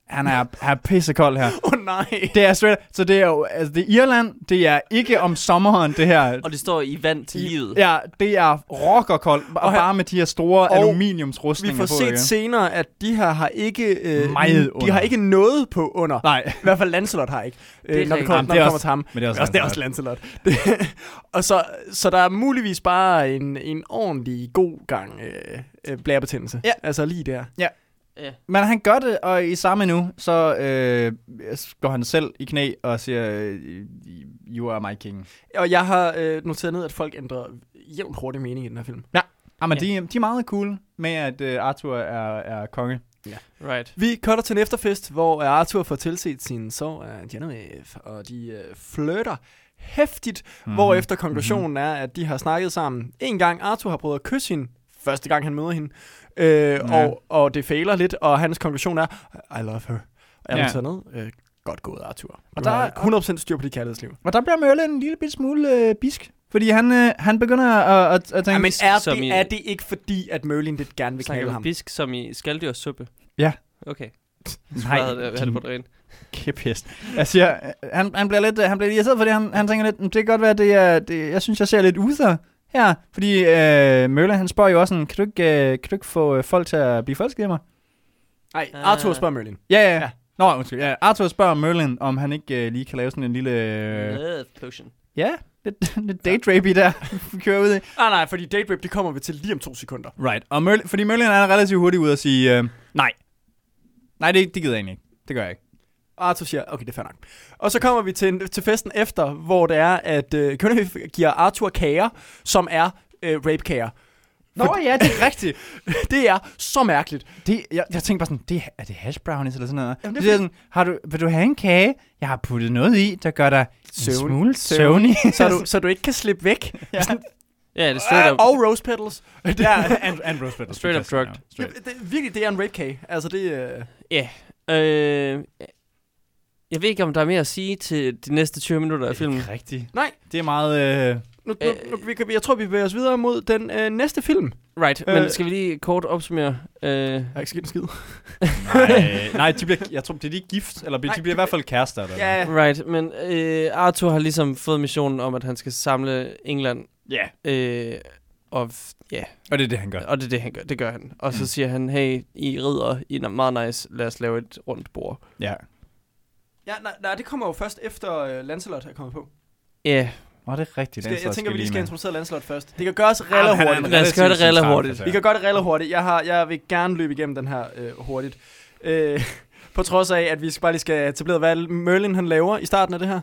J: Han er, han er pissekold her.
A: Åh oh, nej!
J: Det er straight, så det er jo, altså det er Irland, det er ikke om sommeren, det her.
I: og det står i vand til livet.
J: Ja, det er rockerkoldt, og, og
A: her-
J: bare med de her store
A: og
J: aluminiumsrustninger
A: Vi får
J: på,
A: set
J: ikke?
A: senere, at de her har ikke... Øh,
J: Meget
A: de
J: under.
A: har ikke noget på under.
J: Nej.
A: I hvert fald Lancelot har ikke, øh,
I: rigtigt.
A: når vi kommer,
J: Jamen,
A: når vi
J: det er
A: kommer
J: også-
A: til ham.
J: men det er også
A: det er også Lancelot. Det, og så, så der er muligvis bare en, en ordentlig god gang øh, øh, blærebetændelse.
J: Ja.
A: Altså lige der.
J: Men han gør det, og i samme nu, så øh, går han selv i knæ og siger, øh, you are my king.
A: Og jeg har øh, noteret ned, at folk ændrer jævnt hurtigt mening i den her film.
J: Ah, men
I: Ja.
J: de, de er meget cool med, at øh, Arthur er, er konge.
I: Right.
A: Vi cutter til en efterfest, hvor Arthur får tilset sin sorg af Genevieve, og de øh, flytter hæftigt,
J: Mhm.
A: mm-hmm. hvorefter konklusionen mm-hmm. er, at de har snakket sammen. En gang Arthur har prøvet at kysse hende, første gang han møder hende, øh, og, og det fejler lidt, og hans konklusion er, I love her. Og jeg
J: Ja.
A: har taget ned. Øh, godt gået, Arthur. Og
J: der
A: der
J: er-
A: er 100% styr på dit kærlighedsliv.
J: Og der bliver Merlin en lille bitte smule øh, bisk, fordi han, øh, han begynder at, at, at tænke...
A: Ja, men
I: er
A: er
I: som det- i-
A: det,
I: er
A: er det ikke fordi, at Merlin lidt gerne vil knalde
I: Snakker
A: ham?
I: vi bisk som i skaldyrsuppe?
J: Ja.
I: Okay.
J: nej,
I: Nej. Jeg havde det- jeg havde det på det rene.
J: kæphest. Jeg siger, øh, han, han bliver lidt øh, han bliver irriteret, fordi han, han tænker lidt, "Mm, det kan godt være, det er, det, jeg synes, jeg ser lidt uther her. Fordi øh, Merlin, han spørger jo også sådan, kan du ikke, øh, kan du ikke få øh, folk til at blive folkeskimmer?
A: Nej,
I: Ah.
A: Arthur spørger Merlin.
J: Ja, ja. ja. Nå, undskyld. Ja. Arthur spørger Merlin, om han ikke øh, lige kan lave sådan en lille... Øh,
I: Love potion.
J: ja, lidt, lidt date rapey der. vi kører ud i.
A: Ah, nej, fordi date rape, det kommer vi til lige om to sekunder.
J: Right. Og Merlin, fordi Merlin er relativt hurtig ud at sige, øh, nej. Nej, det, det gider jeg egentlig ikke. Det gør jeg ikke.
A: Og Arthur siger, okay, det er fair nok. Og så kommer vi til, til festen efter, hvor det er, at øh, Kønne giver Arthur kager, som er øh, rape kager.
J: Nå
A: For-
J: ja, det er rigtigt.
A: Det er så mærkeligt.
J: Det, jeg, jeg tænkte bare sådan, det, er det hash brownies eller sådan noget?
A: Jamen,
J: Jamen,
A: det er
J: det er sådan, har du, vil du have en kage? Jeg har puttet noget i, der gør dig en
A: Søvn-
J: smule
A: søvn-
J: søvnig.
A: Så du, så du ikke kan slippe væk.
J: Ja.
I: Ja, det er straight up.
A: Og rose petals. Det,
J: ja, and, and Rose Petals.
I: Straight up drugged.
A: Ja, det, det, virkelig, det er en rape cake. Altså, det, øh,
I: Ja. Øh, jeg ved ikke, om der er mere at sige til de næste 20 minutter af filmen.
J: Rigtigt.
A: Nej.
J: Det er meget... Øh,
A: nu, nu, nu, vi, kan- jeg tror, vi bevæger os videre mod den øh, næste film.
I: Right, men
A: Øh.
I: skal vi lige kort opsummere? Øh,
A: Der er ikke sket en skid.
J: nej, nej, de bliver, jeg tror, det er de gift, eller de,
A: Nej,
J: de bliver i hvert fald kærester. Eller noget.
I: right, men øh, Arthur har ligesom fået missionen om, at han skal samle England.
J: Ja.
I: Øh, og, f- ja,
J: Og det er det, han gør.
I: og det er det, han gør. Det gør han. Og
J: Mm.
I: så siger han, hey, I rider, I er meget nice, lad os lave et rundt bord.
J: Ja.
A: Ja, nej, nej, det kommer jo først efter øh, Lancelot er kommet på.
I: Ja, yeah.
J: Og det er rigtigt.
A: Skal,
J: den
A: jeg
J: slags
A: tænker, vi lige skal
J: med.
A: introducere Lancelot først. Det kan gøres
J: Ah, han
A: relativt
J: er en
A: hurtigt.
I: Lad os gøre det
J: relativt
I: relativt
J: central
I: hurtigt.
J: karakter.
A: Vi kan gøre det relativt hurtigt. Jeg, har, jeg vil gerne løbe igennem den her øh, hurtigt. Øh, på trods af, at vi skal bare lige skal etablere, hvad Merlin han laver i starten af det her.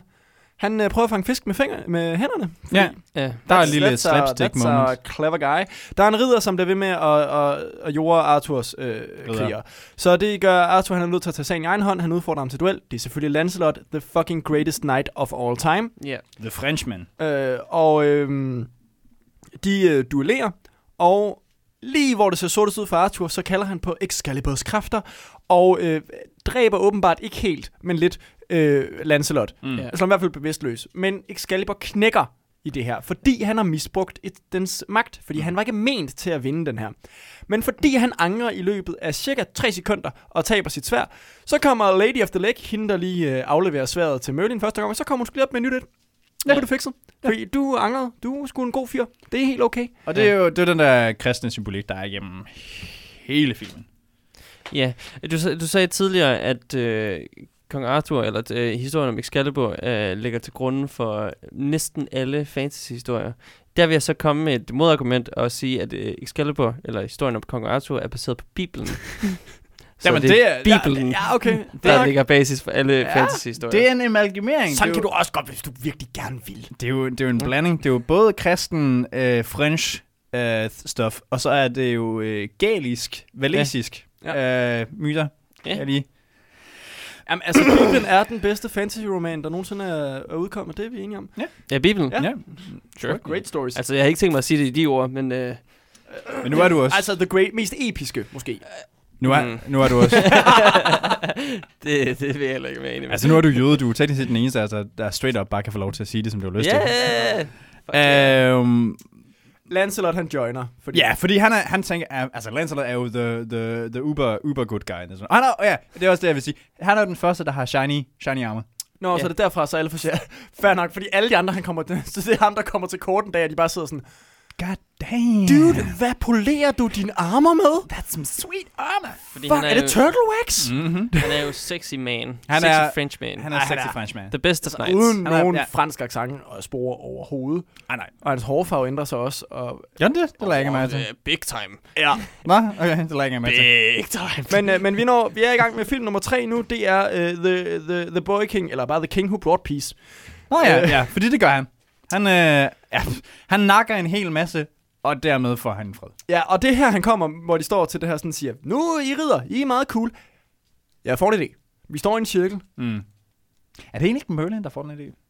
A: Han øh, prøver at fange fisk med, finger, med hænderne. fordi
J: Ja.
I: ja.
J: Der er
A: that's-
J: et lille
A: that's a-
J: slapstick
A: that's a
J: moment.
A: clever guy. Der er en ridder, som bliver ved med at, at, at jorde Arthurs øh, kriger. Så det gør Arthur, han er nødt til at tage sagen i egen hånd. Han udfordrer ham til duel. Det er selvfølgelig Lancelot, the fucking greatest knight of all time.
I: Yeah.
J: The Frenchman.
A: Øh, og øh, de øh, duellerer, og lige hvor det ser sortest ud for Arthur, så kalder han på Excaliburs kræfter, og øh, dræber åbenbart ikke helt, men lidt øh, Lancelot. Mm.
I: Ja.
A: Så i hvert fald bevidstløs. Men Excalibur knækker i det her, fordi han har misbrugt et, dens magt, fordi han var ikke ment til at vinde den her. Men fordi han angrer i løbet af cirka 3 sekunder og taber sit svær, så kommer Lady of the Lake, hende der lige øh, afleverer sværet til Merlin første gang, og så kommer hun sgu lige op med et nyt et. Nu ja. du fikset. Fordi du angrede. Du er sgu en god fyr. Det er helt okay.
J: Og det er jo det er den der kristne symbolik, der er igennem hele filmen.
I: Ja, du, sa- du sagde tidligere, at øh, Kong Arthur, eller øh, historien om Excalibur, øh, ligger til grunden for næsten alle fantasy-historier. Der vil jeg så komme med et modargument og sige, at øh, Excalibur, eller historien om Kong Arthur, er baseret på Bibelen. så
J: Jamen,
I: det,
J: det
I: er
J: er-
I: Bibelen, ja,
A: Ja, okay.
I: Mm. der ligger basis for alle ja, fantasy-historier.
J: Det er en amalgamering.
A: Sådan
J: det, er
A: kan du
J: jo,
A: også godt, hvis du virkelig gerne vil.
J: det, er jo, det er jo en blanding. Det er jo både kristen, øh, french øh, stuff, og så er det jo øh, galisk, valesisk
A: Ja.
J: ja. øh, myter.
I: Ja.
J: Ja. Jeg lige.
A: Jamen, altså, Bibelen er den bedste fantasy-roman, der nogensinde er, er udkommet. Det er vi enige om.
I: Ja, Bibelen.
A: Ja.
J: Ja.
I: Sure.
A: Great stories.
I: Altså, jeg har ikke tænkt mig at sige det i de ord, men... Øh,
J: Men nu er du også.
A: Altså, the great, mest episke, måske.
J: nu, er,
I: Mm.
J: nu er du også.
I: det, det vil jeg heller ikke være enig med.
J: altså nu er du jøde, du er teknisk set den eneste, altså, der straight up bare kan få lov til at sige det, som du har lyst til.
I: yeah! Fuck yeah.
J: Øhm,
A: Lancelot, han joiner. Fordi
J: Ja, fordi han, er, han tænker, at, altså Lancelot er jo the, the, the uber, uber good guy. Næsten. Og han er, ja, det er også det, jeg vil sige. Han er den første, der har shiny, shiny armor.
A: Nå, så
I: Ja.
A: er det derfra, så er alle for sig. Fair nok, fordi alle de andre, han kommer til, så det er ham, der kommer til kort en dag, og de bare sidder sådan,
J: God damn.
A: Dude, hvad polerer du din armor med?
J: that's some sweet armor.
I: Fordi
A: Fuck,
I: han
A: er,
I: er,
A: det
I: jo,
A: turtle wax? Mm.
I: han er jo sexy man.
J: Han
I: sexy
J: er-
I: French man.
J: Han er
A: Ej, han
J: sexy
A: er-
J: French man.
I: Ah, The best of nights.
A: Uden
J: Han er-
A: nogen
J: ja.
A: fransk accent og spore overhovedet.
J: Ah, nej.
A: Og hans hårfarve ændrer sig også. Og...
J: Gør den det? Det lader jeg ikke mærke til.
I: Øh, big time.
A: Ja.
J: Nå, okay, det lader jeg ikke mærke til.
I: Big time.
A: Men, øh, men vi, når, vi er i gang med film nummer tre nu. Det er øh, the, the, the Boy King, eller bare The King Who Brought Peace.
J: Nå ja,
A: Øh.
J: ja, fordi det gør han. Han, øh, ja, han nakker en hel masse, og dermed får han en fred.
A: Ja, og det er her, han kommer, hvor de står til det her sådan siger, nu I rider, I er meget cool. Jeg får en idé. Vi står i en cirkel.
J: Er det egentlig ikke Merlin, der får den idé?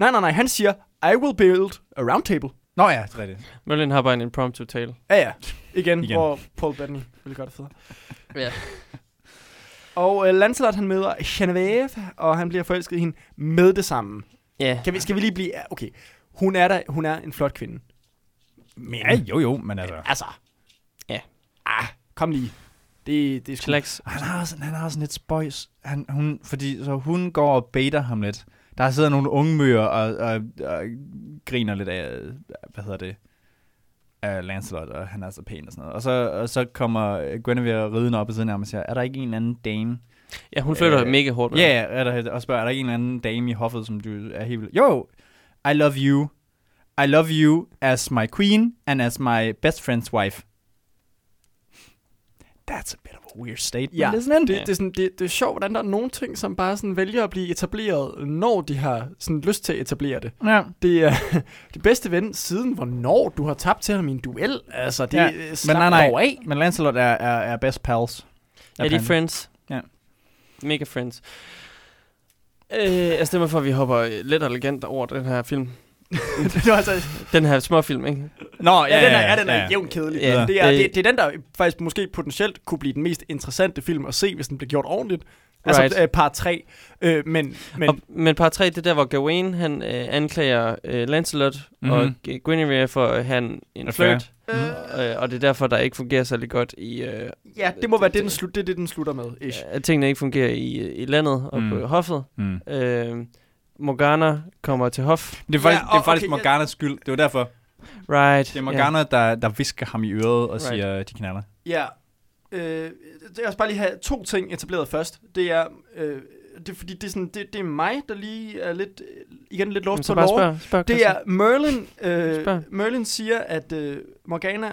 A: Nej, nej, nej, han siger, I will build a round table.
J: Nå ja, det er rigtigt.
I: Merlin har bare en impromptu tale.
A: Ja, ja. Igen, Igen.
J: Igen.
A: hvor Paul Bettany ville gøre det federe.
I: Ja.
A: Og øh, Lancelot, han møder Genevieve, og han bliver forelsket i hende med det samme.
I: Ja.
A: Kan vi, skal vi lige blive... ja, Okay, hun er, der, hun er en flot kvinde. Men,
J: Ja, jo jo, men altså.
A: altså...
I: Ja.
A: Ah, kom lige. Det, det er sgu...
I: Chillax.
J: Og Han har også, han har også sådan lidt spøjs. Han, hun, fordi så hun går og baiter ham lidt. Der sidder nogle unge møger og, og, og griner lidt af, hvad hedder det, af Lancelot, og han er så pæn og sådan noget. Og så, og så kommer Guinevere ridende op og siden af ham og siger, er der ikke en eller anden dame?
I: Ja, hun flytter
J: Øh,
I: mega hårdt. med ham.
J: Ja, yeah, er der, og spørger, er der ikke en eller anden dame i hoffet, som du er helt vild? Jo, I love you. I love you as my queen and as my best friend's wife. That's a bit of a weird statement,
A: Ja,
J: isn't
A: Det,
J: it?
A: det, er sådan, det, det er sjovt, hvordan der er nogle ting, som bare sådan vælger at blive etableret, når de har sådan lyst til at etablere det.
J: Ja.
A: Det er det bedste ven siden, hvornår du har tabt til ham i en duel. Altså, det
J: Ja,
A: ja, er
J: Men
A: slap
J: nej,
A: dog
J: nej.
A: af.
J: Men Lancelot er, er, er best pals.
I: Er de friends?
J: Ja.
I: Mega friends. Øh, jeg stemmer for, at vi hopper øh, let og elegant over den her film.
A: det var altså,
I: Den her småfilm, ikke?
A: ja,
J: Nå,
A: den er, ja, den er jævnt kedelig.
I: Ja.
A: Ja. Det, er,
I: Øh.
A: det, det er den, der faktisk måske potentielt kunne blive den mest interessante film at se, hvis den blev gjort ordentligt. Altså
I: Right.
A: right. øh, par 3. Øh, men men
I: Men, og, men par 3, det er der, hvor Gawain, han øh, anklager øh, Lancelot mm-hmm. og
J: Mhm.
I: G- Guinevere for at have en, en
J: Affære.
I: flirt.
A: Mm.
I: Øh, og det er derfor, der ikke fungerer særlig godt i... Øh,
A: ja, det må være det, den slu, det, er det, den slutter med. Ish.
I: at tingene ikke fungerer i, øh, i landet og
J: Mm.
I: mm. på hoffet.
J: Mm.
I: Øh, Morgana kommer til hof.
J: Det er faktisk,
A: Ja,
J: ja, det er
A: og-
J: faktisk
A: okay,
J: okay,
A: ja.
J: Morganas skyld. Det var derfor.
I: Right.
J: Det er Morgana, yeah. der, der visker ham i øret og right. siger, de knaller.
A: Ja. Øh, det er også bare lige have to ting etableret først. Det er, øh, det er fordi det er, sådan, det, det er mig, der lige er lidt, øh, igen lidt
I: Jamen,
A: luft
I: så
A: på
I: bare
A: lov.
I: spørg, spørg
A: Det er Merlin, øh,
I: Spørg.
A: Merlin siger, at øh, Morgana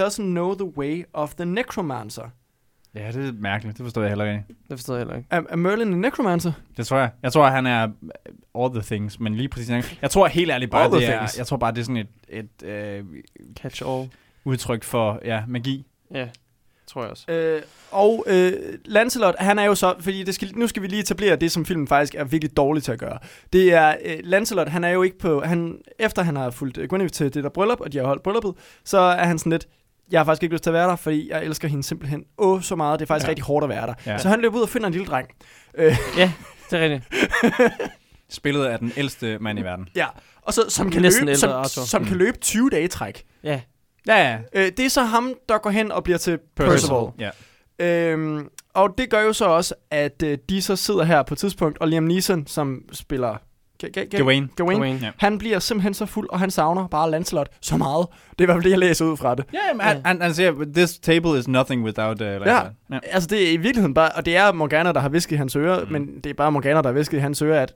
A: doesn't know the way of the necromancer.
J: Ja, det er mærkeligt. Det forstår jeg heller ikke.
I: Det forstår jeg heller ikke.
A: Er, er Merlin en necromancer?
J: Det tror jeg. Jeg tror, han er øh, all the things, men lige præcis... Jeg tror helt ærligt bare,
A: All the
J: det er,
A: things.
J: jeg tror bare, det er sådan et, et øh,
I: Catch all.
J: udtryk for ja, magi.
I: Ja, tror jeg også.
A: Øh, og øh, Lancelot, han er jo så, fordi det skal, nu skal vi lige etablere det, som filmen faktisk er virkelig dårlig til at gøre. Det er, øh, Lancelot, han er jo ikke på, han, efter han har fulgt øh, Guinevere til det der bryllup, og de har holdt brylluppet, så er han sådan lidt, jeg har faktisk ikke lyst til at være der, fordi jeg elsker hende simpelthen åh så meget, det er faktisk
J: Ja.
A: ja. rigtig hårdt at være der.
J: Ja.
A: Ja. Så han løber ud og finder en lille dreng.
I: Ja, det er rigtigt.
J: Spillet af den ældste mand i verden.
A: Ja, og så, som, kan
I: Næsten
A: løbe,
I: ældre
A: som,
I: Arthur.
A: som kan løbe 20 dage i træk.
I: Ja.
J: Ja, ja.
A: Øh, det er så ham, der går hen og bliver til Percival. Percival.
J: Ja.
A: Øhm, og det gør jo så også, at øh, de så sidder her på et tidspunkt, og Liam Neeson, som spiller... Ga- ga- ga-
J: Gawain.
A: Gawain.
I: Gawain.
J: Ja.
A: Han bliver simpelthen så fuld, og han savner bare Lancelot så meget. Det er i hvert fald det, jeg læser ud fra det.
J: Ja, jamen, han, han, han siger, this table is nothing without... Uh,
A: Ja.
J: Lancelot."
A: ja, altså det er i virkeligheden bare... Og det er Morgana, der har visket i hans ører, mm. men det er bare Morgana, der har visket i hans ører, at...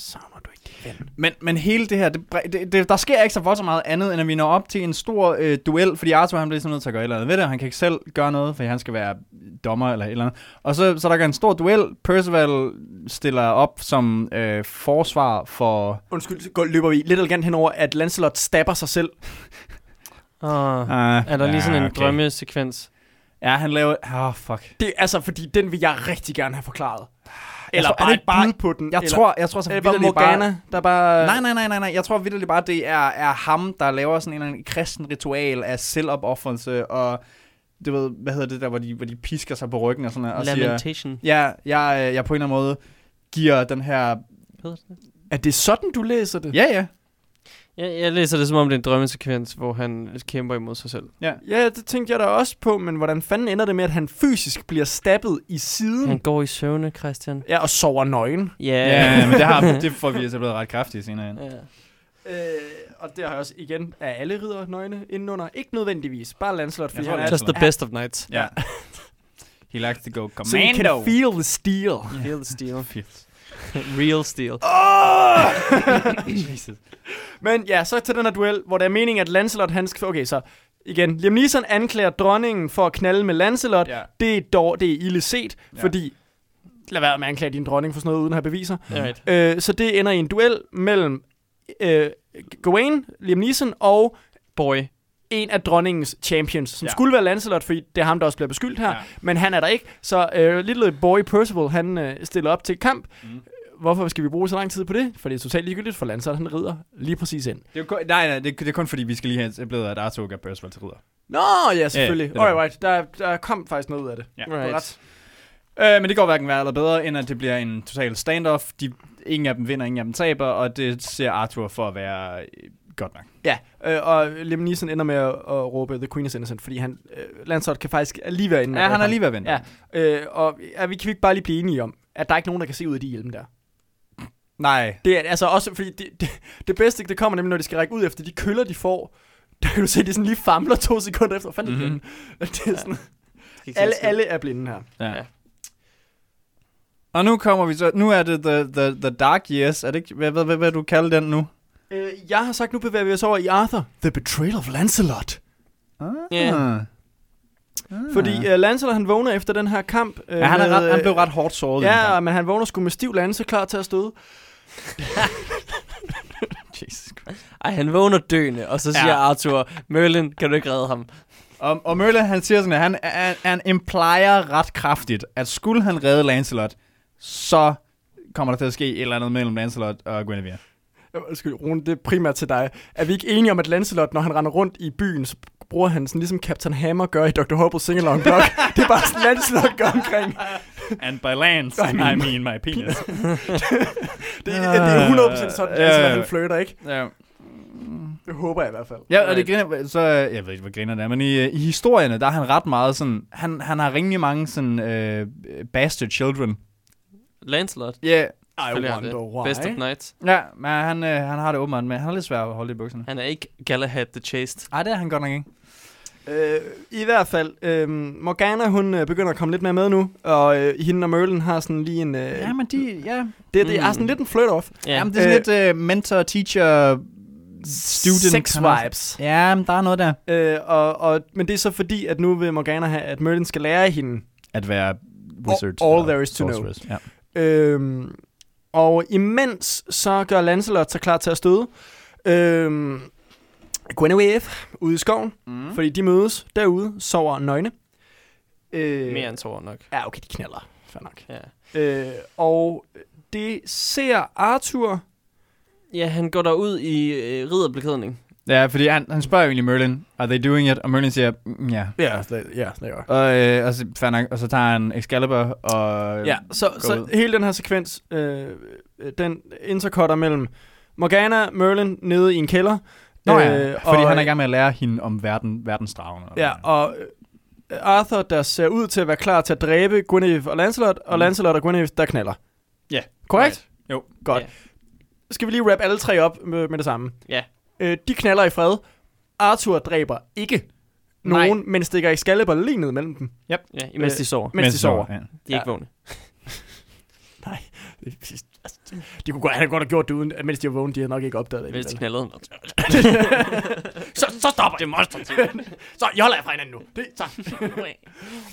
A: Savner du ikke det?
J: Men, men hele det her, det, bre- det, det, der sker ikke så voldsomt meget andet, end at vi når op til en stor øh, duel, fordi Arthur han bliver sådan nødt til at gøre et eller andet ved det, og han kan ikke selv gøre noget, fordi han skal være dommer eller et eller andet. Og så, så der går en stor duel, Percival stiller op som øh, forsvar for...
A: Undskyld, så går, løber vi lidt elegant henover, at Lancelot stabber sig selv.
I: Og
J: Uh,
I: Ah. er der lige sådan en drømmesekvens?
J: Ja, han laver... Åh, oh, fuck.
A: Det er altså, fordi den vil jeg rigtig gerne have forklaret.
J: tror-
A: Eller
J: er det
A: bare
J: ikke
A: et
J: bare-
A: bud på den.
J: Jeg
A: eller,
J: tror, jeg tror så
A: Er det bare
J: vitterligt
A: Morgana, der bare...
J: Nej, nej, nej, nej, nej. Jeg tror vitterligt bare, det er, er ham, der laver sådan en eller anden kristen ritual af selvopoffrelse, og du ved, hvad hedder det der, hvor de, hvor de pisker sig på ryggen og sådan noget, og siger,
I: Lamentation.
J: ja, jeg, øh, jeg på en eller anden måde giver den her...
I: Hedder det det?
A: Er det sådan, du læser det?
J: Ja, ja.
I: Jeg, jeg læser det som om, det er en drømmesekvens, hvor han kæmper imod sig selv.
A: Ja, det tænkte jeg da også på, men hvordan fanden ender det med, at han fysisk bliver stabbet i siden?
I: Han går i søvne, Christian.
A: Ja, og sover nøgen.
I: Ja.
J: Ja, men det, har, det får vi altså blevet ret kraftigt senere. hen.
I: Ja.
A: Øh, og det har jeg også igen af alle ridder nøgne indenunder. Ikke nødvendigvis, bare Lancelot, fordi
J: Jeg tror,
A: han
J: det
A: er...
J: er
I: Just the best of nights.
J: Ja. He likes to go
A: So you
J: commando.
A: can feel the steel.
I: Feel the steel. Real steel.
J: Jesus.
A: Men ja, så til den her duel, hvor det er meningen, at Lancelot, han skal... Okay, så igen. Liam Neeson anklager dronningen for at knalde med Lancelot.
J: Ja.
A: Det er dog, det er ille set,
J: Ja.
A: fordi... Lad være med at anklage din dronning for sådan noget, uden at have beviser.
I: Right.
A: Øh, så det ender i en duel mellem øh, Gawain, Liam Neeson og
I: Boy.
A: en af dronningens champions, som
J: Ja.
A: ja. skulle være Lancelot, fordi det er ham, der også bliver beskyldt her,
J: Ja.
A: ja. men han er der ikke. Så øh, lille boy Percival, han øh, stiller op til kamp.
J: Mm.
A: Mm. Hvorfor skal vi bruge så lang tid på det? For det er totalt ligegyldigt, for Lancelot han rider lige præcis ind.
J: Det er jo kun, nej, nej, det, det er kun fordi, vi skal lige have etableret, at Arthur gør Percival til ridder.
A: Nå, ja, selvfølgelig.
J: det er
A: Yeah, Alright, der, der kom faktisk noget ud af det.
J: Ja.
A: Du har
I: Right.
A: ret.
J: Øh, men det går hverken værre eller bedre, end at det bliver en total standoff. De, ingen af dem vinder, ingen af dem taber, og det ser Arthur for at være øh, godt nok.
A: Ja, øh, og Liam Neeson ender med at, at råbe The Queen is Innocent, fordi han, øh, Lancelot kan faktisk lige være inde. med
J: Ja,
A: at
J: han
A: dræbe
J: er
A: ham.
J: lige ved at
A: Ja,
J: vinde.
A: øh, og er vi, kan vi ikke bare lige blive enige om, at der er ikke nogen, der kan se ud af de hjelme der?
J: Nej.
A: Det er altså også, fordi det, det, det bedste, det kommer nemlig, når de skal række ud efter de køller, de får. Der kan du se, at de sådan lige famler to sekunder efter. Hvor fanden mm-hmm.
J: Mhm.
A: er blinde? Det er sådan,
I: Ikke
A: alle,
I: selv
A: alle er blinde her.
J: Ja. Og nu kommer vi så... Nu er det The, the, the Dark Years. Er det ikke... Hvad, hvad, hvad, hvad du kalde den nu?
A: Øh, jeg har sagt, nu bevæger vi os over i Arthur. The Betrayal of Lancelot.
J: Ah.
I: Ja.
A: Fordi øh, Lancelot han vågner efter den her kamp. Øh,
J: Ja, han, er
A: med,
J: ret, han
A: øh,
J: blev ret hårdt såret. i den
A: Ja,
J: kamp.
A: men han vågner sgu med stiv lance klar til at støde.
J: Jesus Christ.
I: Ej, han vågner døende, og så siger
J: Ja.
I: Arthur, Merlin, kan du ikke redde ham?
J: Og, og Merlin, han siger sådan, at han, han, han implier ret kraftigt, at skulle han redde Lancelot, så kommer der til at ske et eller andet mellem Lancelot og Guinevere.
A: Øh, Undskyld, Rune, det er primært til dig. Er vi ikke enige om, at Lancelot, når han render rundt i byen, så bruger han sådan ligesom Captain Hammer gør i Dr. Horrible Sing Along Blog. det er bare sådan, Lancelot gør omkring.
J: And by Lance, I mean, I mean my penis.
A: Det er, det er 100% sådan,
J: Ja,
A: Lancelot
J: ja.
A: han flirter, ikke?
J: Ah. ja.
A: Det håber jeg i hvert fald.
J: Ja, og det griner, så, øh, jeg ved ikke, hvad griner det er, men i, øh, i historierne, der er han ret meget sådan, han, han har rimelig mange sådan, øh, bastard children.
I: Lancelot.
J: Ja, yeah.
A: I
I: selvfølgelig har
A: wonder
I: det.
A: why.
I: Best of nights.
J: ja men han, øh, han har det åbenbart med, han har lidt svært at holde det i bukserne.
I: Han er ikke Galahad the Chaste.
J: Ej, det er han godt nok ikke.
A: Øh, I hvert fald, øh, Morgana, hun øh, begynder at komme lidt mere med nu, og øh, hende og Merlin har sådan lige en... Øh,
J: Ja, men de, ja.
A: det, det er
I: Mm.
A: sådan lidt en flirt-off.
I: Ja.
J: Jamen, det er sådan lidt øh, mentor, teacher, student.
A: Sex
J: kan man også-
A: vibes.
J: Ja, men der er noget der.
A: Øh, og, og, men det er så fordi, at nu vil Morgana have, at Merlin skal lære hende.
J: At være
A: wizard all eller there is to know. sorceress,
J: know. Ja.
A: Øhm, og imens så gør Lancelot sig klar til at støde. Øhm, Guinevere ude i skoven, mm. fordi de mødes derude, sover nøgne. Øh,
I: Mere end Thor nok.
A: Ja, okay, de knaller. Fair nok.
I: Ja.
A: Øh, og det ser Arthur...
I: ja, han går derud i øh, ridderbeklædning.
J: ja, fordi han, han spørger jo egentlig Merlin, are they doing it? Og Merlin siger, mm, ja.
A: Ja, ja, det gør
J: Og, øh, og, så, fair nok, og så tager han Excalibur og...
A: Ja, så,
J: Øhm, Gå
A: så
J: ud.
A: hele den her sekvens, øh, øh, den intercutter mellem Morgana, Merlin nede i en kælder.
J: Nå ja,
A: øh,
J: fordi
A: og-
J: han er i gang med at lære hende om verden, verdensdragene.
A: Ja, og øh, Arthur, der ser ud til at være klar til at dræbe Guinevere og Lancelot,
J: Mm.
A: og Lancelot og Guinevere, der knaller.
J: Ja.
A: Korrekt?
J: Jo.
A: Godt.
I: Ja.
A: Skal vi lige wrap alle tre op med, med det samme?
I: Ja.
A: Øh, de knaller i fred. Arthur dræber ikke
J: Nej.
A: nogen, men stikker Excalibur lige ned mellem dem, mens,
I: Ja, imens
A: Øh,
I: de sover.
A: mens de sover.
J: Ja.
I: De er ikke vågne.
A: Nej, de kunne godt, han kunne godt have gjort det uden, mens de var vågne, de havde nok ikke opdaget det.
I: Mens de
A: alligevel.
I: knaldede.
A: så, så stopper det monstrativt. så I holder jer fra hinanden nu. Det, så.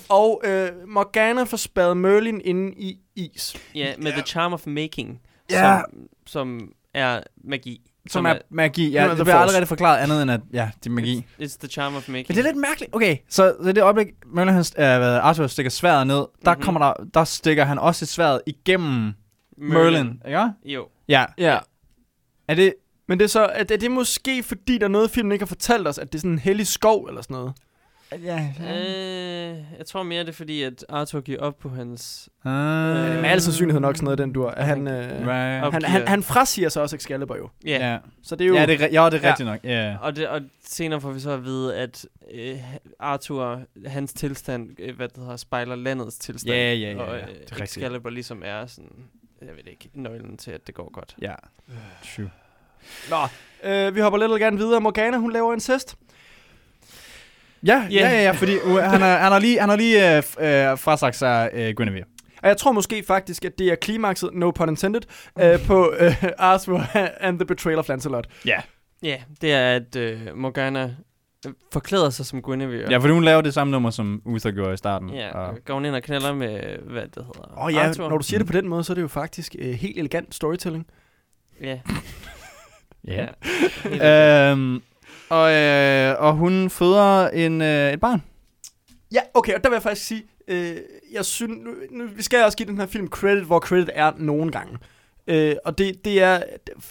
A: og øh, Morgana får spadet Merlin inde i is. Som,
I: Ja, med The Charm of Making,
J: Ja.
I: som, som er magi.
J: Som er magi. Ja,
A: Nu er
J: det
A: The
J: bliver
A: Force.
J: allerede forklaret andet end, at ja, det er magi.
I: It's the charm of making.
J: Men det er lidt mærkeligt. Okay, så i det øjeblik, Merlin, han, øh, hvad, Arthur stikker sværet ned, der,
I: Mhm.
J: kommer der, der stikker han også et sværet igennem Merlin. Merlin. Ja?
I: Jo.
J: ja.
A: ja.
J: Er det...
A: Men det er så, at er det måske fordi, der er noget, filmen ikke har fortalt os, at det er sådan en hellig skov eller sådan noget.
J: Ja,
I: Øh, jeg tror mere, det er fordi, at Arthur giver op på hans...
J: Ah.
I: Øh,
A: Men med al sandsynlighed nok sådan noget, i den dur. At han, øh,
J: Right.
I: Op-
A: han, han, han frasiger sig også Excalibur jo.
I: Ja, yeah.
J: Ja.
A: Så det er jo...
J: ja, det er, ri- ja, det er
A: Ja.
J: rigtigt nok. Ja.
I: og, det, og senere får vi så at vide, at øh, Arthur, hans tilstand, øh, hvad det hedder, spejler landets tilstand.
J: Ja, ja, ja, ja,
I: Og øh,
J: ja. Det er rigtigt.
I: Excalibur ligesom er sådan, jeg ved det ikke, nøglen til, at det går godt.
J: Ja. True.
A: Nå, øh, vi hopper lidt og gerne videre. Morgana, hun laver incest.
J: Ja, yeah. ja, ja, ja, fordi uh, han, har, han har lige, han har lige uh, uh, frasagt sig uh, Guinevere.
A: Og jeg tror måske faktisk, at det er klimakset, no pun intended, øh, på øh, Arthur and the Betrayal of Lancelot.
J: Ja.
I: Ja, det er, at øh, Morgana øh, forklæder sig som Guinevere.
J: Ja, Ah. fordi hun laver det samme nummer, som Uther gjorde i starten.
I: Ja,
J: Og,
I: og går hun ind og knælder med, hvad det hedder,
A: Åh oh, ja,
I: Arthur.
A: når du siger det på den måde, så er det jo faktisk øh, helt elegant storytelling.
I: Ja,
J: ja.
I: ja.
J: Øhm, og, øh, og hun føder en, øh, et barn.
A: Ja, okay, og der vil jeg faktisk sige, øh, jeg synes, nu, nu, vi skal også give den her film credit, hvor credit er nogle gange. Øh, og det, det er,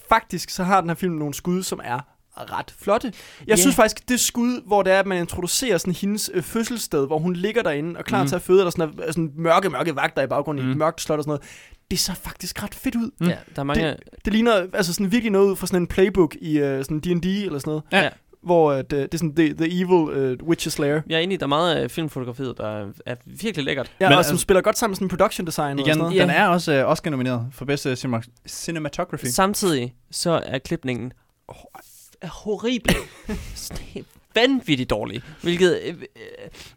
A: faktisk så har den her film nogle skud, som er ret flotte. Jeg
I: Ja.
A: yeah. synes faktisk, det skud, hvor det er, at man introducerer sådan hendes øh, fødselssted, hvor hun ligger derinde og klar mm. til at føde, og der sådan er sådan mørke, mørke vagter i baggrunden mm. i et mørkt slot og sådan noget. Det ser faktisk ret fedt ud.
I: ja, der er mange... Det,
A: Det ligner altså sådan virkelig noget ud fra sådan en playbook i uh, sådan D&D eller sådan noget.
I: Ja.
A: Hvor uh, det, det er sådan The, the Evil uh, Witches Lair.
I: jeg er enig, i, der er meget af filmfotografiet, der er, er virkelig lækkert.
A: Ja,
J: Men
A: Men, og
J: altså-
A: som spiller godt sammen med sådan production design og
J: Igen,
A: sådan noget.
J: den er også øh, Oscar-nomineret for bedste cinema- cinematography.
I: Samtidig så er klipningen ho- er horribel. Sådan helt vanvittigt dårlig. Hvilket, øh, øh,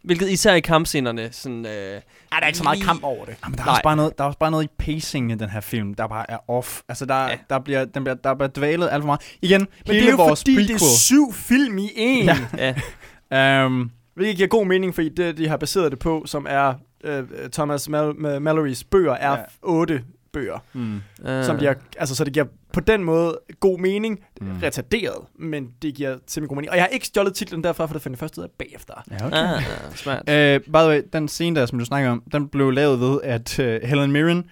I: hvilket især i kampscenerne sådan... Øh, er der ikke så meget kamp
A: over det.
J: Jamen, der, er
I: Nej.
J: også bare noget, der er også bare noget i pacing i den her film, der bare er off. Altså, der, ja.
I: Ja.
J: der, bliver, den bliver, der bliver dvælet alt for meget. Igen,
A: Men
J: hele
A: det er jo
J: vores
A: fordi, det
J: prequel.
A: er syv film i én.
J: Ja.
A: Ja.
I: Ja,
J: Øhm,
A: Hvilket giver god mening, fordi det, de har baseret det på, som er øh, Thomas Mal- Mal- Mallorys bøger, er
J: Ja.
A: ja. otte bøger.
J: Mm.
I: Uh,
A: Som de har, altså, så det giver på den måde god mening,
J: Mm.
A: mm. retarderet, men det giver simpelthen god mening. Og jeg har ikke stjålet titlen derfra, for det fandt jeg først ud af bagefter.
J: Ja,
I: Ah, smart.
J: Uh, by the way, den scene der, som du snakker om, den blev lavet ved, at uh, Helen Mirren,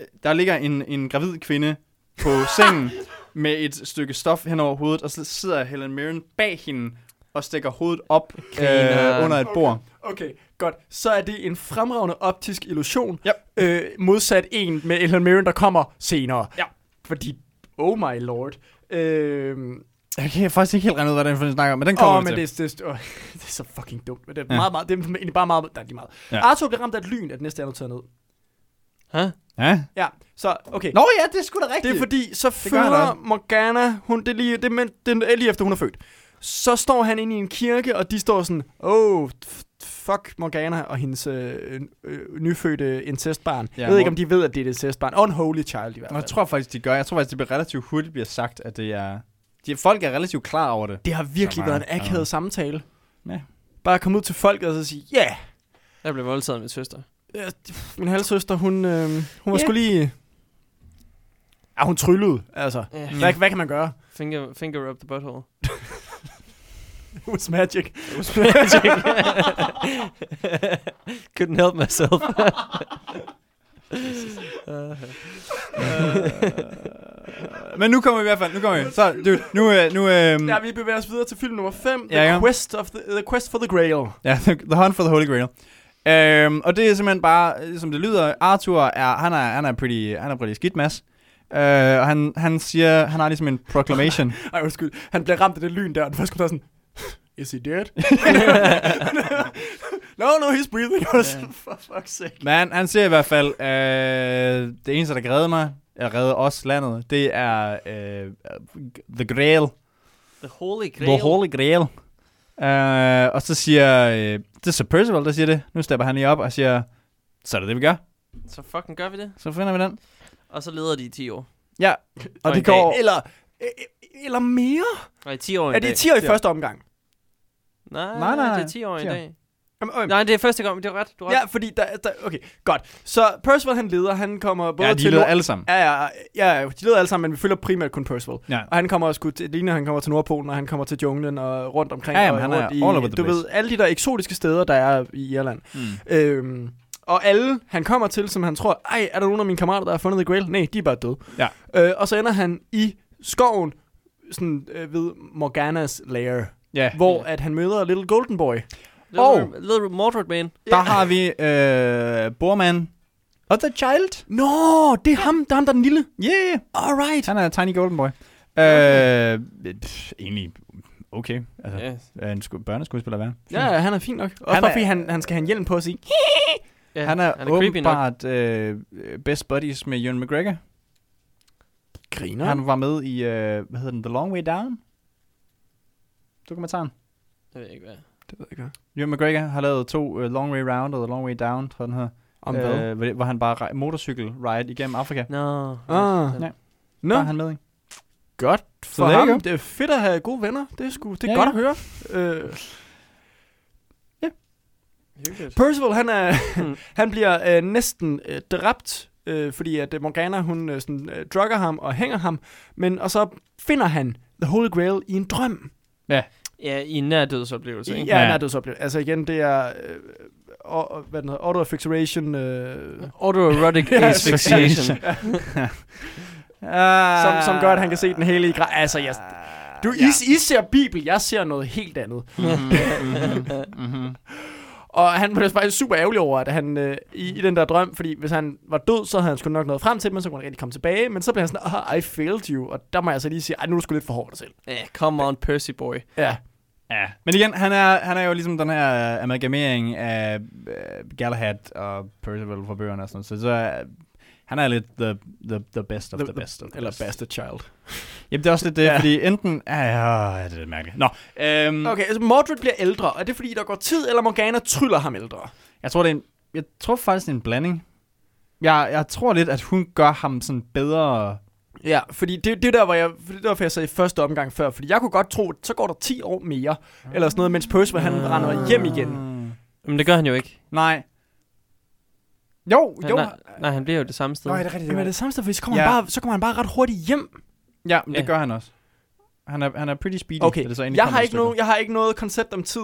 J: øh, der ligger en, en gravid kvinde på sengen med et stykke stof hen over hovedet, og så sidder Helen Mirren bag hende og stikker hovedet op
I: Grineren.
J: øh, under et bord.
A: Okay, godt. Så er det en fremragende optisk illusion,
J: Yep.
A: øh, modsat en med Ellen Mirren, der kommer senere.
J: Ja.
A: Fordi, oh my lord. Øh,
J: Jeg kan faktisk ikke helt regne ud, hvad den for, den snakker om, men den kommer
A: åh,
J: oh,
A: men
J: til.
A: det, det, åh, det er så fucking dumt. Men det er, meget, meget, det er egentlig bare meget, der er lige meget.
J: Ja.
A: Ja. Arthur bliver ramt af et lyn, at næste er noteret ned.
I: Huh?
J: Ja?
A: Ja, så okay.
J: Nå ja, det er sgu da rigtigt.
A: Det er fordi, så
J: gør han
A: føder
J: også.
A: Morgana, hun, det, er lige, det, er, men- det er lige efter, hun er født. Så står han inde i en kirke, og de står sådan, oh, f- fuck Morgana og hendes øh, øh, nyfødte incestbarn.
J: Ja,
A: Ja, jeg ved ikke,
J: Mor-
A: om de ved, at det er et incestbarn. Unholy child i hvert
J: Og jeg
A: fald.
J: tror faktisk, de gør. Jeg tror faktisk, det bliver relativt hurtigt bliver sagt, at det er... De, folk er relativt klar over det.
A: Det har virkelig
J: Så
A: været
J: meget.
A: en akavet
J: Ja.
A: samtale.
J: Ja.
A: Bare komme ud til folk og så sige, ja,
I: Jeg blev voldtaget af min søster.
A: yeah, min halvsøster, hun, øh, hun var
I: Ja.
A: sgu lige... Ja, hun tryllede, altså.
I: Ja.
A: Hvad, hvad kan man gøre?
I: Mm. Finger, finger up the butthole.
A: It was magic.
I: It was magic. Couldn't help myself. Uh-huh.
J: Øh. Men nu kommer vi i hvert fald. Nu kommer vi. Så, dude, nu... Øh, nu øh,
A: Ja, vi bevæger os videre til film nummer 5, The,
J: Ja, ja.
A: Quest of the, the Quest for the Grail.
J: Ja, The Hunt for the Holy Grail. Øhm, og det er simpelthen bare, øh, som det lyder, Arthur er, han er, han er pretty, han er pretty skidt, Mads. Øh, og han, han siger, han har ligesom en proclamation.
A: Ej, undskyld. Han bliver ramt af det lyn der, og den første kommentar er sådan, Is he dead? no, no, he's breathing. Og sådan, For fuck's sake.
J: Men han, han siger i hvert fald, øh, det eneste, der kan redde mig, eller redde os landet, det er øh, The Grail.
I: The holy grail.
J: The Holy Grail. Øh, og så siger, øh, det er Sir Percival, der siger det. Nu stepper han lige op og siger, så er det det, vi gør.
I: Så fucking gør vi det.
J: Så finder vi den.
I: Og så leder de i 10 år.
J: Ja, og,
I: Og
J: det
I: en dag.
J: går...
A: Eller, e- eller mere?
I: Nej, 10 år i
A: Er det
I: dag.
A: 10 år i første omgang?
I: Nej,
J: Nej,
I: nej,
J: nej,
I: nej, det
J: nej.
I: er 10 år i
J: 10 år.
I: dag.
A: Jamen, øj,
I: Nej, det er første gang, men det er ret. Du har ret.
A: Ja, fordi der, der, okay, godt. Så Percival han leder, han kommer både
J: Ja,
A: til...
J: de leder alle sammen.
A: Ja, ja, ja, ja, de leder alle sammen, men vi følger primært kun Percival.
J: Ja.
A: Og han kommer også til, det ligner, han kommer til Nordpolen, og han kommer til junglen og rundt omkring.
J: Ja, jamen,
A: og
J: han er
A: rundt i,
J: all over the
A: Du
J: place.
A: ved, alle de der eksotiske steder, der er i Irland. Mm. Øhm, og alle, han kommer til, som han tror, ej, er der nogen af mine kammerater, der har fundet The Grail? Nej, de er bare døde.
J: Ja.
A: Øh, og så ender han i skoven, sådan øh, ved Morganas lair,
J: Ja.
A: hvor at han møder Little Golden Boy.
I: Little, little Mordred Man.
J: Der har vi øh, Borman. Og The Child.
A: Nå, det er ham, der er ham, der er den lille.
J: Yeah.
A: Alright.
J: Han er Tiny Golden Boy. Øh, pff, egentlig okay. Altså,
I: Ja.
J: yeah. en sku- børneskuespiller hvad?
A: Ja, han er fin nok. Også
J: Han
A: han
J: er-
A: bare fordi han, han skal have en hjelm på og sige,
I: Ja,
J: Han er,
I: han
J: han er
I: er creepy nok.
J: åbenbart øh, best buddies med Ewan McGregor.
A: griner.
J: No. Han var med i, øh, hvad hedder den, The Long Way Down? Dokumentaren.
I: Det ved jeg ikke, hvad.
A: det ved jeg ikke.
J: Ewan McGregor har lavet to øh, Long Way Round og The Long Way Down, tror jeg, den hedder.
A: Om hvad?
J: Øh, hvor det- hvor han bare rej- motorcykel ride igennem Afrika.
I: Nå.
A: Ah.
I: Ja.
J: No.
A: Nå,
J: Der er han med i.
A: godt for
J: there you
A: ham.
J: go.
A: Det er fedt at have gode venner. Det er, sgu, det er
J: Ja,
A: ja, godt ja. at høre. Øh, Percival, han, er,
I: Mm.
A: han bliver øh, næsten øh, dræbt, øh, fordi at øh, Morgana, hun øh, sådan, øh, drugger ham og hænger ham. Men, og så finder han The Holy Grail i en drøm.
I: Ja, i en nærdødsoplevelse, ikke?
A: Ja,
J: Ja.
A: ja. nærdødsoplevelse. Altså igen, det er... Øh, og, og- hvad den hedder, auto affixation øh,
I: Autoerotic asphyxiation.
A: som, som gør, at han kan se den hele i gra- Altså, jeg, du, I, I ser Bibel, jeg ser noget helt andet. Mhm. Og han blev faktisk super ærgerlig over, at han øh, i, i den der drøm, fordi hvis han var død, så havde han sgu nok nået frem til dem, men så kunne han rigtig komme tilbage. Men så blev han sådan, oh, I failed you. Og der må jeg så lige sige, ej, nu er du sgu lidt for hård dig selv.
I: Ja, come on, Percy boy.
A: Ja.
J: Ja, men igen, han er, han er jo ligesom den her øh, amalgamering af øh, Galahad og Percival fra bøgerne og sådan noget, så, så øh, han er lidt the, the, the best of the, the best. Of the
A: Eller
J: best.
A: bastard child.
J: Jamen, det er også lidt det, ja. fordi enten... Øh, ja, det er lidt mærkeligt. Nå, øhm, okay.
A: Okay, altså Mordred bliver ældre. Er det fordi, der går tid, eller Morgana tryller ham ældre?
J: jeg tror, det er en, jeg tror faktisk, det er en blanding. Jeg, jeg tror lidt, at hun gør ham sådan bedre
A: Ja, fordi det, det er der, hvor jeg, for det er derfor, jeg sagde i første omgang før, fordi jeg kunne godt tro, at så går der 10 år mere, eller sådan noget, mens Percival han render hjem igen.
I: Men det gør han jo ikke.
J: Mm. Nej. Jo,
I: Han,
J: jo.
I: nej, nej, han bliver jo det samme sted.
J: Nej, det er
A: Men
J: rigtigt. Det
A: det er
J: er
A: det
J: det.
A: samme sted, fordi så kommer,
J: Ja.
A: han bare, så kommer han bare ret hurtigt hjem.
J: Ja, men
I: Ja.
J: det gør han også. Han er, han er pretty speedy.
A: Okay,
J: da det så endelig
A: jeg,
J: kommer
A: har
J: til
A: ikke
J: stykket.
A: nogen, jeg har ikke noget koncept om tid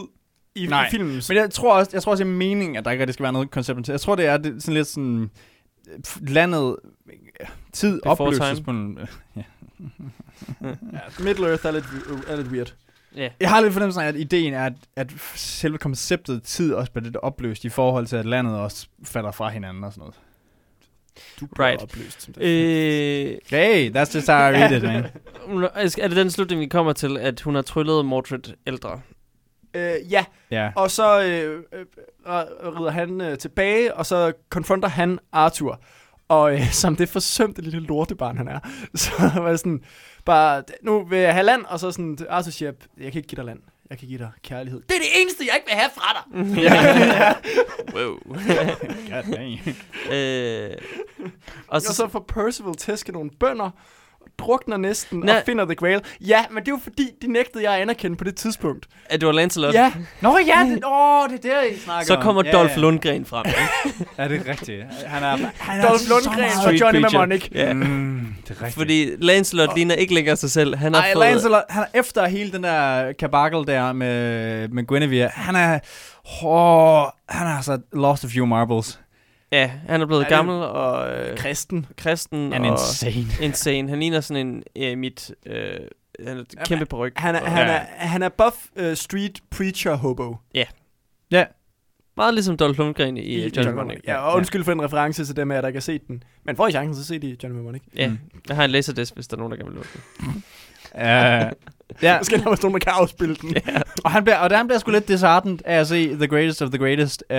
A: i, i
J: Nej,
A: filmen.
J: Men jeg tror også, jeg tror også, det er meningen, at der ikke rigtig skal være noget koncept til. Jeg tror, det er det, sådan lidt sådan øh, f- landet øh, tid
I: Before
J: opløses
I: time.
J: på en... øh, Ja.
A: Ja, Middle Earth er lidt, er lidt weird.
I: Ja.
J: Jeg har lidt fornemmelsen af, at ideen er, at, at selve konceptet tid også bliver lidt opløst i forhold til, at landet også falder fra hinanden og sådan noget.
A: Du bliver
I: Right.
A: opløst. Som det.
I: Øh,
J: Hey, that's just how I read it, man.
I: hun er- altså, er det den slutning, vi kommer til, at hun har tryllet Mordred ældre?
A: Øh, ja,
J: Ja.
A: og så øh, øh, rider han øh, tilbage, og så konfronter han Arthur. Og øh, som det forsømte lille lortebarn, han er, så var det sådan, bare, nu vil jeg have land, og så sådan, Arthur siger, jeg kan ikke give dig land, jeg kan give dig kærlighed. Det er det eneste, jeg ikke vil have fra dig.
I: Wow.
J: God dang.
I: øh, og
A: Og så får Percival tæsket nogle bønder, drukner næsten Næ-
I: Nej.
A: og finder The Grail. Ja, men det er jo fordi, det nægtede jeg at anerkende på det tidspunkt.
I: at det var Lancelot.
A: Ja. Mm. Nå ja, det, åh, det er der, I snakker
I: Så kommer
J: Ja,
I: yeah. Dolph
J: ja.
I: Lundgren frem.
J: Er det rigtigt? Han er, han
A: Dolph Lundgren og Johnny
I: meget creature.
A: Mnemonic.
I: ja.
J: Mm, det er rigtigt.
I: Fordi Lancelot ligner ikke længere sig selv. Han har
J: Ej,
I: fået...
J: Lancelot, han er efter hele den der kabakkel der med, med Guinevere. Han er... Oh, han er altså lost a few marbles.
I: Ja, han er blevet
A: Er det-
I: gammel og øh,
A: Kristen.
I: kristen
J: Han
I: og
J: er insane.
I: insane. Han ligner sådan en eremit. Øh, han er et kæmpe på ryg.
A: Han er,
I: Og-
A: han
J: Ja.
A: er, han er buff uh, street preacher hobo.
J: Ja.
I: Meget ligesom Dolph Lundgren i, i John Mnemonic.
A: Ja, og undskyld for en reference til dem af jer, der ikke har set den. Men får I chancen, så se de John Mnemonic.
I: Ja, jeg har en laserdisk, hvis der er nogen, der gerne vil låne den.
J: Uh, ja.
A: Der skal der også nogen, der kan afspille den.
J: Og, han bliver, og han bliver sgu lidt disheartened af at se The Greatest of the Greatest uh,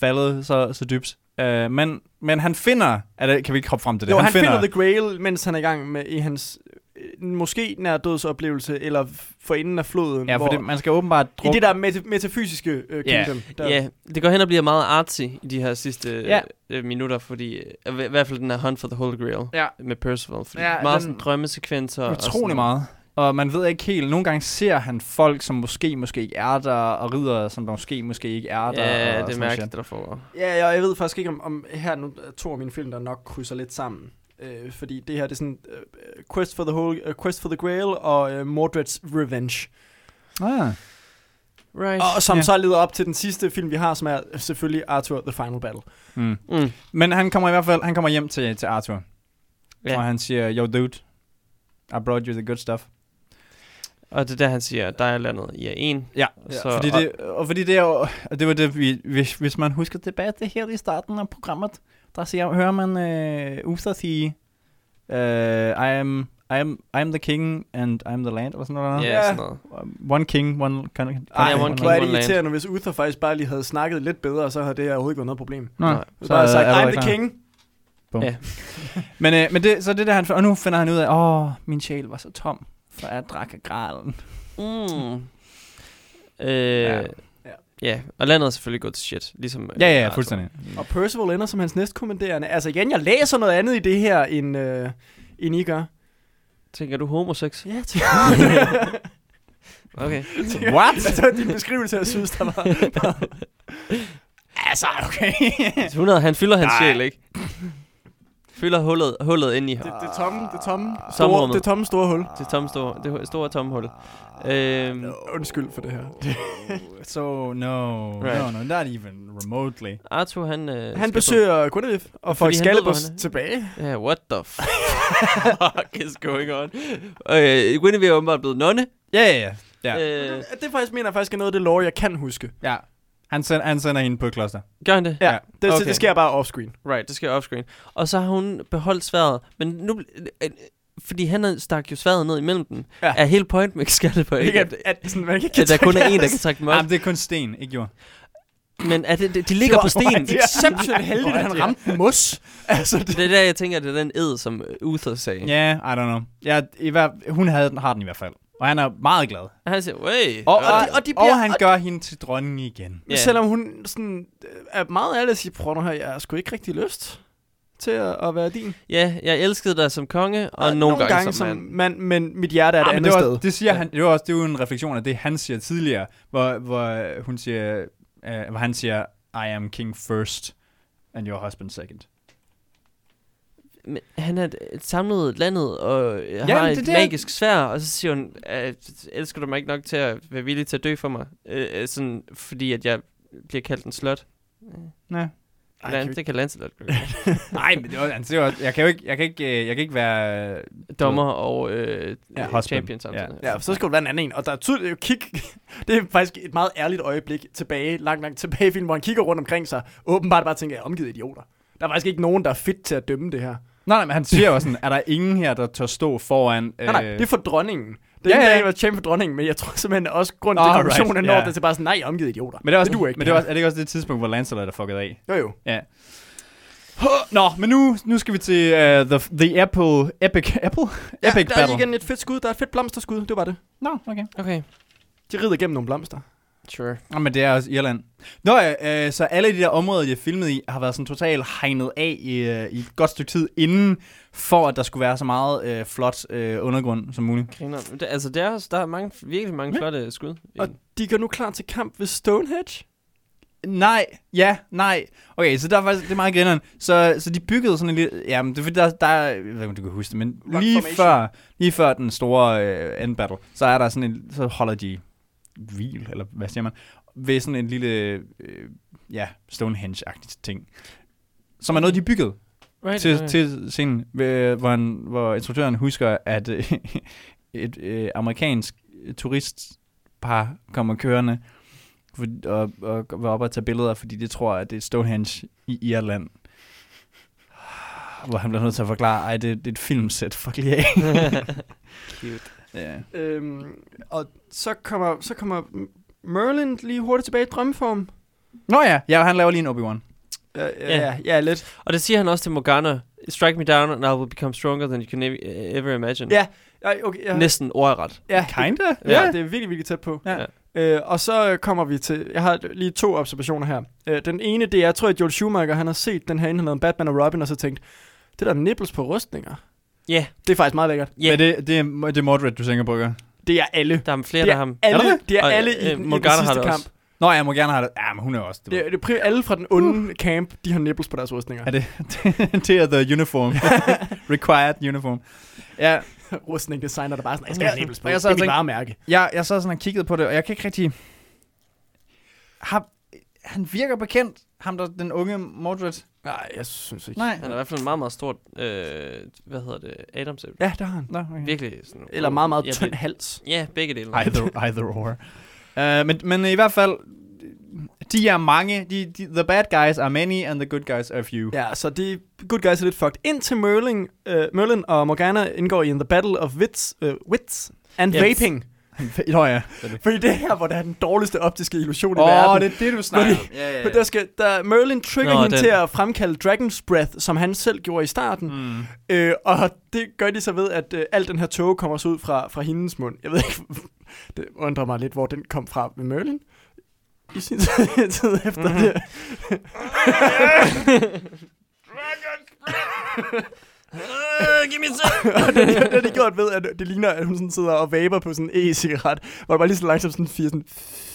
J: faldet så, så dybt. Uh, men, men han finder... Er det, kan vi ikke hoppe frem til det?
A: Jo, han, han finder The Grail, mens han er i gang med i hans øh, måske nær dødsoplevelse, eller f- for enden af floden.
J: Ja, for
A: hvor,
J: det, man skal åbenbart
A: I
J: drukke...
A: det der meta- metafysiske øh,
J: Ja.
A: kingdom.
I: Ja.
A: Der,
I: det går hen og bliver meget artsy i de her sidste
J: Ja.
I: ja. øh, minutter, fordi øh, i hvert fald den her Hunt for the Holy Grail
J: Ja.
I: med Percival. Fordi
J: Ja,
I: ja, meget
J: den-
I: sådan drømmesekvenser. og sådan-
J: Utrolig meget. Og man ved ikke helt, nogle gange ser han folk, som måske, måske ikke er der, og ridder, som der måske, måske ikke er der. og
I: Ja, det er
J: sådan
I: mærkeligt,
J: shit.
I: det der foregår.
A: Ja, og jeg ved faktisk ikke, om, om her er nu er to af mine film, der nok krydser lidt sammen. Øh, fordi det her, det er sådan øh, Quest, for the Holy, uh, Quest for the Grail og øh, Mordred's Revenge.
J: Ah.
I: Right.
A: Og som
J: Ja.
A: ja. så leder op til den sidste film, vi har, som er øh, selvfølgelig Arthur The Final Battle.
I: Mm.
J: Men han kommer i hvert fald han kommer hjem til, til Arthur,
I: Ja.
J: og han siger, yo dude, I brought you the good stuff.
I: Og det er der, han siger, dig er landet, I er en.
J: Ja,
I: Så-
J: så, fordi det, og fordi det er jo, og det var det, vi, hvis, hvis man husker tilbage til her i starten af programmet, der siger, hører man øh, Uther sige, øh, I, am, I, am, I am the king, and I am the land, eller sådan noget.
I: Ja,
A: Ja.
I: sådan noget.
J: One king, one kind of...
I: Ej, one
A: hvor er det
I: one land.
A: irriterende, hvis Uther faktisk bare lige havde snakket lidt bedre, så havde det her overhovedet ikke været noget problem.
J: Nå,
I: Nej.
A: Så bare sagt,
J: er der
A: I'm
J: ikke
A: the
J: noget.
A: king.
J: Men, øh, men det, så det der, han, og nu finder han ud af, åh, min sjæl var så tom, for jeg drak af gralen.
I: Mm. Øh, ja.
J: Ja.
A: Ja.
I: ja, og landet er selvfølgelig gået til shit, ligesom... øh,
J: Altså.
I: Arthur.
A: Og Percival ender som hans næstkommanderende. Altså igen, jeg læser noget andet i det her, end, øh, end I gør.
I: Tænker du homosex?
A: Ja,
I: Okay.
J: What?
A: altså, din beskrivelse, jeg synes, der var...
J: altså, okay.
I: 100, han fylder hans sjæl, ikke? Fylder hullet, hullet ind i
A: Det, det tomme, det tomme, store,
I: Tomrummet.
A: det tomme store hul.
I: det tomme store, det hu- store tomme hul.
A: Ah,
I: Øhm,
A: Undskyld for det her.
J: so, no.
I: Right.
J: No, no, not even remotely.
I: Arthur, han... Øh,
A: Han
I: skal
A: besøger Guinevere og får
I: Fordi han ved, hvor
A: Excalibur
I: han er.
A: tilbage.
I: På, yeah, what the fuck is going on? Øh, Guinevere er åbenbart blevet nonne.
J: Ja, ja, ja. Ja,
I: Øh,
A: Det faktisk mener jeg faktisk er noget af det lore, jeg kan huske.
J: ja. Han, send, han sender hende på et kloster.
I: gør han det?
A: Ja, ja. Det, okay.
I: Okay.
A: det sker bare offscreen.
I: Right, det sker offscreen. Og så har hun beholdt sværet, men nu... bl- øh, Fordi han er- stak jo sværet ned imellem dem.
A: Ja.
I: Ja. Er hele point med Excalibur ikke?
A: Ikke
I: At,
A: at, at sådan, man ikke
I: at der kun er en, der kan trække dem op.
J: Jamen, Ah, det er kun sten, ikke jord.
I: Men er det, det, de ligger på stenen.
A: Det er exceptionelt heldigt, at han ramte mos. Altså, det,
I: Det er der, jeg tænker, det er den ed, som øh, Uther sagde.
J: Ja, yeah, I don't know. Ja, i hver, hun havde, den- har den i hvert fald. Og han er meget glad.
I: Og Han siger, way.
J: Og,
A: og de- og de bliver-
J: og han
A: og-
J: gør hende til dronningen igen.
A: yeah. Selvom hun sådan, øh, er meget ærlig at sige, prøv nu her, jeg har sgu ikke rigtig lyst. til at, at være din.
I: Ja, jeg elskede dig som konge, og,
A: Og
I: nogle, gange, som mand.
A: mand, men mit hjerte er et
J: Ah, men
A: andet
J: det, var,
A: sted.
J: det siger han, det var også det er jo en refleksion af det, han siger tidligere, hvor, hvor øh, hun siger, øh, hvor han siger, I am king first, and your husband second.
I: Men han har øh, samlet landet og øh, har et
J: men det er
I: det,
J: det,
I: magisk svær, og så siger hun, øh, elsker du mig ikke nok til at være villig til at dø for mig? Øh, øh, sådan, fordi at jeg bliver kaldt en slot.
J: Nej.
A: Ej,
I: Lan,
A: kan vi-
I: det kan Lancelot gøre.
J: Nej, men det var, altså, det var, jeg kan jo ikke, jeg kan ikke, øh, jeg kan ikke være... øh,
I: Dommer og øh,
J: Ja,
I: ja,
J: husband.
I: champion samtidig.
A: Ja, for så skal du være en anden en. Og der er tydeligt jo kig. Det er faktisk et meget ærligt øjeblik tilbage, langt, langt tilbage i filmen, hvor han kigger rundt omkring sig. Åbenbart bare tænker, jeg er omgivet af idioter. Der er faktisk ikke nogen, der er fedt til at dømme det her.
J: Nej, nej, men han siger jo sådan, er der ingen her, der tør stå foran... Øh,
A: Nej, nej, det er for dronningen. Det
J: Ja,
A: er
J: ja.
A: ja, ja. var champ for dronningen, men jeg tror simpelthen også, grund til
J: Alright,
A: konklusionen right, når
J: ja.
A: yeah. det til bare sådan, nej, jeg er omgivet af idioter.
J: men det er, også,
A: det
J: det
A: du
J: ikke,
A: ikke.
J: men det er, også, er det ikke også det tidspunkt, hvor Lancelot er fucket af?
A: Jo jo.
J: Ja. Huh, Nå, men nu, nu skal vi til uh, the, the Apple... Epic Apple?
A: Ja,
J: epic
A: der
J: Battle.
A: er igen et fedt skud, der er et fedt blomsterskud, det var det.
J: Nå, okay.
I: Okay,
A: De rider gennem nogle blomster.
I: sure.
J: Nå, Ah, men det er også Irland. Nå ja, øh, så alle de der områder, de har filmet i, har været sådan totalt hegnet af i, øh, i et godt stykke tid inden, for at der skulle være så meget øh, flot øh, undergrund som muligt.
I: Griner. Men Det, altså, der er, også- der er mange, virkelig mange flotte skud. i
A: Og
I: den.
A: de går nu klar til kamp ved Stonehenge.
J: Nej, ja, nej. Okay, så der er faktisk, det er meget grineren. Så, så de byggede sådan en lille... Jamen, det er fordi, der, der er- jeg ved ikke, om du kan huske det, men
A: Rock
J: lige
A: formation.
J: før, lige før den store øh, end battle, så er der sådan en... Så holder de hvil, eller hvad siger man, ved sådan en lille, øh, ja, Stonehenge-agtig ting. Som er noget, de byggede.
I: Right,
J: til,
I: okay.
J: til scenen, øh, hvor, han, hvor instruktøren husker, at øh, et øh, amerikansk turistpar kommer kørende for, og, og, og vil op og tage billeder, fordi de tror, at det er Stonehenge i Irland. Hvor han bliver nødt til at forklare, at det, det er et filmsæt, fuck lige af.
I: Cute.
J: ja.
A: Øhm, og så kommer, så kommer Merlin lige hurtigt tilbage i drømmeform.
J: Nå ja, ja, han laver lige en Obi-Wan.
A: Ja, ja,
I: Ja.
A: ja, ja, lidt.
I: Og det siger han også til Morgana. Strike me down, and I will become stronger than you can ev- ever imagine.
A: Ja, Ej, okay, ja.
I: Næsten ordret.
A: Ja,
J: Kinda?
A: ja,
I: Ja.
A: det er virkelig, virkelig tæt på.
J: Ja.
A: Øh, og så øh, kommer vi til, jeg har lige to observationer her. Øh, den ene, det er, jeg tror, at Joel Schumacher, han har set den her, inden han lavede en Batman og Robin, og så tænkt, det der nipples på rustninger,
I: Ja,
A: det er faktisk meget lækkert.
I: Ja.
J: Yeah. Men det, det, er, det er Moderate, du tænker på, ikke?
A: Det er alle.
I: der er flere
A: Det
I: af
A: er
I: ham.
A: alle,
J: det?
A: det? er
I: Og,
A: alle
I: øh,
A: i, den, i den
I: Morgana har
A: sidste
I: det også.
A: kamp.
J: Nå, jeg må gerne have det. Ja, men hun er også...
A: Det er, det er primært alle fra den onde uh. camp, de har nipples på deres rustninger.
J: Er det, det er the uniform. Required uniform. Ja,
A: Rustning designer, der bare sådan, jeg skal have nipples på,
J: Og
A: det
J: jeg sad
A: er
J: og
A: mit
J: tænkte-
A: varemærke.
J: jeg, jeg sad sådan og kiggede på det, og jeg kan ikke rigtig... Har, han virker bekendt, ham der, den unge Mordred.
A: Nej, jeg synes ikke.
J: Nej.
I: Han er i hvert fald en meget, meget stort, øh, hvad hedder det, Adams
A: Ja, der har han.
J: Nå, okay.
I: Virkelig sådan...
A: Eller meget, meget
I: ja,
A: tynd
I: be-
A: hals.
I: Ja, begge dele.
J: Either, either or. Uh, men, men i hvert fald, de er mange. De, de, the bad guys are many, and the good guys are few.
A: Ja, så de good guys er lidt fucked. Indtil Merlin, uh, Merlin og Morgana indgår i en The Battle of Wits, uh, wits and
I: Ja,
A: Vaping.
J: Nå ja.
A: Fordi det er her, hvor der er den dårligste optiske illusion i
J: Åh, oh,
A: verden.
J: det er det, du snakker om.
A: Fordi-
J: Ja, ja,
A: Men der skal, der, Merlin trigger
I: Nå,
A: Nå, hende
I: den.
A: til at fremkalde Dragon's Breath, som han selv gjorde i starten.
J: Mm.
A: Øh, og det gør de så ved, at øh, al den her tåge kommer så ud fra, fra hendes mund. Jeg ved ikke, det undrer mig lidt, hvor den kom fra med Merlin. I sin tid efter
I: Mhm.
A: det.
I: Øh, giv mig så!
A: Og det, det, det, de gjort ved, at det ligner, at hun sådan sidder og vaper på sådan en e-cigaret, hvor det bare lige så langsomt sådan fire sådan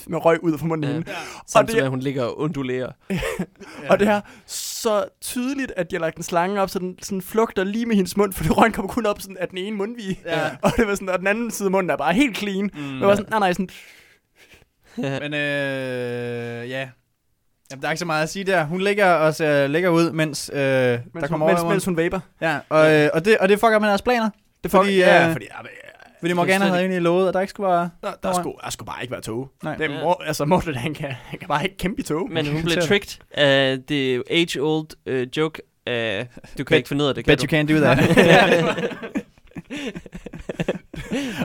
A: med røg ud fra munden ja. hende. Og
I: Samtidig med,
A: det,
I: at hun ligger og undulerer.
A: og det er så tydeligt, at de har lagt en slange op, så den sådan flugter lige med hendes mund, for det røg kommer kun op sådan, af den ene mundvige.
J: Ja.
A: Og, det var sådan, og den anden side af munden er bare helt clean. Mm, det var sådan, nej, nej, sådan,
J: Men øh, ja. Jamen, der er ikke så meget at sige der. Hun ligger og ser lækker ud, mens, øh, mens der
A: mens,
J: kommer
A: hun, mens,
J: over
A: mens hun vaper.
J: Ja, og, øh, og, det, og det fucker med deres planer. Det
A: Fuck,
J: fordi,
A: ja,
J: øh,
A: fordi, ja, men, ja,
J: fordi Morgana havde egentlig lovet, at der ikke skulle være...
A: der, der, skulle, der skulle bare ikke være tog.
J: Nej.
A: Nej. Det er, mor, altså, Morten, han kan, han kan bare ikke kæmpe i tog.
I: Men hun blev
J: Irriterende.
I: tricked af det age-old øh, joke af, du kan
J: Bet-
I: ikke finde ud af det, kan
J: Bet
I: du?
J: you can't do that.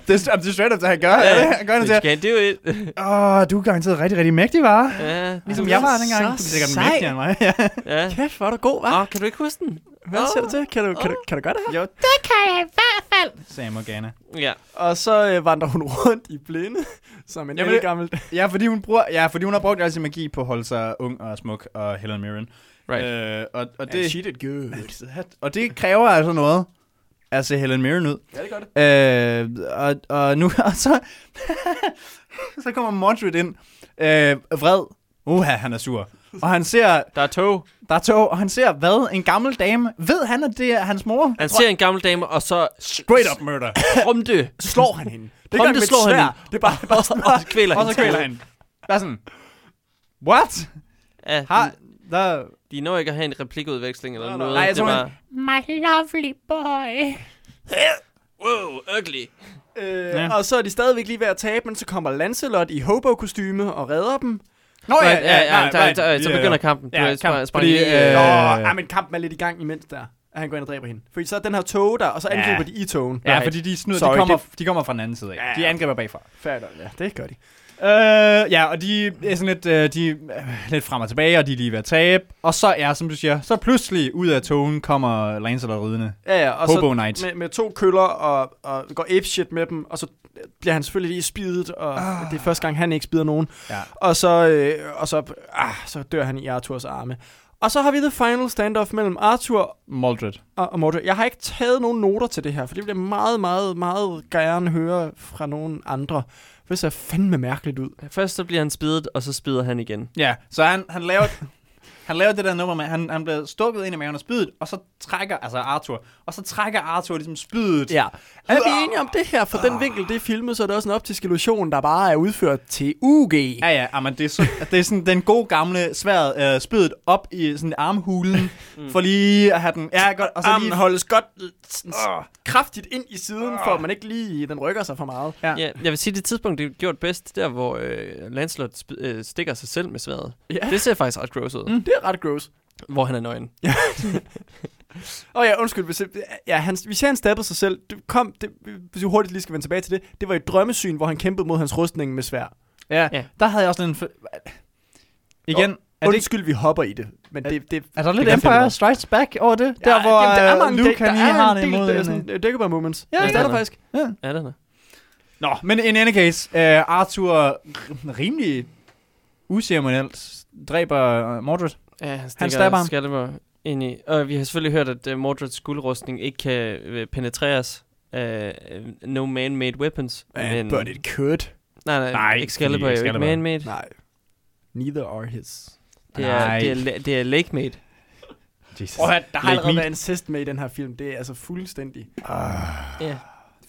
J: det er det er straight up, det han gør.
I: Ja,
J: Han gør, han
I: you
J: siger,
I: can't do it.
J: åh, du er garanteret rigtig, rigtig mægtig, var.
I: ja,
J: Ligesom jeg var dengang.
A: så
J: Du er sikkert
A: sej.
J: mægtigere end mig. ja.
I: ja.
A: Kæft, hvor er du god, hva'?
I: Åh, kan du ikke huske den?
A: Hvad siger du til? Kan du, kan, du, kan du gøre det her?
J: Jo, det kan jeg i hvert fald, sagde Morgana.
I: Ja.
A: Og så øh, vandrer hun rundt i blinde, som en
J: Jamen,
A: Jamen,
J: det-
A: gammel...
J: Ja, fordi hun, bruger, ja, fordi hun har brugt al sin magi på at holde sig ung og smuk og Helen Mirren.
I: Right.
J: Øh, og, og, det,
A: did good.
J: og det kræver altså noget at se Helen Mirren ud.
A: Ja, det gør det.
J: Øh, og, og nu og så, så kommer Mordred ind, øh, vred. Uha, han er sur. Og han ser,
I: Der er tog.
J: der er tog, og han ser, hvad, en gammel dame. Ved han, at det er hans mor?
I: Han ser en gammel dame, og så
J: Straight up murder.
I: strømte.
A: Slår han hende? Det
I: Om
A: gør han
I: det
A: med
I: slår han
A: slår han
I: hende.
A: Det er bare, bare sådan,
I: Og så kvæler
J: og så
I: hende.
J: kvæler han. Bare sådan, what?
I: Ja,
J: Har,
I: de,
J: der,
I: de når ikke at have en replikudveksling eller
J: nej.
I: noget.
J: Nej, jeg
I: det
J: tror,
I: var... My lovely boy. wow, ugly.
A: øh,
J: Ja.
A: ja. Og så er de stadigvæk lige ved at tabe, men så kommer Lancelot i hobo-kostyme og redder dem.
J: Nå
I: Oh, ja, ja, ja, ja, der, der, så begynder kampen.
J: Ja,
I: Ja,
J: kamp,
I: kamp,
J: fordi,
A: Øh.
J: Øh.
A: Nå, ah, men kampen er lidt i gang imens der, at han går ind og dræber hende. Fordi så er den her tog der, og så angriber
J: Ja.
A: ja. de i togen.
J: Ja, fordi de snyder,
A: Sorry,
J: de, kommer,
A: det-
J: de kommer fra den anden side af. Ja. De angriber bagfra.
A: Færdig, ja, det gør de.
J: Øh, ja, og de er sådan lidt, øh, de er lidt frem og tilbage, og de er lige ved at tabe. Og så er, som du siger, så pludselig ud af togen kommer Lancelot ridende.
A: Ja, ja, og
J: Hobo
A: så
J: Night.
A: Med, med to køller og, og går apeshit med dem, og så bliver han selvfølgelig lige spidet, og ah. det er første gang, han ikke spider nogen.
J: Ja.
A: Og så, øh, og så, ah, så dør han i Arthurs arme. Og så har vi the final standoff mellem Arthur
J: Mordred.
A: og, og Mordred. Jeg har ikke taget nogen noter til det her, for det bliver meget, meget, meget gerne høre fra nogen andre. For det ser fandme mærkeligt ud.
I: Først så bliver han spidet, og så spider han igen.
J: Ja, så han, han laver... Han laver det der nummer med, han, han bliver stukket ind i maven og spydet, og så trækker, altså Arthur, og så trækker Arthur ligesom spydet.
A: Ja. Er vi enige om det her? For
J: Ah.
A: den vinkel, det er filmet, så er det også en optisk illusion, der bare er udført til UG.
J: Ja, ja, ah, men det er, så, det er sådan den gode gamle sværet øh, spydet op i sådan armhulen, mm. for lige at have den... Ja, godt, og så
A: Armen
J: lige... Ah.
A: holdes godt sådan, kraftigt ind i siden, for at man ikke lige, den rykker sig for meget.
J: Ja.
I: Ja, jeg vil sige, det tidspunkt, det er gjort bedst, der hvor øh, Lancelot sp- øh, stikker sig selv med sværet.
A: Ja.
I: Det ser faktisk ret gross ud,
A: Mm. Det er ret gross.
I: hvor han er nøgen.
A: Og ja, undskyld, hvis, ja, han, hvis han stabbede sig selv, det kom, det, hvis vi hurtigt lige skal vende tilbage til det, det var et drømmesyn, hvor han kæmpede mod hans rustning med svær.
J: Ja,
I: Ja.
J: der havde jeg også lidt en... fø- Igen, er, det, ikke-
A: Undskyld, vi hopper i det, men det, det
J: er der lidt
A: kan jeg finde ud
J: Empire
A: af.
J: Strikes Back over det?
A: Ja,
J: der, hvor
A: jamen, der er
J: øh,
A: mange,
J: Luke
A: der,
J: kan
A: der
J: lige
A: er
J: har
A: en
J: det
A: del,
J: imod
A: der er
J: en,
A: sådan,
J: øh.
A: øh, Dagobah moments.
J: ja,
A: det er der
I: ja.
A: faktisk.
I: Er det der?
J: Nå, men in any case, uh, Arthur r- rimelig uceremonielt dræber øh, Mordred.
I: Ja, han
J: stabber
I: stikker
J: ham.
I: Excalibur ind i. Og vi har selvfølgelig hørt, at uh, Mordrats guldrustning ikke kan øh, penetreres af uh, no man-made weapons. men,
A: But it could.
I: nej, nej,
J: Nej,
I: nej, Excalibur
J: fordi
I: er jo ikke
J: Excalibur-
I: man-made.
A: Nej. Neither are his.
I: Det er,
J: Nej.
I: det er, la- det er lake-made.
J: Jesus.
A: Og der har
J: Lake
A: allerede
J: me.
A: været en sest med i den her film. Det er altså fuldstændig...
I: Ja.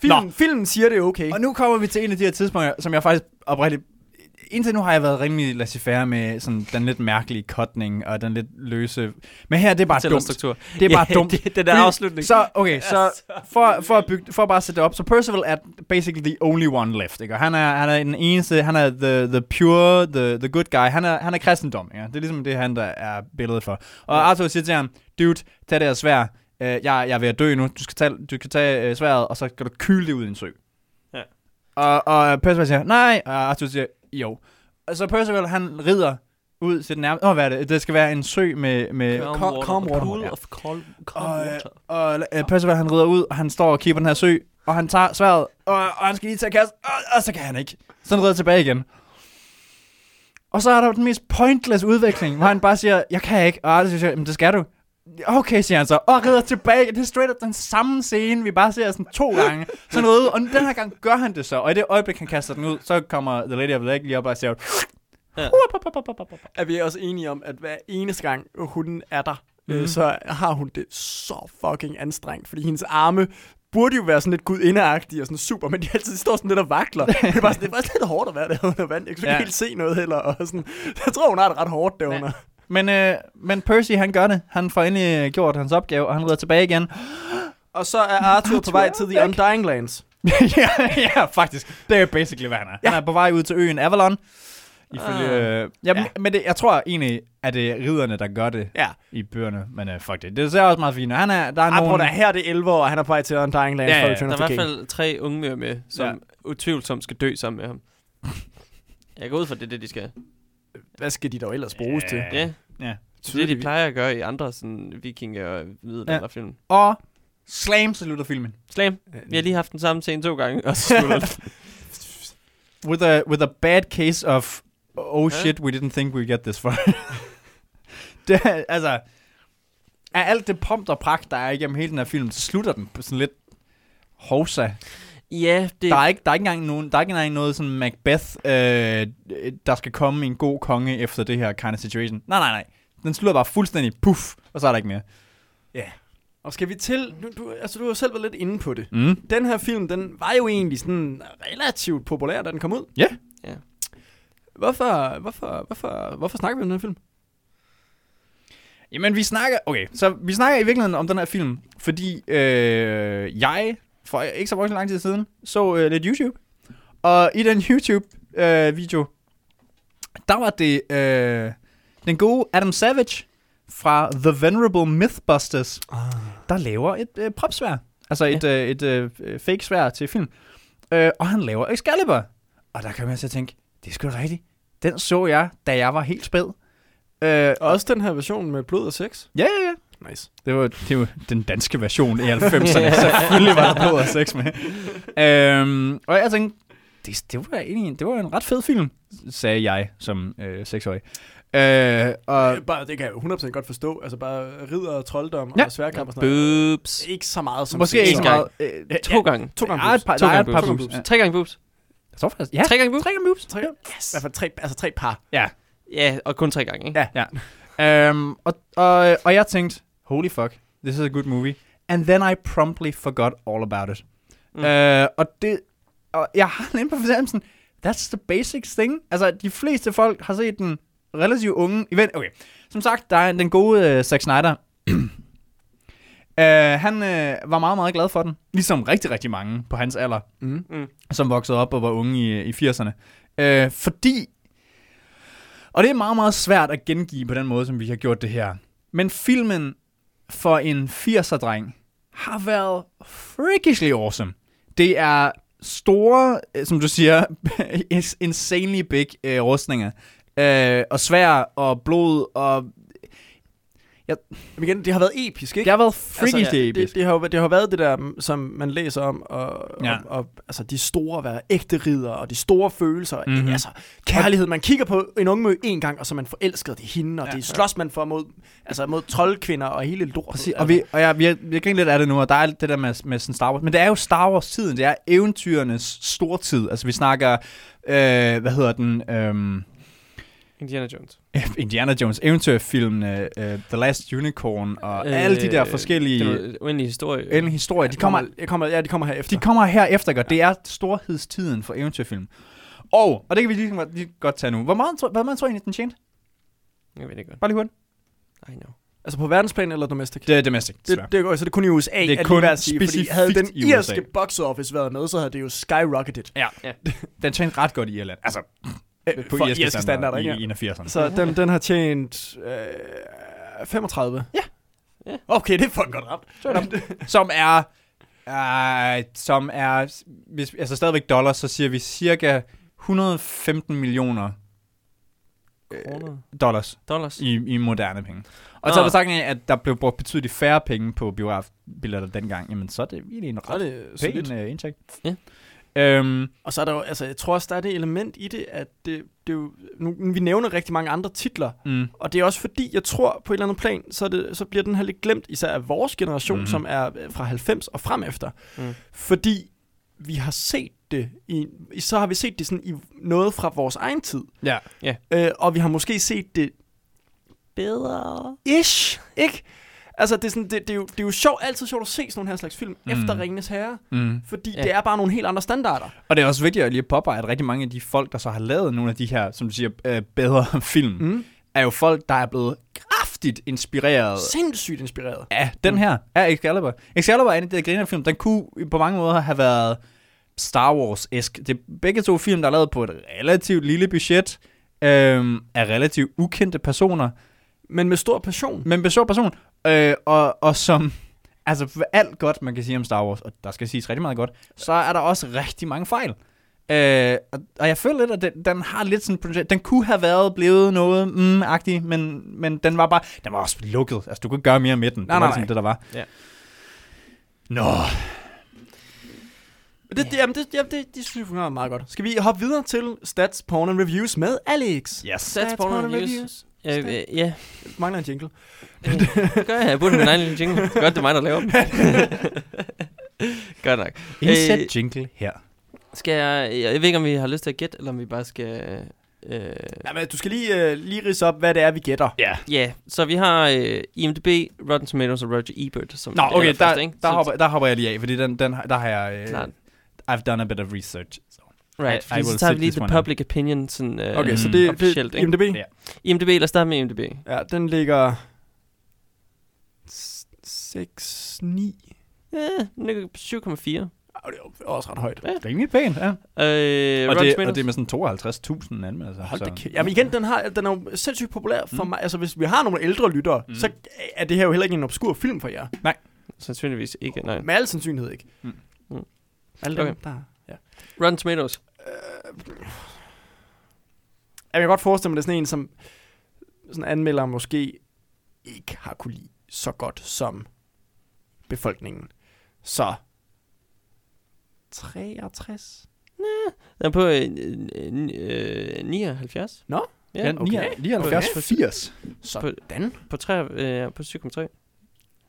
A: Filmen, filmen siger det er okay.
J: Og nu kommer vi til en af de her tidspunkter, som jeg faktisk oprigtigt... Indtil nu har jeg været rimelig laissez-faire med sådan, den lidt mærkelige kotning og den lidt løse... Men her, det er bare
I: Til
J: dumt.
I: struktur.
J: Det er bare
I: Ja,
J: dumt.
I: det- den der
J: Fordi-
I: afslutning.
J: Så, okay, så for, for, at bygge, for at bare sætte det op, så Percival er basically the only one left, ikke? Og han er, han er den eneste, han er the, the pure, the, the good guy, han er, han er kristendom, ikke? Det er ligesom det, han der er billedet for. Og Arthur siger til ham, dude, tag det her svær, øh, jeg, jeg er ved at dø nu, du skal tage, du skal tage øh, sværet, og så skal du kyle det ud i en sø.
I: Ja.
J: Og, og Percival siger, nej, og Arthur siger, jo. Og så Percival, han rider ud til den nærmeste, åh, hvad er det, det skal være en sø med, med
I: Calm,
A: calm
I: water.
A: water.
I: Pool of calm, calm
J: og, øh,
I: water.
J: og øh, Percival han rider ud, og han står og kigger på den her sø, og han tager sværet, og, og han skal lige til at kaste, og, og så kan han ikke. Så han rider tilbage igen. Og så er der jo den mest pointless udvikling, hvor han bare siger, jeg kan ikke, og Arthur siger, "Jamen, det skal du. Okay, siger han så, og rider tilbage. Det er straight up den samme scene, vi bare ser sådan to gange. Sådan noget, og den her gang gør han det så, og i det øjeblik, han kaster den ud, så kommer The Lady of the Lake lige op og siger,
A: er vi også enige om, at hver eneste gang hun er der, mm. så har hun det så fucking anstrengt, fordi hendes arme burde jo være sådan lidt gudindeagtige og sådan super, men de altid står sådan lidt og vakler. det, er bare sådan, det er faktisk lidt hårdt at være der under vand. Jeg kan ikke
J: Ja.
A: helt se noget heller. Og sådan. Jeg tror, hun har det ret hårdt derunder. Ja.
J: men, øh, men Percy, han gør det. Han får endelig øh, gjort hans opgave, og han rider tilbage igen.
A: Og så er Arthur på vej til The Undying Lands.
J: ja, ja, faktisk. Det er basically, hvad han er. Ja. Han er på vej ud til øen Avalon. Ifølge, øh, ja, ja. Men det, jeg tror egentlig, at det er ridderne, der gør det
A: Ja.
J: i bøgerne. Men øh, fuck det. Det ser også meget fint. ud. Han er, der er
A: Ej, prøv
J: nogen...
A: da, her er det 11 år, og han er på vej til Undying Land.
J: Ja, ja,
A: for
J: ja.
A: Return
I: Der er i
A: of the
I: hvert
A: King.
I: fald tre unge mere med, som
J: Ja.
I: utvivlsomt skal dø sammen med ham. Jeg går ud fra, det er det, de skal.
A: Hvad skal de dog ellers bruges til?
I: Ja, det
J: Ja.
I: er det, de plejer at gøre i andre sådan, vikinger- og middelalderfilm.
J: Og slam salutter filmen.
I: Slam. Vi har lige haft den samme scene to gange, og så slutter den.
J: With a, with a bad case of, oh
I: Ja.
J: shit, we didn't think we'd get this far. det, er- altså, af alt det pomp og pragt, der er igennem hele den her film, så slutter den på sådan lidt hovsa.
I: Ja, det
J: Der er ikke, der er ikke engang nogen, der er ikke engang noget sådan Macbeth, øh, der skal komme en god konge efter det her kind of situation. Nej, nej, nej. Den slutter bare fuldstændig puff, og så er der ikke mere.
A: Og skal vi til... Nu, du, altså, du har selv været lidt inde på det.
J: Mm.
A: Den her film, den var jo egentlig sådan relativt populær, da den kom ud.
J: Ja.
I: Ja.
A: Hvorfor, hvorfor, hvorfor, hvorfor snakker vi om den her film?
J: Jamen, vi snakker... Okay, så vi snakker i virkeligheden om den her film, fordi øh, jeg, for ikke så voldsomt lang tid siden, så øh, lidt YouTube. Og i den YouTube-video, der var det øh, den gode Adam Savage fra The Venerable Mythbusters, ah. der laver et øh, propsvær. Altså et, ja. øh, et øh, øh, fake svær til film. Øh, og han laver Excalibur. Og der kan man til at tænke, det er sgu da rigtigt. Den så jeg, da jeg var helt spæd. Øh, og
A: Også den her version med blod og sex.
J: Ja, ja, ja.
A: Nice.
J: Det var, det var den danske version i 90'erne. Selvfølgelig var der blod og sex med. Øhm, og jeg tænkte, det, det, var egentlig, det var en ret fed film, sagde jeg som øh, seksårig. Øh, og,
A: Øh, bare, det kan jeg 100% godt forstå. Altså bare ridder og trolddom
J: Ja.
A: og sværkamp og sådan noget.
I: Boobs.
A: Ikke så meget som
J: måske
A: sex.
J: ikke så
I: en gang.
J: meget. Øh,
I: To gange.
A: To gange
J: Der er et
A: boobs.
J: par,
I: To
J: der er
I: gange
J: et par
I: boobs.
J: boobs. Ja.
I: Tre gange boobs.
J: Jeg tror faktisk, ja.
I: Tre gange boobs.
J: Tre gange boobs.
A: Tre, yes. I hvert fald tre, altså tre par.
J: Ja,
I: Ja, og kun tre gange, ikke?
J: ja, ja. øhm, og, og, og jeg tænkte, holy fuck, this is a good movie. And then I promptly forgot all about it. Mm. Øh, og det, og jeg har den inde på fornemmelsen, that's the basic thing. Altså, de fleste folk har set den relativt unge. I ved- Okay, som sagt, der er den gode øh, Zack Snyder. øh, han øh, var meget, meget glad for den. Ligesom rigtig, rigtig mange på hans alder,
A: Mm.
I: Mm.
J: som voksede op og var unge i, i 80'erne. Øh, fordi, og det er meget, meget svært at gengive på den måde, som vi har gjort det her. Men filmen for en 80'er-dreng har været freakishly awesome. Det er store, øh, som du siger, is- insanely big øh, rustninger. Øh, og svær og blod og... øh,
A: Men igen, det har været episk, ikke?
J: Det har været freaking altså,
A: ja,
J: ja,
A: det, det, har, jo- det har været det der, mm, som man læser om, og, ja.
J: Ja.
A: og, og altså, de store være ægte ridder, og de store følelser, mm-hmm.
J: Mhm.
A: altså kærlighed. Man kigger på en unge mø en gang, og så er man forelsker det i hende, og ja, det slås man for mod, altså, mod troldkvinder og hele lortet.
J: Præcis,
A: altså.
J: og vi, og jeg, vi, har, vi har grinet lidt af det nu, og der er alt det der med, med sådan Star Wars. Men det er jo Star Wars-tiden, det er eventyrenes stortid. Altså vi snakker, øh, hvad hedder den, øh,
I: Indiana Jones.
J: Indiana Jones eventyrfilmene, øh, The Last Unicorn og øh, alle de der forskellige...
I: Den uendelige historie.
J: en historie. De kommer,
A: jeg kommer, ja, de kommer her efter.
J: de kommer her efter, godt. Det er storhedstiden for eventyrfilm. Og, og det kan vi lige, lige godt tage nu. Hvor meget, tror- hvor meget tror I, egentlig, den tjente?
I: Jeg ved det godt.
J: Bare lige hurtigt.
I: I know.
A: altså på verdensplan eller domestic?
J: Det er domestic,
A: Det, det, går, så det er kun i USA,
J: Det er
A: at
J: kun
A: lige at sige, fordi
J: specifikt
A: havde den
J: i USA.
A: irske box office været med, så havde det jo skyrocketed.
J: Ja.
I: Ja.
J: Den tjente ret godt i Irland. Altså, på
A: Øh, for
J: irske,
A: irske
J: irske
A: standarder,
J: standarder,
A: ikke?
J: i 81'erne.
A: Så den, den har tjent øh, 35. Ja.
I: Ja.
A: Okay, det er fucking godt ramt.
J: som er... Uh, som er, hvis, altså stadigvæk dollars, så siger vi cirka 115 millioner øh,
I: Kroner.
J: dollars.
I: Dollars.
J: I, i moderne penge. Og
I: Nå.
J: så er der sagt, at der blev brugt betydeligt færre penge på biografbilletter dengang. Jamen, så er det egentlig en
A: Så er
J: ret
A: det solidt.
J: pæn uh, indtægt.
I: Ja.
J: Øhm,
A: Og så er der jo, altså, jeg tror også, der er det element i det, at det, det er jo, nu, vi nævner rigtig mange andre titler,
J: mm,
A: og det er også fordi, jeg tror på et eller andet plan, så, er det, så bliver den her lidt glemt, især af vores generation, mm-hmm. som
J: Mhm.
A: er øh, fra 90 og frem efter. Mm.
I: Mm.
A: Fordi vi har set det, i, i- så har vi set det sådan i noget fra vores egen tid,
J: ja.
A: øh, og vi har måske set det
I: Bedre.
A: ish, ikke? Altså, det er, sådan, det, det, er jo, det er jo sjovt, altid sjovt at se sådan nogle her slags film mm. efter Ringenes Herre,
J: Mm.
A: fordi
I: Ja.
A: det er bare nogle helt andre standarder.
J: Og det er også vigtigt at lige påpege, at rigtig mange af de folk, der så har lavet nogle af de her, som du siger, øh, bedre film, mm. er jo folk, der er blevet kraftigt inspireret
A: Sindssygt inspireret.
J: af den her, af Excalibur. Excalibur er en af de der grinerfilm, den kunne på mange måder have været Star Wars-esk. Det er begge to film, der er lavet på et relativt lille budget, øhm, af relativt ukendte personer,
A: Men med stor passion.
J: men beså person, øh, og, og som, altså for alt godt, man kan sige om Star Wars, og der skal siges rigtig meget godt, så er der også rigtig mange fejl. Øh, og, og jeg føler lidt, at den, den har lidt sådan potentiale. Den kunne have været blevet noget mm agtig men, men den var bare, den var også lukket. Altså, du kunne ikke gøre mere med den.
A: Nej,
J: det var
A: nej,
J: ligesom
A: nej.
J: det, der var.
I: Ja.
J: Nå,
A: Men Det, det, jamen, det, jamen, det, de synes, det fungerer meget godt. Skal vi hoppe videre til Stats, Porn and Reviews med Alex?
J: yes.
I: Stats porn and reviews. Ja, øh, ja,
A: Mangler en jingle.
I: det gør jeg. Jeg burde min egen lille jingle. Det er Godt, det er mig, der laver den. Godt nok.
J: Indsæt
I: Øh,
J: jingle her.
I: Skal jeg, jeg, jeg ved ikke, om vi har lyst til at gætte, eller om vi bare skal... Øh,
A: Jamen, du skal lige, øh, lige rise op, hvad det er, vi gætter.
J: Ja.
I: ja, så vi har øh, IMDb, Rotten Tomatoes og Roger Ebert. Som
J: Nå,
I: det
J: okay,
I: allerførste,
J: der,
I: ikke?
J: der,
I: Så-
J: hopper, der hopper jeg lige af, fordi den, den, har- der har jeg... Øh,
I: Klart.
J: I've done a bit of research. So.
I: Right,
J: I-
I: fordi
J: I
I: så
J: will
I: tager vi
J: sit
I: lige
J: this
I: the
J: one out.
I: public opinion sådan, øh,
A: Okay,
I: okay.
A: så
J: Mm.
A: det,
I: Officielt,
A: det
I: ikke?
A: IMDb.
J: Ja.
I: IMDb, lad os starte med IMDb.
A: Ja, den ligger... 6, 9...
I: Ja, den ligger på 7,4.
A: Oh, det er også ret højt.
J: Rimelig pænt, ja.
I: Øh,
J: Og
I: Rotten
J: det,
I: Tomatoes.
J: og det er med sådan 52.000 anmeldelser.
A: Hold da
J: så-
A: kæft. Jamen igen, den, har, den er jo sindssygt populær for
I: Mm.
A: mig. Altså, hvis vi har nogle ældre lyttere, mm. så er det her jo heller ikke en obskur film for jer.
I: Sandsynligvis ikke, nej.
A: Med al sandsynlighed ikke.
J: Mm.
I: Mm.
A: Alle dem,
I: Okay.
A: okay. der... Ja.
I: Rotten Tomatoes.
A: Øh, Jeg kan godt forestille mig, det er sådan en, som sådan anmelder måske ikke har kunne lide så godt som befolkningen. Så 63?
I: Den er på øh, øh, øh, 79.
A: Nå.
I: Ja,
J: Ja,
A: okay.
J: 79, 79 for 80.
A: Sådan.
I: på, tre, øh, på 7,3.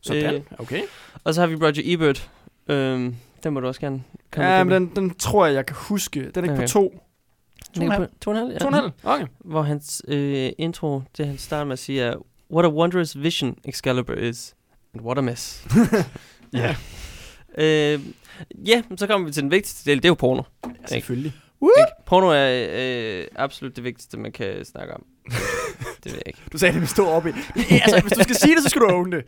A: Sådan.
I: Øh,
A: okay.
I: Og så har vi Roger Ebert. Øhm, den må du også gerne komme
A: Ja, men
I: igennem.
A: den, den tror jeg, jeg kan huske. Den er ikke okay.
I: Okay.
A: på to.
I: Den ligger på 2,5.
A: To og en halv. Okay.
I: Hvor hans øh, intro, det han starter med at sige er, What a wondrous vision Excalibur is, and what a mess.
J: Ja.
I: Øh, ja, så kommer vi til den vigtigste del, det er jo porno.
A: Ja, selvfølgelig.
I: Ikke? Porno er øh, absolut det vigtigste, man kan snakke om. det ved jeg ikke.
A: Du sagde det med stor op i. altså, hvis du skal sige det, så skal du own det.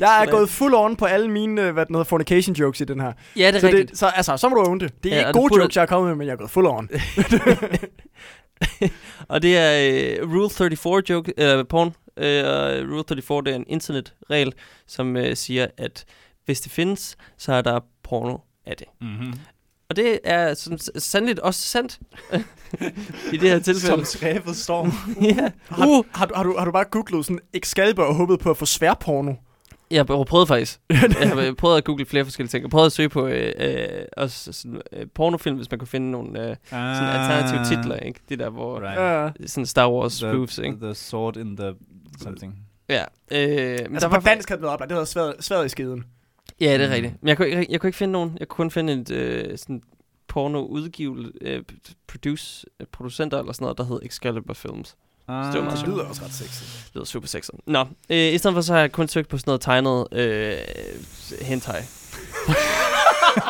A: Jeg er
I: Sådan.
A: gået full on på alle mine, øh, hvad den hedder, fornication jokes i den her.
I: Ja, det er
A: så,
I: rigtigt.
A: det, så, altså, så må du own det. Det er
I: Ja,
A: ja,
I: og
A: ikke
I: du
A: gode
I: burde-
A: jokes, jeg er kommet med, men jeg er gået full on.
I: Og det er øh, Rule 34 joke, eller porn. Øh, og Rule 34, det er en internetregel, som øh, siger, at hvis det findes, så er der porno af det.
A: Mhm.
J: Mm-hmm.
I: Og det er som s- sandeligt også sandt i det her tilfælde.
J: skrevet storm.
I: ja.
A: Har, uh. har, du, har, du, har du bare googlet sådan Excalibur og håbet på at få sværporno? Altså,
I: Jeg har prøvet faktisk. jeg har prøvet at google flere forskellige ting. Jeg prøvede at søge på øh, øh, også sådan, øh, pornofilm, hvis man kunne finde nogle øh, sådan
A: Ah.
I: alternative titler. Ikke? Det der, hvor
J: Right.
A: Ja.
I: sådan Star Wars spoofs. Ikke?
J: the sword in the something.
I: Ja. Øh, men
A: Altså, på dansk har det været oplagt. Det hedder sværet, sværet i skeden.
I: Ja, det er rigtigt. Men jeg kunne ikke, jeg kunne ikke finde nogen. Jeg kunne kun finde et øh, sådan porno udgivel øh, produce, øh, producenter eller sådan noget, der hed Excalibur Films.
J: Ah.
I: det var meget
A: Det
I: sjovt.
A: lyder også ret sexet.
I: Det lyder super sexet. Nå, øh, i stedet for så har jeg kun søgt på sådan noget tegnet øh, hentai.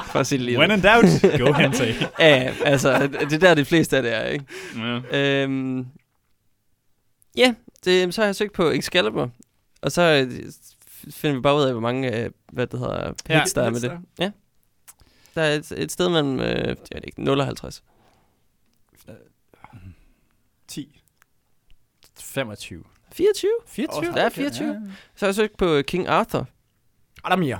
I: for at sige det lige.
J: When in doubt, go hentai.
I: Ja, altså, det er der de fleste af det er, ikke? Øhm, ja, det, så har jeg søgt på Excalibur, og så øh, f- finder vi bare ud af, hvor mange, øh, hvad det hedder,
J: Ja,
I: hits der er med det. Der er et, et sted mellem, øh, jeg ved ikke, 0 og 50.
A: 10.
J: 25.
I: 24?
J: 24?
I: Der er 24. Så har jeg søgt på øh, King Arthur.
A: Og der er mere.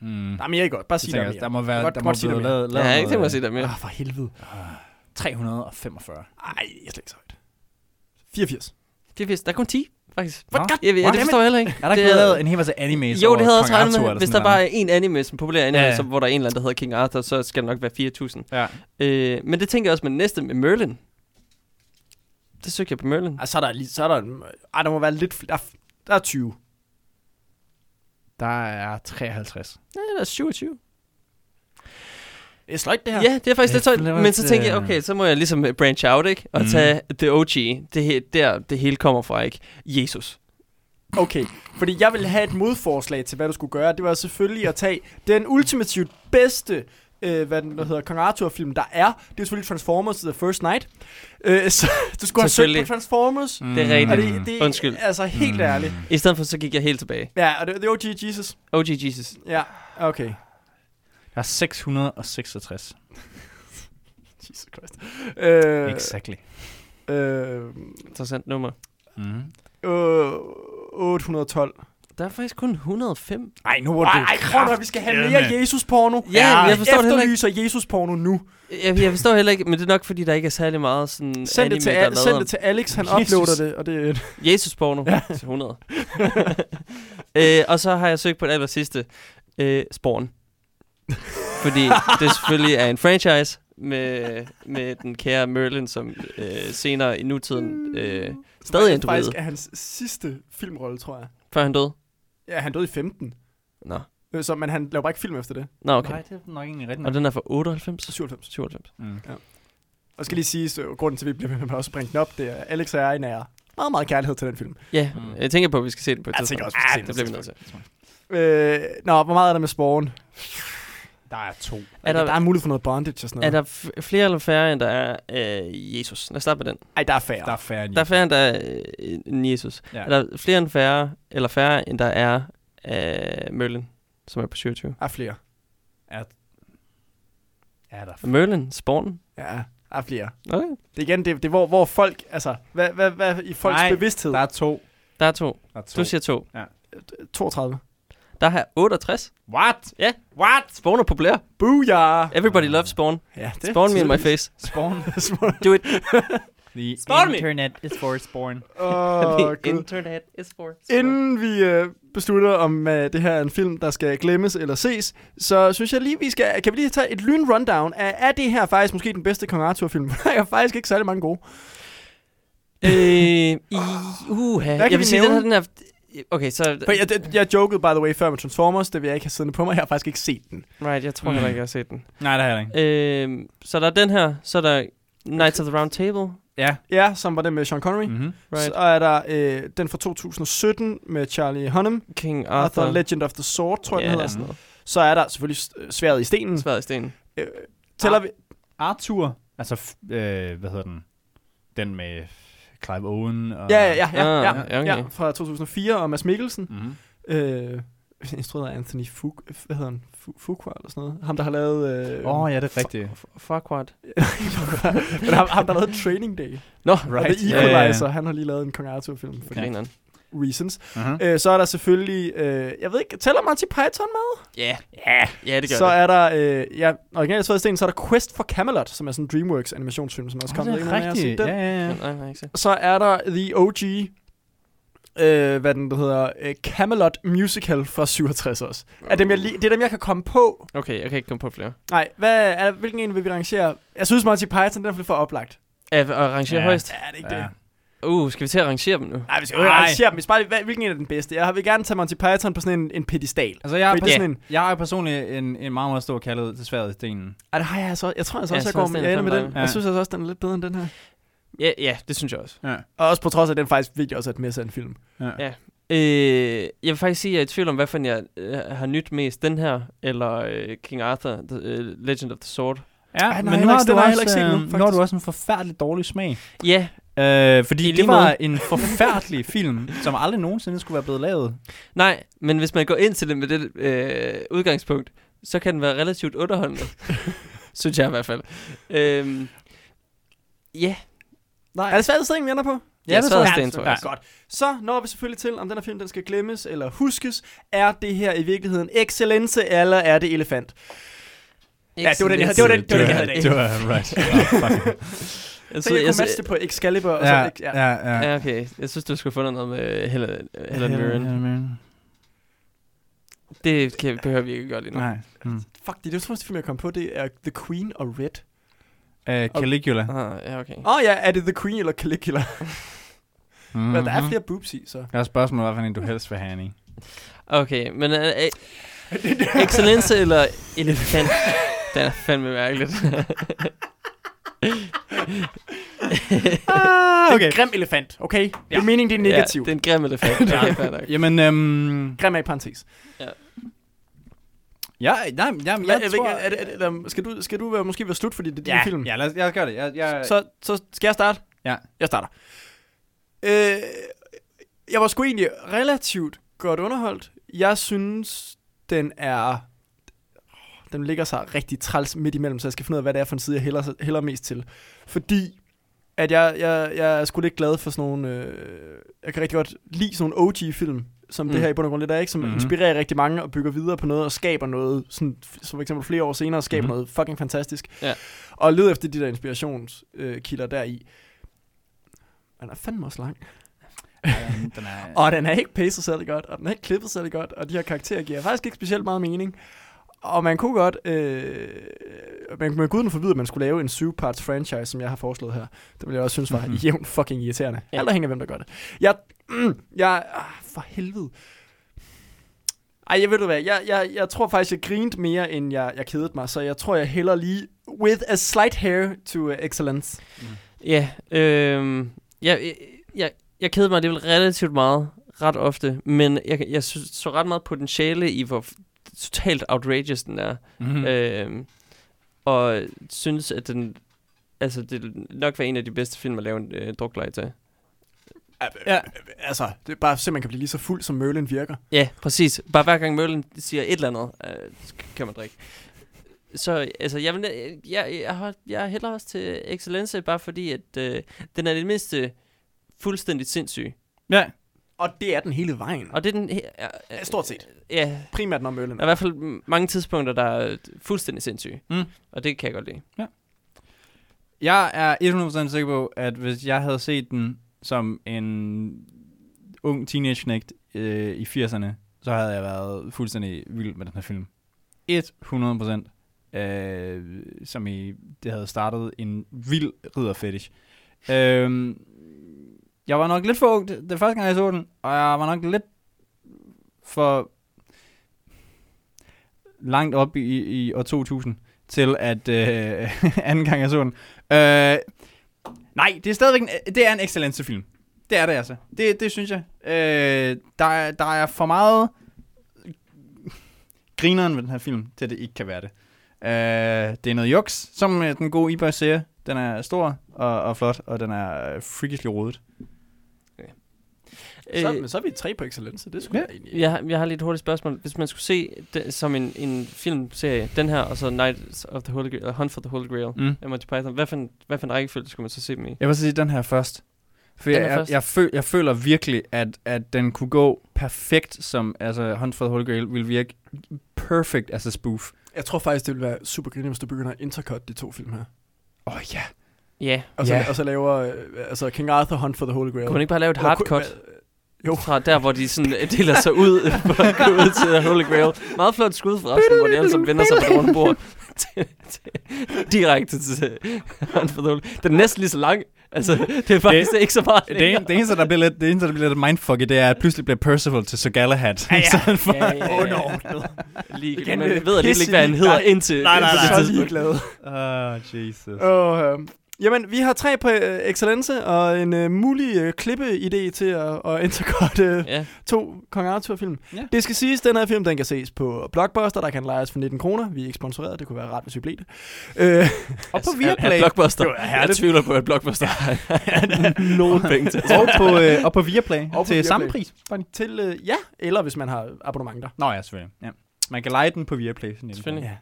J: Mm.
A: Der er mere, I godt. Bare sig, der er
J: Der
A: mere.
J: må være,
A: Godt-
J: der må
A: godt sige det
J: blive
A: mere.
J: lavet,
I: Jeg
J: lavet
I: har ikke tænkt mig at
J: noget-
I: se der mere.
A: Ah, for helvede.
J: 345.
A: Ej, det er slet ikke så højt. 84.
I: Det er vist, der er kun 10, faktisk.
J: Nå.
I: Ja, ja, det
J: Goddammit.
I: forstår jeg heller ikke.
J: Er der ikke
I: Det
J: blevet lavet en hel masse animes
I: Jo,
J: over
I: det havde jeg også
J: Kong
I: regnet
J: Arthur
I: med.
J: eller
I: Hvis
J: sådan
I: der bare
J: noget?
I: er en anime, som populær anime,
J: Ja,
I: ja.
J: ja.
I: så, hvor der er en eller anden, der hedder King Arthur, så skal det nok være 4.000.
J: Ja.
I: Øh, men det tænker jeg også med den næste, med Merlin. Det søgte jeg på Merlin.
A: Ej, så er der lige... Så er der... en- Ej, der må være lidt... fl- Der, er- der er 20.
J: Der er 53.
I: Ja, der er 27.
A: Det er sløjt, det her.
I: Ja, det er faktisk lidt
J: Ja,
I: tøjt.
J: det var
I: Men så
J: et,
I: tænkte jeg,
J: øh,
I: okay, så må jeg ligesom øh, branch out, ikke? Og
J: Mm.
I: tage The OG. Det her, der det hele kommer fra, ikke? Jesus.
A: Okay, fordi jeg ville have et modforslag til, hvad du skulle gøre. Det var selvfølgelig at tage den ultimativt bedste, øh, hvad den der hedder, Kong Arthur-film, der er. Det er selvfølgelig Transformers The First Night. Øh, så du skulle have søgt på
I: Selvfølgelig.
A: Transformers.
I: Det er
A: Og
I: rigtigt.
A: det, det,
I: Undskyld.
A: Altså, helt mm. ærligt.
I: I stedet for, så gik jeg helt tilbage.
A: Ja, og det, det er OG Jesus.
I: OG Jesus.
A: Ja, okay.
J: Der er 666.
A: Jesus Christ. Øh,
J: Exactly.
A: Øh,
I: Interessant nummer.
J: Mm.
A: øh, 812.
I: Der er faktisk kun 105.
J: Ej, nu var
A: Ej, prøv da, vi skal have mere Jesus-porno.
I: Ja, jeg forstår det heller ikke.
A: Efterlyser Jesus-porno nu.
I: Jeg, jeg forstår heller ikke, men det er nok fordi, der ikke er særlig meget sådan
A: Send
I: anime,
A: det, til,
I: der er
A: Al-
I: lavet
A: send
I: om.
A: det til Alex, han
J: Jesus.
A: uploader det, og det er
I: Jesus porno ja. til 100. øh, og så har jeg søgt på det aller sidste. Øh, Sporn. Fordi det selvfølgelig er en franchise med, med den kære Merlin, som øh, senere i nutiden øh, stadig er en druide,
A: faktisk er hans sidste filmrolle, tror jeg.
I: før han døde.
A: Ja, han døde i 15.
I: Nå,
A: Øh, Så, men han laver bare ikke film efter det.
I: Nå okay.
J: Nej, det er nok egentlig rigtigt.
I: Og den er fra 98?
A: 97.
I: 97.
J: Mm.
A: Og jeg skal lige sige, så grunden til, at vi bliver ved med at også bringe den op, det er, at Alex og jeg nærer meget, meget kærlighed til den film.
I: Ja,
J: Mm.
I: jeg tænker på, at vi skal se den på et
A: Hmm. Jeg
I: tidspunkt. Ah,
A: tænker også, vi skal se den
I: det
A: på et
I: bliver vi nødt til.
A: Øh, nå, hvor meget er der med sporen?
J: Der er to.
I: Er der,
A: der er mulighed for noget bondage og sådan noget.
I: er der f- flere eller færre, end der er øh, Jesus? Lad os starte med den.
A: Ej, der er færre.
J: Der er færre end
I: Der er færre, end der er øh, end Jesus.
J: Ja.
I: Ja. Er der flere end færre, eller færre, end der er øh, Merlin, som er på 27?
A: Der er flere.
J: Ja, der er færre.
I: Merlin, Spawn.
A: Ja, der er flere.
I: Okay.
A: Det er igen, det, det er, hvor, hvor folk, altså, hvad, hvad, hvad i folks
J: Nej,
A: bevidsthed?
J: Der er to.
I: Der er to.
J: Der er to.
I: Du siger to.
A: 32.
I: Der er 68.
J: What?
I: Ja.
J: What?
I: Spawn er populær.
A: Booyah!
I: Everybody loves Spawn.
A: Ja, Ah. det
I: Spawn me in my face.
J: Spawn.
A: Spawn.
I: Do it.
J: The
I: Spawn me.
J: internet is for spawn.
A: Åh,
I: The
A: Gud.
I: internet is for Spawn.
A: Inden vi øh, beslutter, om øh, det her er en film, der skal glemmes eller ses, så synes jeg lige, vi skal... Kan vi lige tage et lyn rundown af, er det her faktisk måske den bedste Kong Arthur-film? Der er faktisk ikke særlig mange gode.
I: Øh, i, uha.
A: Ah. kan
I: Jeg
A: vi
I: vil sige, den
A: nævne?
I: her, den er... Okay, så...
A: For jeg, det, jeg jokede, by the way, før med Transformers. Det vil jeg ikke have siddende på mig. Jeg har faktisk ikke set den.
I: Right, jeg tror heller ikke, jeg har set den.
J: Nej, det har jeg ikke.
A: Mm.
I: Øh, så der er den her. Så er der Knights of the Round Table.
J: Ja.
A: Ja, som var den med Sean Connery. Mm.
J: Mm-hmm.
I: Right.
A: Så er der øh, den fra 2017 med Charlie Hunnam.
I: King
A: Arthur,
I: Arthur.
A: Arthur Legend of the Sword, tror jeg,
I: ja,
A: yeah. den hedder.
I: sådan noget.
A: Så er der selvfølgelig øh, Sværet i stenen.
I: Sværet i stenen.
A: Øh, tæller
I: Ah.
A: vi...
J: Arthur. Altså, f- øh, hvad hedder den? Den med Clive Owen. Og...
A: Ja, ja, ja, ja,
I: Ah,
A: ja,
I: ja,
A: ja,
I: okay.
A: ja, fra 2004 og Mads Mikkelsen.
J: Mm-hmm.
A: Øh, instrueret af Anthony Fug... Hvad hedder han? Fu- Fuqua eller sådan noget. Ham, der har lavet... Øh,
J: Åh, oh, ja, det er rigtigt.
I: F- Farquaad.
A: men ham, ham, der har lavet Training Day.
I: Nå,
A: Right. Og The
J: Ja, ja, ja.
A: Equalizer. Han har lige lavet en Kong Arthur-film for
I: for grineren.
A: reasons.
J: Mhm.
A: Øh, så er der selvfølgelig... Øh, jeg ved ikke... Tæller Monty Python med?
I: Ja. Ja, ja det gør
A: så
I: det.
A: er der, øh, ja, originalt Sved Sten, så er der Quest for Camelot, som er sådan en DreamWorks animationsfilm, som også
J: Åh,
A: kom
J: det er rigtigt.
A: den.
J: Ja, ja, ja.
I: Men Nej, nej, ikke så.
A: Så er der The OG, øh, hvad den hedder, øh, Camelot Musical fra 67 også. Er dem, jeg li- det er dem, jeg kan komme på.
I: Okay, jeg kan ikke komme på flere.
A: Nej, hvad, er, hvilken en vil vi rangere? Jeg synes Monty Python, den er for oplagt.
I: Ja, og rangere
J: Ja.
I: ja. højst.
A: Ja, det er ikke
J: Ja.
A: det.
I: Uh, skal vi til at rangere dem nu?
A: Nej, vi skal jo ikke
J: Ej.
A: rangere dem. Vi skal bare, hvad, hvilken en er den bedste? Jeg vil gerne tage Monty Python på sådan en, en pedestal.
J: Altså, jeg er,
A: Fordi det er
J: pers-
A: sådan en-
J: jeg er personligt en, en meget, meget stor kærlighed til sværet i stenen.
A: Ej, det har jeg altså. Jeg tror altså
I: Ja,
A: også,
I: jeg
A: jeg,
I: tror
A: går
I: også,
A: med,
I: den er
A: jeg ender med
I: fandme
A: den.
J: lang.
A: Jeg synes altså også, den er lidt bedre end den her.
I: Ja, ja, det synes jeg også.
J: Ja.
A: Og også på trods af, at den faktisk virkelig også er et masse af en film.
I: Øh, jeg vil faktisk sige, at jeg er i tvivl om, hvad for en jeg øh, har nyt mest. Den her, eller øh, King Arthur, the, øh, Legend of the Sword.
J: Ja,
A: Ej, nej,
J: men nu
A: nej,
J: har,
A: den
J: du
A: har jeg
J: også,
A: heller ikke set
J: øh,
A: nu,
J: nu har du
A: faktisk.
J: også en forfærdelig dårlig smag.
I: Ja,
J: Øh, fordi
I: I
J: det
I: lige
J: var
I: måde.
J: en forfærdelig film, som aldrig nogensinde skulle være blevet lavet.
I: nej, men hvis man går ind til det med det øh, udgangspunkt, så kan den være relativt underholdende. synes jeg i hvert fald. Øhm, ja,
A: Nej. Er det svært at vi ender på?
I: Ja, det tror jeg.
A: Ja,
I: Sten, tror jeg.
A: Godt. Så når vi selvfølgelig til, om den her film den skal glemmes eller huskes. Er det her i virkeligheden excellence, eller er det elefant? Ja, det var den, jeg havde- det var den, det var den, jeg havde i dag.
J: Det var right. Oh, fuck.
I: Jeg,
A: Så jeg
I: jeg,
A: kunne matche det på Excalibur. Og
J: ja,
A: så, ja.
J: ja, ja.
I: ja, okay. Jeg synes, du skulle have fundet noget med Helen, Helen Mirren.
J: Mirren.
I: Det kan, behøver vi ikke gøre lige nu.
J: Nej. Mm.
A: Fuck, det er det første film, jeg kom på. Det er The Queen og Red.
J: Øh, Caligula.
I: Ah, ja, okay.
A: Åh oh, ja, er det The Queen eller Caligula?
J: Mm-hmm.
A: Men der er flere boobs i, så.
J: Der er spørgsmålet, hvad for en du helst vil have hende i.
I: Okay, men øh, øh, excellence eller elefant? Den er fandme mærkeligt.
A: Ah, okay. En grim elefant, okay? Ja. Det er meningen, det er negativt.
I: Ja,
A: Ja,
I: det er en grim elefant. ja, det er nok.
J: Jamen, øhm,
A: Grim er i parentes.
J: ja, nej,
A: Jeg,
J: jamen, jeg,
A: jeg tror,
J: tror...
A: ikke, er det, er det, er det, skal du, skal du være, måske være slut, fordi det er din
J: ja,
A: film?
J: Ja, lad os, lad os gøre det. Jeg, jeg,
A: Så, så skal jeg starte?
J: Ja.
A: Jeg starter. Øh, jeg var sgu egentlig relativt godt underholdt. Jeg synes, den er... Den ligger sig rigtig træls midt imellem, så jeg skal finde ud af, hvad det er for en side, jeg hælder, hælder mest til. Fordi at jeg, jeg, jeg er sgu lidt glad for sådan nogle... Øh, jeg kan rigtig godt lide sådan nogle OG-film, som mm. det
I: Mm.
A: her i bund og grund lidt er, ikke? som
J: Mhm.
A: mm-hmm. inspirerer rigtig mange og bygger videre på noget og skaber noget, sådan, f- som for eksempel flere år senere skaber
J: Mhm.
A: mm-hmm. noget fucking fantastisk.
I: Ja.
A: Og led efter de der inspirationskilder øh, kilder deri. Den er fandme også lang.
J: Øhm, den er,
A: Og den er ikke pacet særlig godt, og den er ikke klippet særlig godt, og de her karakterer giver faktisk ikke specielt meget mening. Og man kunne godt, øh, man, man kunne forbyde, at man skulle lave en syv-parts franchise, som jeg har foreslået her. Det ville jeg også synes var mm-hmm. jævnt fucking irriterende.
I: Ja.
A: Ja. Alt afhænger af, hvem der gør det. Jeg, mm, jeg, ah, for helvede. Ej, jeg ved du hvad, jeg, jeg, jeg tror faktisk, jeg grinede mere, end jeg, jeg kedede mig, så jeg tror, jeg hælder lige with a slight hair to uh, excellence.
I: Ja, øh, jeg, jeg, jeg keder mig alligevel relativt meget, ret ofte, men jeg, jeg synes- så ret meget potentiale i, hvor f- totalt outrageous den er,
J: mm-hmm.
I: mm.
A: Mhm.
I: øh, og synes, at den, altså det nok var en af de bedste film at lave en øh, drukleje til.
A: Ja. Altså, det er bare så man kan blive lige så fuld, som Merlin virker.
I: Ja, præcis. Bare hver gang Merlin siger et eller andet, øh, sk- kan man drikke. Så altså, jeg, vil, jeg, jeg, jeg, har- jeg hælder også til Excellence, bare fordi, at øh, den er det mindste fuldstændig sindssyg.
J: Ja.
A: Og det er den hele vejen.
I: Og det er den... he- øh, øh,
A: Ja, stort set.
I: Ja,
A: primært når Merlin
I: der er i hvert fald m- mange tidspunkter, der er øh, fuldstændig sindssyge.
J: Mm.
I: Og det kan jeg godt lide.
J: Jeg er 100% sikker på, at hvis jeg havde set den som en ung teenage-knægt øh, i 80'erne, så havde jeg været fuldstændig vild med den her film. 100%. Øh, som i, det havde startet en vild ridderfetish. Øh, jeg var nok lidt for ung, det det første gang jeg så den, og jeg var nok lidt for langt op i, i år 2000 til at øh, anden gang jeg så den. Øh, nej, det er stadigvæk en, øh, det er en excellencefilm. Det er det altså. Det, det synes jeg. Øh, der, er- der er for meget grineren ved den her film, til at det ikke kan være det. Øh, det er noget juks, som øh, den gode Ibar siger. Den er stor og, og flot, og den er øh, freakishly rodet.
A: Så,
I: Øh,
A: men så er vi tre på excellence, det
J: Ja.
A: skulle ja. egentlig...
I: jeg, har- jeg har lige et hurtigt spørgsmål. Hvis man skulle se det, som en, en filmserie, den her, og så Night of the Holy Grail, eller Hunt for the Holy Grail,
J: Mm.
I: af Monty Python, hvad for en, hvad for en rækkefølge skulle man så se dem i?
J: Jeg vil så sige den her først. For
I: Den
J: jeg,
I: her
J: jeg,
I: først.
J: jeg, føl, jeg føler virkelig, at, at den kunne gå perfekt, som altså, Hunt for the Holy Grail ville virke perfekt altså as a spoof.
A: Jeg tror faktisk, det ville være super grinende, hvis du begynder at intercut de to film her.
J: Åh oh, ja.
I: Ja,
A: Og så,
J: Ja.
A: yeah. og så laver øh, altså King Arthur Hunt for the Holy Grail.
I: kunne man ikke bare lave et
A: Eller ku-
I: hardcut?
A: hvad-
I: Jo. Fra der, hvor de sådan øh, deler sig ud, for at gå ud til The Holy Grail. Meget flot skud forresten, hvor de alle sammen vender sig på det runde bord. Til- til- Direkte til Hunt for the Holy Den er næsten lige så lang. Altså, det er faktisk det, ikke så meget.
J: Det,
I: længere.
J: en, det, eneste, der bliver lidt, det eneste, der bliver lidt mindfucky, det er, at pludselig bliver Percival til Sir Galahad. Ja, ja. Så han får,
I: Ja, ja, ja.
J: Underordnet.
I: Lige,
A: Igen,
I: man
A: øh,
I: ved alligevel ikke, hvad han
A: pisselig-
I: hedder
A: Nej.
I: indtil,
A: Nej, nej,
I: indtil
A: nej.
I: det
A: Så
I: tidspunkt.
A: ligeglad.
J: Oh, Jesus.
A: Og, øh, jamen, vi har tre på øh, excellence og en øh, mulig øh, klippe-idé til at, at intercut øh,
I: Ja.
A: to Kong Arthur-film.
J: Ja.
A: Ja. Det skal siges, den her film, den kan ses på Blockbuster, der kan lejes for 19 kroner. Vi er ikke sponsoreret, det kunne være rart, hvis vi blev det. Øh,
J: Og på
I: Er, er
J: Viaplay.
I: Blockbuster.
A: Det var
I: jeg
A: herligt.
I: tvivler på, at Blockbuster har nogen penge til.
J: og, på, øh, og på Viaplay.
A: på
J: til samme
A: Viaplay.
J: pris. Bonnie.
A: til, øh, ja, eller hvis man har abonnementer.
J: Nå ja, selvfølgelig. Ja. Man kan lege den på Viaplay. Sådan en.
I: Selvfølgelig.
A: Ja.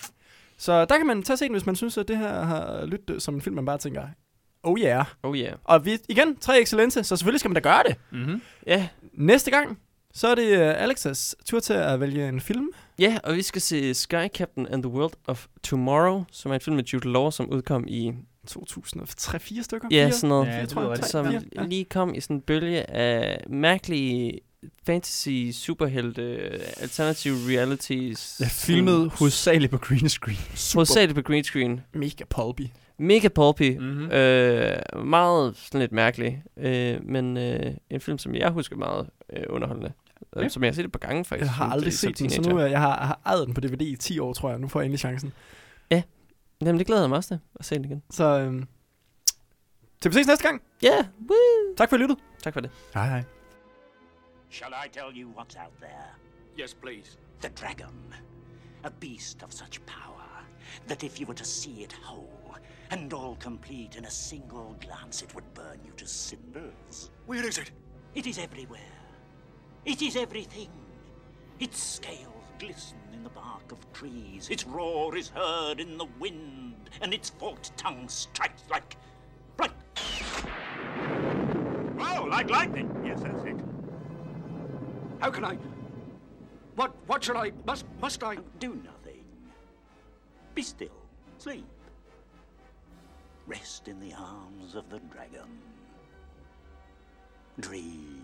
A: Så der kan man tage se den, hvis man synes, at det her har lyttet som en film, man bare tænker, oh yeah.
I: Oh yeah.
A: Og vi, igen, tre excellence, så selvfølgelig skal man da gøre det.
J: Mm-hmm.
I: Ja,
A: Næste gang, så er det øh, Alexas tur til at vælge en film.
I: Ja, og vi skal se Sky Captain and the World of Tomorrow, som er en film med Jude Law, som udkom i
A: 2003-4 stykker?
I: ja,
A: Fire?
I: sådan noget,
J: Ja,
A: Fire,
J: det
A: tror
J: lyder
A: jeg. Tre,
J: rigtigt.
I: som
A: fire. Ja.
I: lige kom i sådan en bølge af mærkelige fantasy, superhelte, alternative realities.
J: Jeg filmede hovedsageligt på green screen.
I: Hovedsageligt på green screen.
A: Mega pulpy.
I: Mega pulpy.
A: Mm.
J: Mm-hmm.
I: Øh, meget sådan lidt mærkelig, øh, men øh, en film, som jeg husker meget øh, underholdende.
J: Ja.
I: Ja. Som jeg har set et par gange faktisk.
A: Jeg har
I: som-
A: aldrig
I: som
A: set den, så
I: teenager.
A: nu er jeg har, har ejet den på DVD i 10 år, tror jeg. Nu får jeg endelig chancen.
I: Jamen, det glæder jeg mig også til at se den igen.
A: Så øhm, til vi ses næste gang.
I: Ja, yeah, woo!
A: Tak for at I lyttede.
I: Tak for det.
J: Hej, hej.
D: Shall I tell you what's out there? Yes, please. The dragon. A beast of such power that if you were to see it whole and all complete in a single glance, it would burn you to cinders. Where is it? It is everywhere. It is everything. Its scales glisten in the bark of trees, its roar is heard in the wind, and its forked tongue strikes like. like.
J: Oh, like lightning. Yes, that's it.
K: How can I? What? What should I? Must? Must I?
J: Do nothing. Be still. Sleep. Rest in the arms of the dragon. Dream.